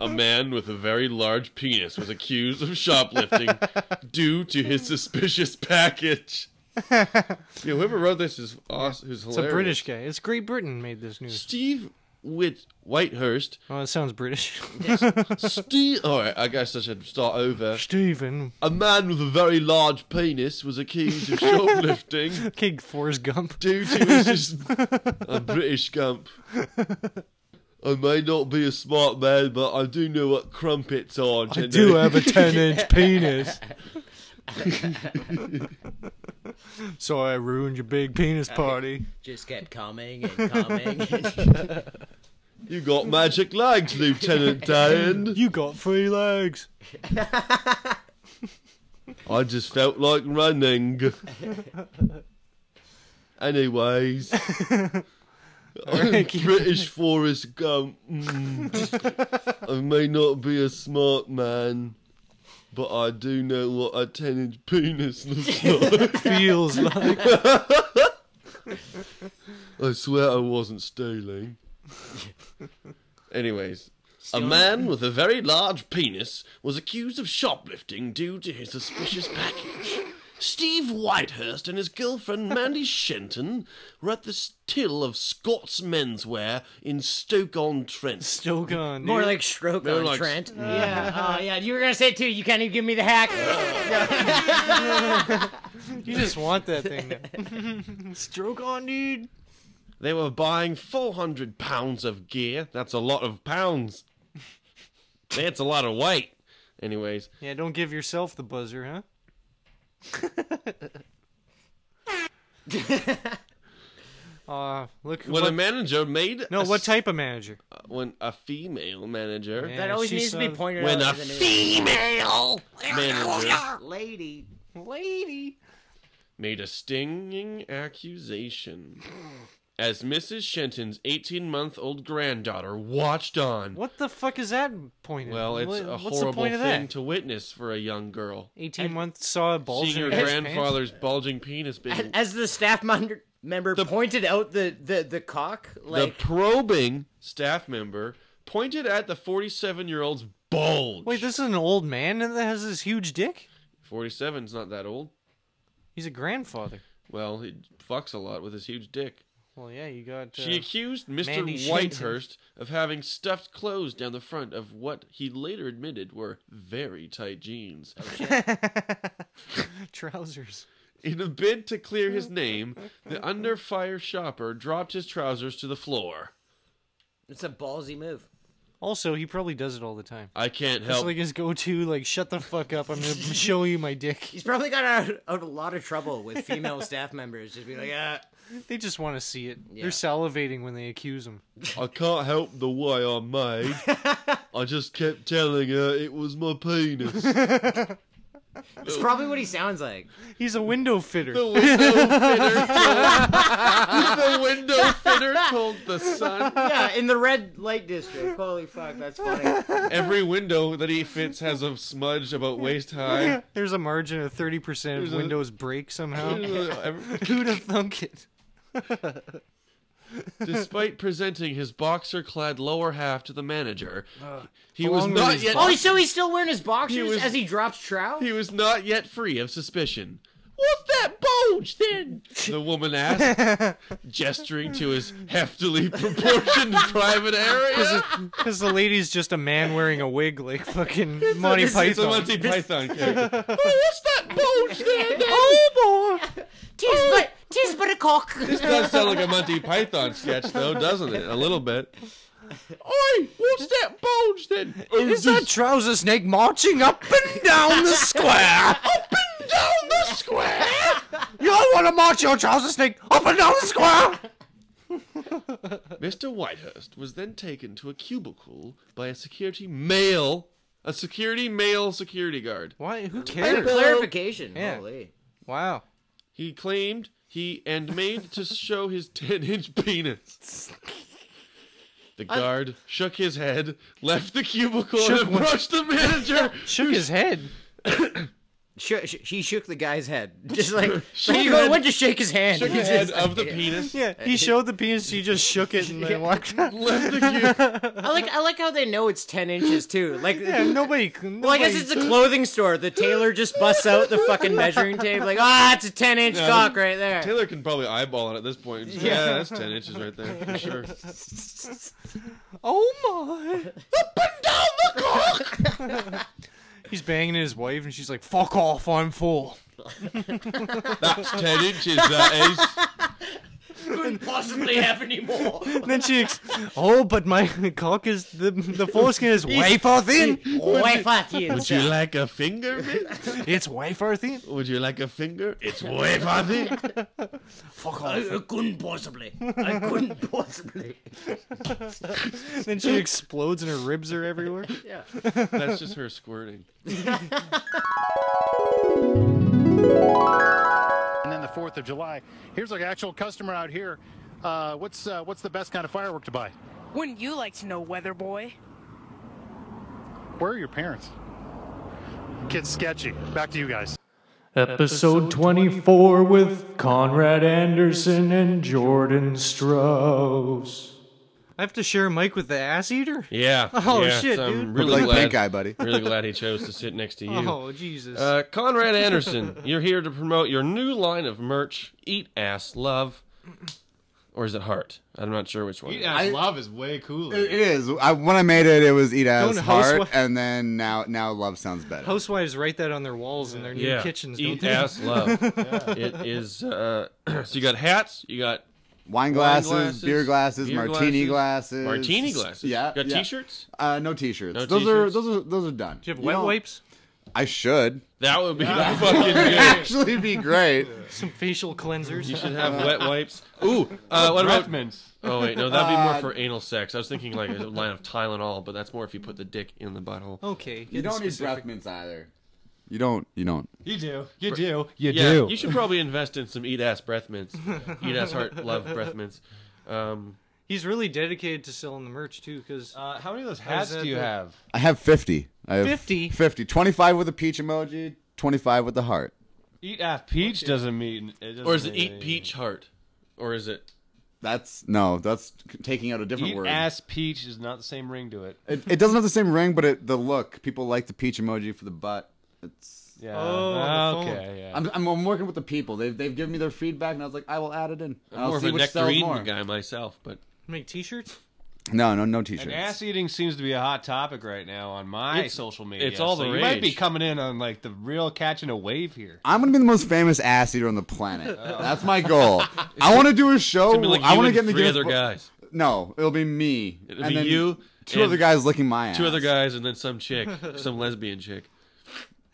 S4: A man with a very large penis was accused of shoplifting due to his suspicious package. Yeah, whoever wrote this is awesome. Is
S2: It's
S4: hilarious.
S2: a British guy. It's Great Britain made this news.
S4: Steve Whit- Whitehurst.
S2: Oh, it sounds British.
S4: Steve. All right, oh, I guess I should start over.
S2: Stephen.
S4: A man with a very large penis was accused of shoplifting.
S2: King Forrest Gump.
S4: Due to his. sus- a British Gump. I may not be a smart man, but I do know what crumpets are.
S7: I
S4: Jenny.
S7: do have a 10 inch penis.
S2: so I ruined your big penis party.
S1: Just kept coming and coming.
S4: You got magic legs, Lieutenant Dan.
S2: You got three legs.
S4: I just felt like running. Anyways. British Forest Gump. Mm. I may not be a smart man, but I do know what a 10 inch penis looks like.
S2: Feels like.
S4: I swear I wasn't stealing. Anyways, a
S45: Stealing?
S4: man with a very large penis was accused of shoplifting due to his suspicious package. Steve Whitehurst and his girlfriend Mandy Shenton were at the still of Scots Menswear in Stoke-on-Trent.
S2: Stoke-on,
S1: More like stroke on Trent. yeah. Oh, yeah. You were gonna say it too. You can't even give me the hack.
S2: You just want that thing now. Stroke on, dude.
S4: They were buying 400 pounds of gear. That's a lot of pounds. That's a lot of weight. Anyways,
S2: Yeah, don't give yourself the buzzer, huh? uh, look.
S4: when a manager made
S2: No,
S4: a Uh,
S2: what type of manager?
S4: when a female manager
S2: Yeah, That always she needs to be sounds- pointed
S4: when
S2: out
S4: a
S2: in the news.
S4: female manager
S1: Lady.
S2: Lady.
S4: made a stinging accusation as Mrs. Shenton's 18-month-old granddaughter watched on.
S2: What the fuck is that point?
S4: Well,
S2: in?
S4: it's
S2: What-
S4: a
S2: what's the
S4: horrible
S2: point of
S4: thing
S2: that?
S4: to witness for a young girl.
S2: 18 months saw a bulge
S4: Seeing
S2: in
S4: your
S2: his
S4: grandfather's bulging penis being
S1: As the staff mon- member pointed out the the the cock, like
S4: the probing staff member pointed at the 47 year old's bulge.
S2: Wait, this is an old man that has this huge dick?
S4: 47's not that old.
S2: He's a grandfather.
S4: Well, he fucks a lot with his huge dick.
S2: Well, yeah, you got.
S4: She
S2: uh,
S4: accused Mr.
S2: Mandy Shenton.
S4: Whitehurst of having stuffed clothes down the front of what he later admitted were very tight jeans.
S1: Oh,
S2: trousers.
S4: In a bid to clear his name, the under fire shopper dropped his trousers to the floor.
S1: it's a ballsy move.
S2: Also, he probably does it all the time.
S4: I can't
S2: It's
S4: help.
S2: like his go-to, like shut the fuck up. I'm gonna show you my dick.
S1: He's probably got out out a lot of trouble with female staff members. Just be like, ah.
S2: They just want to see it.
S1: Yeah.
S2: They're salivating when they accuse him.
S4: I can't help the way I'm made. I just kept telling her it was my penis.
S1: It's probably what he sounds like.
S2: He's a window fitter.
S4: The window fitter told, the window fitter told the sun.
S1: Yeah, in the red light district. Holy fuck, that's funny.
S4: Every window that he fits has a smudge about waist high.
S2: There's a margin of thirty percent
S4: There's a-
S2: of windows break somehow.
S4: There's a- every-
S2: Who'd have thunk it?
S4: Despite presenting his boxer-clad lower half to the manager, he was
S2: Along with
S4: not
S2: his
S4: yet.
S1: Oh, so he's still wearing his boxers
S4: He was-
S1: as he drops trout?
S4: He was not yet free of suspicion. What's that bulge then? The woman asked, gesturing to his heftily proportioned private area.
S2: Because the lady's just a man wearing a wig, like fucking Monty
S4: it's a-
S2: Python.
S4: it's a Monty Python character.
S1: what's
S4: that bulge there?
S1: oh, boy. Tis, but, tis but a cock.
S4: This does sound like a Monty Python sketch, though, doesn't it? A little bit. Oi, what's that bulge then?
S2: Is that trouser snake marching up and down the square?
S4: Down the square!
S2: You all want to march your trouser snake up and down the square?
S4: Mr. Whitehurst was then taken to a cubicle by a security male, a security male security guard.
S2: Why? Who
S1: Good clarification.
S4: Yeah.
S1: Holy.
S2: Wow.
S4: He claimed he and made to show his 10 inch penis. The
S1: Uh,
S4: guard shook his head, left the cubicle,
S2: Shook
S4: and
S2: what?
S4: approached the manager.
S2: Shook his head.
S1: Sh- sh- she shook the guy's head, just like like you went to shake his hand.
S2: Shook
S1: He's
S2: the head
S1: just
S2: of
S1: like-
S2: the penis. Yeah, he showed the penis. He just shook it and then walked out.
S1: I like I like how they know it's ten inches too. Like
S2: Yeah, nobody.
S1: Well, I guess
S2: nobody-
S1: it's a clothing store. The tailor just busts out the fucking measuring tape, like, ah, it's a ten inch
S4: No,
S1: cock right there.
S4: Taylor can probably eyeball it at this point. Just, yeah, that's ten inches right there for sure.
S2: Oh my! Up and down the cock. He's banging his wife, and she's like, "Fuck off, I'm full."
S4: That's ten inches. That
S1: Couldn't possibly have any more.
S2: is. then she, ex- oh, but my cock is the the foreskin is way far thin.
S1: Way far thin.
S4: Would you like a finger? Mick?
S2: It's way far thin.
S4: Would you like a finger? It's way far thin.
S1: Fuck off. I, I couldn't possibly. I couldn't possibly.
S2: then she explodes, and her ribs are everywhere.
S1: Yeah.
S4: That's just her squirting.
S46: and then the Fourth of July. Here's an actual customer out here. Uh, what's uh, what's the best kind of firework to buy?
S26: Wouldn't you like to know, weather boy?
S46: Where are your parents? Kid's sketchy. Back to you guys.
S47: Episode 24 with Conrad Anderson and Jordan Strauss.
S2: I have to share a mic with the ass eater.
S4: Yeah.
S2: Oh
S4: yeah,
S2: shit,
S4: so
S2: dude.
S4: I'm really
S13: Like
S4: glad,
S13: pink eye, buddy.
S4: Really glad he chose to sit next to you.
S2: Oh, Jesus.
S4: Uh, Conrad Anderson, you're here to promote your new line of merch, Eat Ass Love, or is it Heart? I'm not sure which one.
S5: Eat ass love is way cooler.
S2: Er,
S13: It is. I, when I made it, it was eat ass
S2: Don't
S13: heart,
S2: housewife-
S13: and then now now love sounds better.
S2: Housewives write that on their walls in their new
S4: Yeah.
S2: kitchens.
S4: Eat
S2: don't they?
S4: ass love. It is. Uh, so you got hats. You got
S13: Wine glasses, beer glasses, martini glasses.
S4: martini glasses.
S13: Yeah.
S4: Got
S13: yeah.
S4: t-shirts.
S13: Uh, no t-shirts.
S4: No
S13: those are
S4: t-shirts?
S13: those are those are done. Do
S2: you have wet wipes?
S13: I should.
S4: That would be
S13: Yeah.
S4: fucking good.
S13: Actually, be great.
S2: Some facial cleansers.
S4: You should have wet wipes. Ooh, uh, what about
S29: Breathmints.
S4: Oh wait, no, that'd be more
S13: Uh,
S4: for anal sex. I was thinking like a line of Tylenol, but that's more if you put the dick in the butthole.
S2: Okay,
S13: You don't need breath mints either. You don't. You don't.
S29: You do. You do.
S4: Yeah,
S29: You do.
S4: You should probably invest in some eat ass breath mints. eat ass heart love breath mints. Um,
S2: He's really dedicated to selling the merch too. Because uh,
S29: how many of those
S4: hats do you have?
S13: I have fifty. I have
S2: 50?
S13: 50. 25 with a peach emoji. Twenty-five with a heart.
S29: Eat ass peach doesn't mean. It doesn't
S4: or is it
S29: mean
S4: eat
S29: anything.
S4: peach heart? Or is it?
S13: That's no. That's taking out a different
S29: Eat
S13: word.
S29: ass peach is not the same ring to it.
S13: It, it doesn't have the same ring, but it, the look. People like the peach emoji for the butt. It's
S29: Yeah. Oh, okay, yeah.
S13: I'm, I'm, I'm working with the people. They've they've given me their feedback, and I was like, I will add it in.
S4: I'm
S13: I'll
S4: more of
S13: see
S4: a
S13: which sells
S4: nectarine
S13: more.
S4: guy myself, but
S2: make t-shirts.
S13: No, no, no
S29: And
S13: t-shirts.
S29: ass eating seems to be a hot topic right now on my
S4: It's-
S29: social media.
S4: it's all
S29: so
S4: the
S29: You might be
S4: rage.
S29: coming in on like the real catching a wave here.
S13: I'm gonna be the most famous ass eater on the planet.
S4: Oh.
S13: That's my goal. I want to do a show.
S29: gonna be like
S13: I
S29: you
S13: want to get in
S29: and
S13: the
S29: three
S13: Guinness
S29: other
S13: Book-
S4: guys.
S13: No, it'll be me.
S4: It'll
S13: and
S4: be
S13: then
S4: you.
S13: Two
S4: and
S13: other guys licking my ass.
S4: Two other guys and then some chick, some lesbian chick.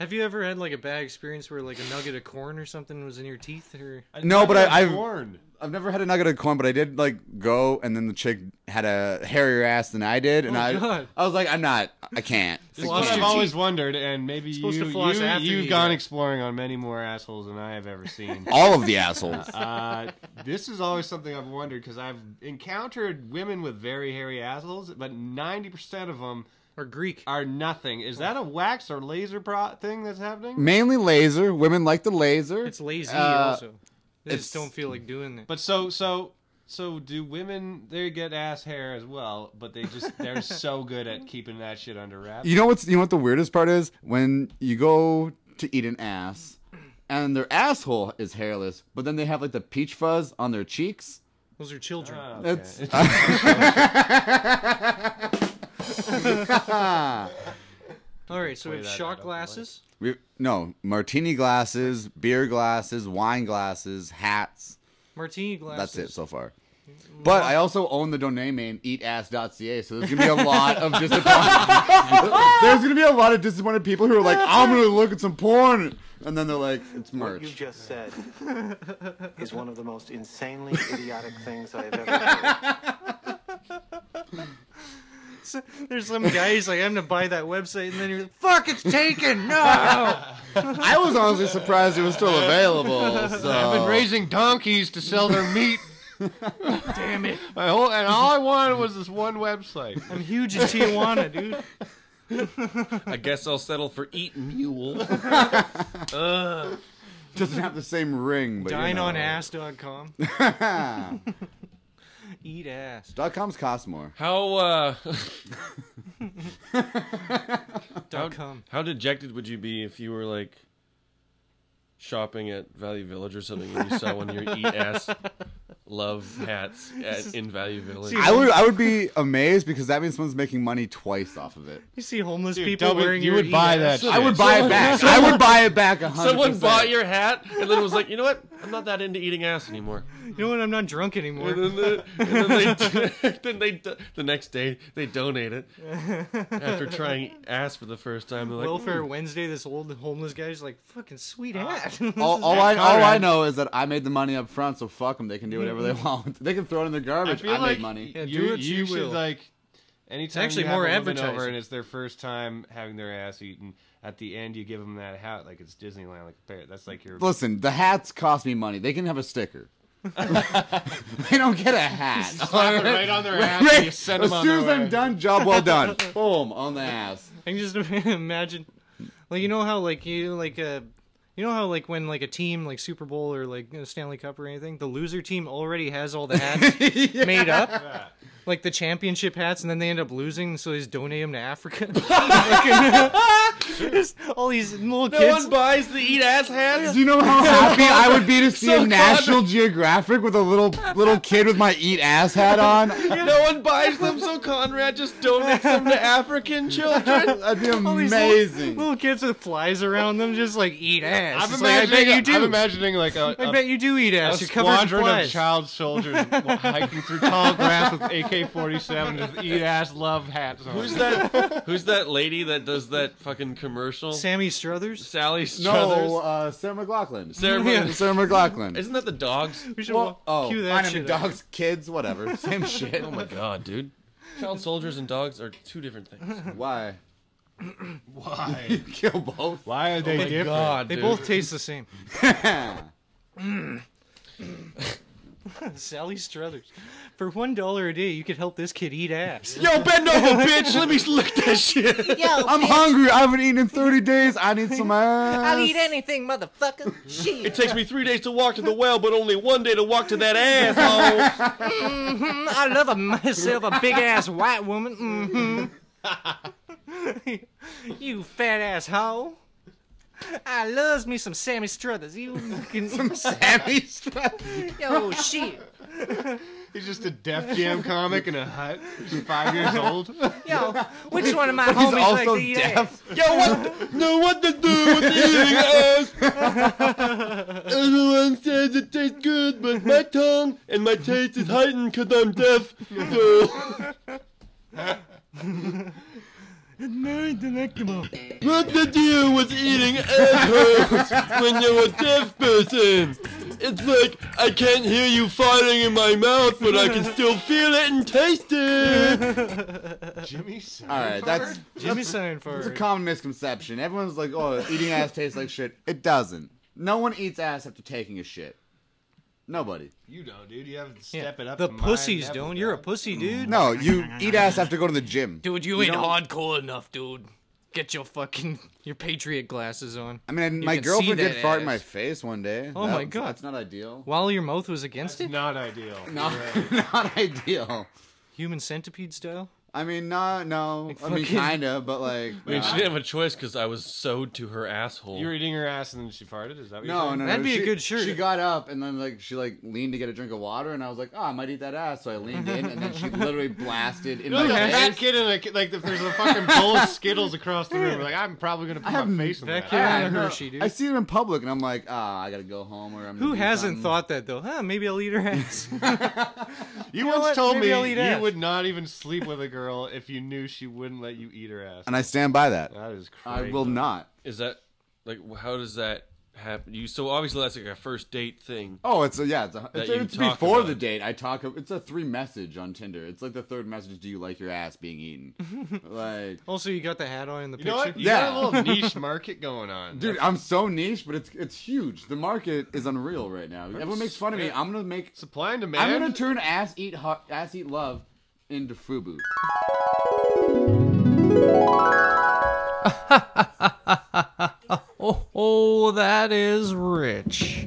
S2: Have you ever had like a bad experience where like a nugget of corn or something was in your teeth? Or
S13: No, but I, I've I've never had a nugget of corn, but I did like go, and then the chick had a hairier ass than I did, and
S2: Oh,
S13: I
S2: God.
S13: I was like, I'm not, I can't.
S29: This is what I've always wondered, and maybe you,
S13: supposed to floss
S29: you,
S13: after you
S29: you've
S13: eat
S29: gone
S13: it.
S29: exploring on many more assholes than I have ever seen.
S13: All of the assholes.
S29: Uh, this is always something I've wondered because I've encountered women with very hairy assholes, but ninety percent of them
S2: are Greek.
S29: Are nothing. Is that a wax or laser pro- thing that's happening?
S13: Mainly laser. Women like the laser.
S2: It's lazy
S13: Uh,
S2: also. They just don't feel like doing it.
S29: But so so so do women? They get ass hair as well, but they just they're so good at keeping that shit under wraps.
S13: You know what's you know what the weirdest part is when you go to eat an ass, and their asshole is hairless, but then they have like the peach fuzz on their cheeks.
S2: Those are children.
S4: Ah,
S13: That's
S2: All right, so we
S13: Play
S2: have
S13: that
S2: shot glasses.
S13: we, no martini glasses, beer glasses, wine glasses, hats.
S2: Martini glasses. Mm,
S13: That's it so far. But I also own the domain name eatass.ca, so there's gonna be a lot of disappointed. there's gonna be a lot of disappointed people who are like, "I'm gonna look at some porn," and then they're like, "It's
S20: What you
S13: merch."
S20: just said is one of the most insanely idiotic things I have ever heard.
S2: So there's some guy who's like, I'm gonna buy that website, and then you're like, fuck, it's taken. No.
S13: I was honestly surprised it was still available. So.
S29: I've been raising donkeys to sell their meat. Damn it! My whole, and all I wanted was this one website.
S2: I'm huge in Tijuana, dude.
S7: I guess I'll settle for eat mule.
S2: Uh,
S13: Doesn't have the same ring, but you know.
S2: Dineonass.com. Eat ass.
S13: Dot coms cost more.
S7: How uh how,
S2: Dot com.
S4: how dejected would you be if you were like shopping at Valley Village or something and you saw one of your eat ass love hats at, in Valley Village?
S13: I would I would be amazed because that means someone's making money twice off of it.
S2: You see homeless
S13: Dude,
S2: people
S13: double-
S2: wearing
S13: you
S2: your
S13: would buy
S2: ES.
S13: that I would shit. buy it back. I would buy it back 100%.
S4: Someone bought your hat and then was like, you know what? I'm not that into eating ass anymore.
S2: You know what? I'm not drunk anymore.
S4: And then, the, and then they, then they do- the next day they donate it after trying ass for the first time. They're like,
S2: Welfare
S4: "Ooh,
S2: Wednesday. This old homeless guy's like, "Fucking sweet
S4: Ah.
S2: hat."
S13: All, all I all I know is that I made the money up front, so fuck them. They can do whatever they want. They can throw it in the
S29: I
S13: garbage. I,
S29: feel
S13: made
S29: like
S13: money.
S29: you, you, should like anytime
S2: Actually,
S29: you have
S2: more
S29: a woman
S2: advertising.
S29: over and it's their first time having their ass eaten. At the end, you give them that hat like it's Disneyland. Like there- that's like your
S13: Listen, the hats cost me money. They can have a sticker. they don't get a hat.
S29: Slap it right on their ass and you send
S13: as
S29: them on
S13: soon
S29: their
S13: as I'm
S29: way.
S13: done, job well done. Boom on the ass.
S2: I can just imagine, like you know how like you like uh, you know how like when like a team like Super Bowl or like uh, Stanley Cup or anything, the loser team already has all the hats made up, like the championship hats, and then they end up losing, so they just donate them to Africa. Fucking- just all these little
S7: No
S2: kids.
S7: one buys the eat ass hats.
S13: Do you know how happy I would be to see
S7: So
S13: a National Geographic with a little little kid with my eat ass hat on?
S7: no one buys them, so Conrad just donates them to African children.
S13: That'd be
S2: All these
S13: amazing.
S2: Little, little kids with flies around them, just like eat ass.
S29: I'm
S2: It's like, I bet
S29: imagining-
S2: you do.
S29: I'm imagining, like, a-
S2: I
S29: a-
S2: bet you do eat ass.
S29: a
S2: You're covered in
S29: squadron of
S2: flies.
S29: child soldiers hiking through tall grass with AK-47 with eat ass love hats on.
S4: Who's that? Who's that lady that does that fucking commercial?
S2: Sammy Struthers.
S4: Sally Struthers.
S13: No, uh, Sarah McLaughlin.
S4: Sarah,
S13: Sarah McLaughlin.
S4: Isn't that the dogs?
S2: We should
S13: Well,
S4: wa-
S13: oh,
S4: cue that
S13: I mean,
S4: shit up.
S13: dogs, kids, whatever, same shit.
S4: Oh my god, dude! Child soldiers and dogs are two different things.
S13: Why?
S29: Why?
S13: you kill both.
S29: Why are
S4: they different? Oh God,
S2: they
S4: dude.
S2: both taste the same. Mm. Sally Struthers. For one dollar a day, you could help this kid eat ass.
S13: Yo, bend over, bitch. Let me
S7: lick that shit.
S13: I'm hungry. I haven't eaten in 30 days. I need some ass.
S1: I'll eat anything, motherfucker. Shit.
S7: It takes me three days to walk to the well, but only one day to walk to that asshole.
S2: Mhm, I love a, myself a big ass white woman. hmm you fat ass hoe. I loves me some Sammy Struthers. You can some
S13: Sammy Struthers.
S2: Yo, shit.
S29: He's just a Def Jam comic in a hut. He's five years old.
S2: Yo, which one of my
S29: But he's
S2: homies like
S29: also
S2: to eat
S29: deaf.
S2: ass?
S7: Yo, what? The, no, what to do with eating ass? Everyone says it tastes good, but my tongue and my taste is heightened because I'm deaf. So.
S2: Very delectable.
S7: What the deal with eating assholes when you're a deaf person? It's like I can't hear you farting in my mouth, but I can still feel it and taste it.
S29: Jimmy
S13: All right, that's
S2: Jimmy
S13: that's-
S2: Seinfeld.
S13: It's a common misconception. Everyone's like, "Oh, eating ass tastes like shit." It doesn't. No one eats ass after taking a shit. Nobody.
S29: You don't, dude. You have to step it up.
S2: The
S29: to mine.
S2: pussies don't. You're a pussy, dude.
S13: No, you eat ass after going to the gym.
S2: Dude, you,
S13: You
S2: ain't
S13: don't-
S2: hardcore enough, dude. Get your fucking your patriot glasses on.
S13: I mean,
S2: You
S13: my
S2: can see
S13: girlfriend did
S2: that
S13: fart in
S2: ass.
S13: my face one day.
S2: Oh my
S13: That-
S2: God.
S13: that's not ideal.
S2: While your mouth was against it.
S29: Not ideal.
S13: No, not ideal.
S2: Human centipede style.
S13: I mean, not no. I mean,
S2: fucking-
S13: kinda, but like,
S4: I mean,
S13: nah.
S4: she didn't have a choice because I was sewed to her asshole.
S29: You were eating her ass and then she farted. Is that what
S13: No,
S29: you're
S13: no,
S29: saying?
S13: no, she- She got up and then like she like leaned to get a drink of water, and I was like, "Oh, I might eat that ass." So I leaned in, and then she literally blasted in
S29: You know,
S13: my
S29: like a
S13: face.
S29: fat kid and a kid, like if there's a fucking bowl of Skittles across the room, like I'm probably gonna put my face in that.
S13: Yeah,
S2: on a
S13: no,
S2: Hershey, dude.
S13: I see it in public, and I'm like, "Ah, I gotta go home." Or I'm gonna
S2: Who
S13: do
S2: hasn't
S13: something."
S2: thought that though? Huh? Maybe I'll eat her ass.
S29: You,
S2: know
S29: once
S2: what?
S29: told
S2: Maybe I'll
S29: me
S2: eat
S29: you
S2: ass.
S29: would not even sleep with a girl if you knew she wouldn't let you eat her ass.
S13: And I stand by that.
S29: That is
S13: I will not.
S4: Is that like how does that happen? You so obviously that's like a first date thing.
S13: Oh, it's a, yeah, it's, a, it's,
S4: That you
S13: it's
S4: talk
S13: before
S4: about.
S13: the date. I talk. It's a three message on Tinder. It's like the third message. Do you like your ass being eaten? like,
S2: also, you got the hat on in the
S29: You know
S2: picture.
S29: what? You yeah. got a little niche market going on.
S13: dude, I'm so niche, but it's it's huge. The market is unreal right now. Everyone makes fun of me. I'm gonna make
S29: supply and demand.
S13: I'm gonna turn ass eat ho- ass eat love into FUBU.
S2: oh, oh, that is rich.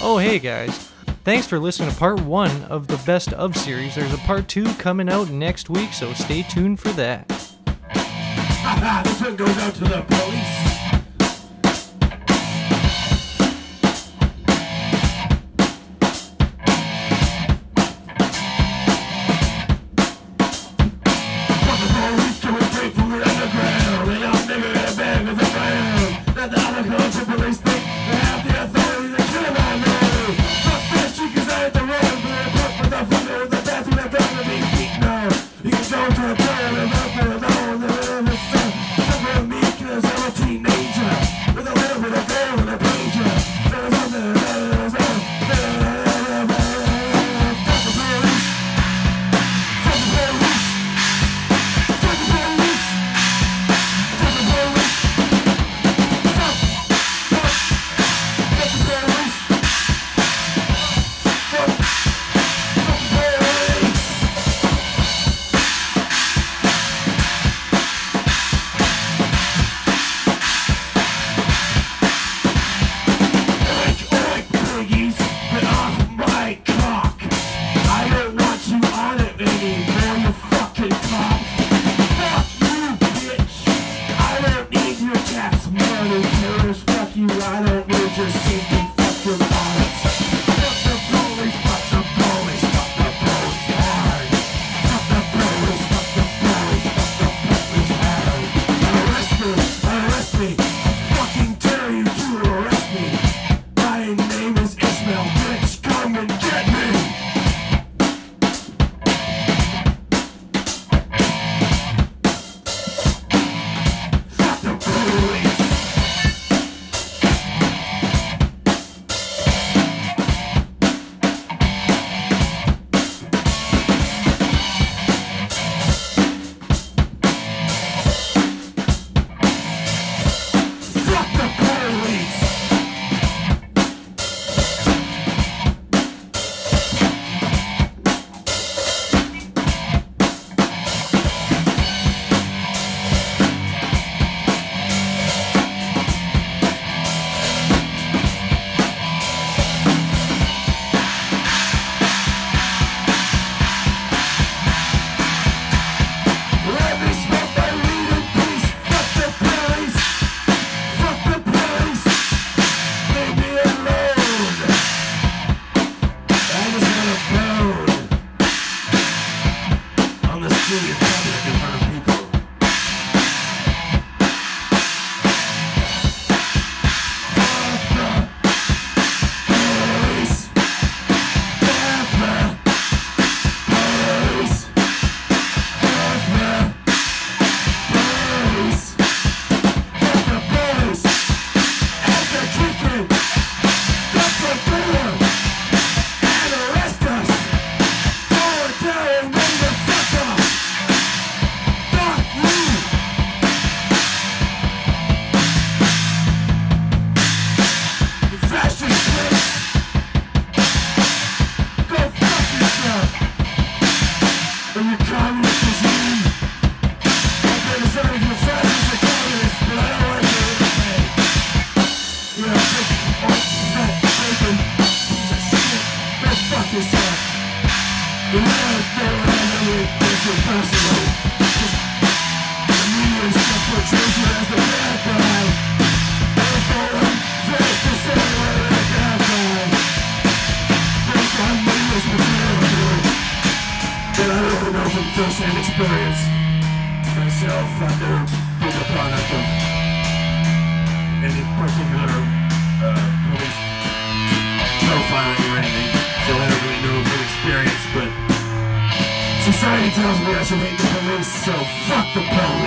S2: Oh, hey guys. Thanks for listening to part one of the Best of series. There's a part two coming out next week, so stay tuned for that.
S1: this one goes out to the police. Society tells me I should hate the police, so fuck the police.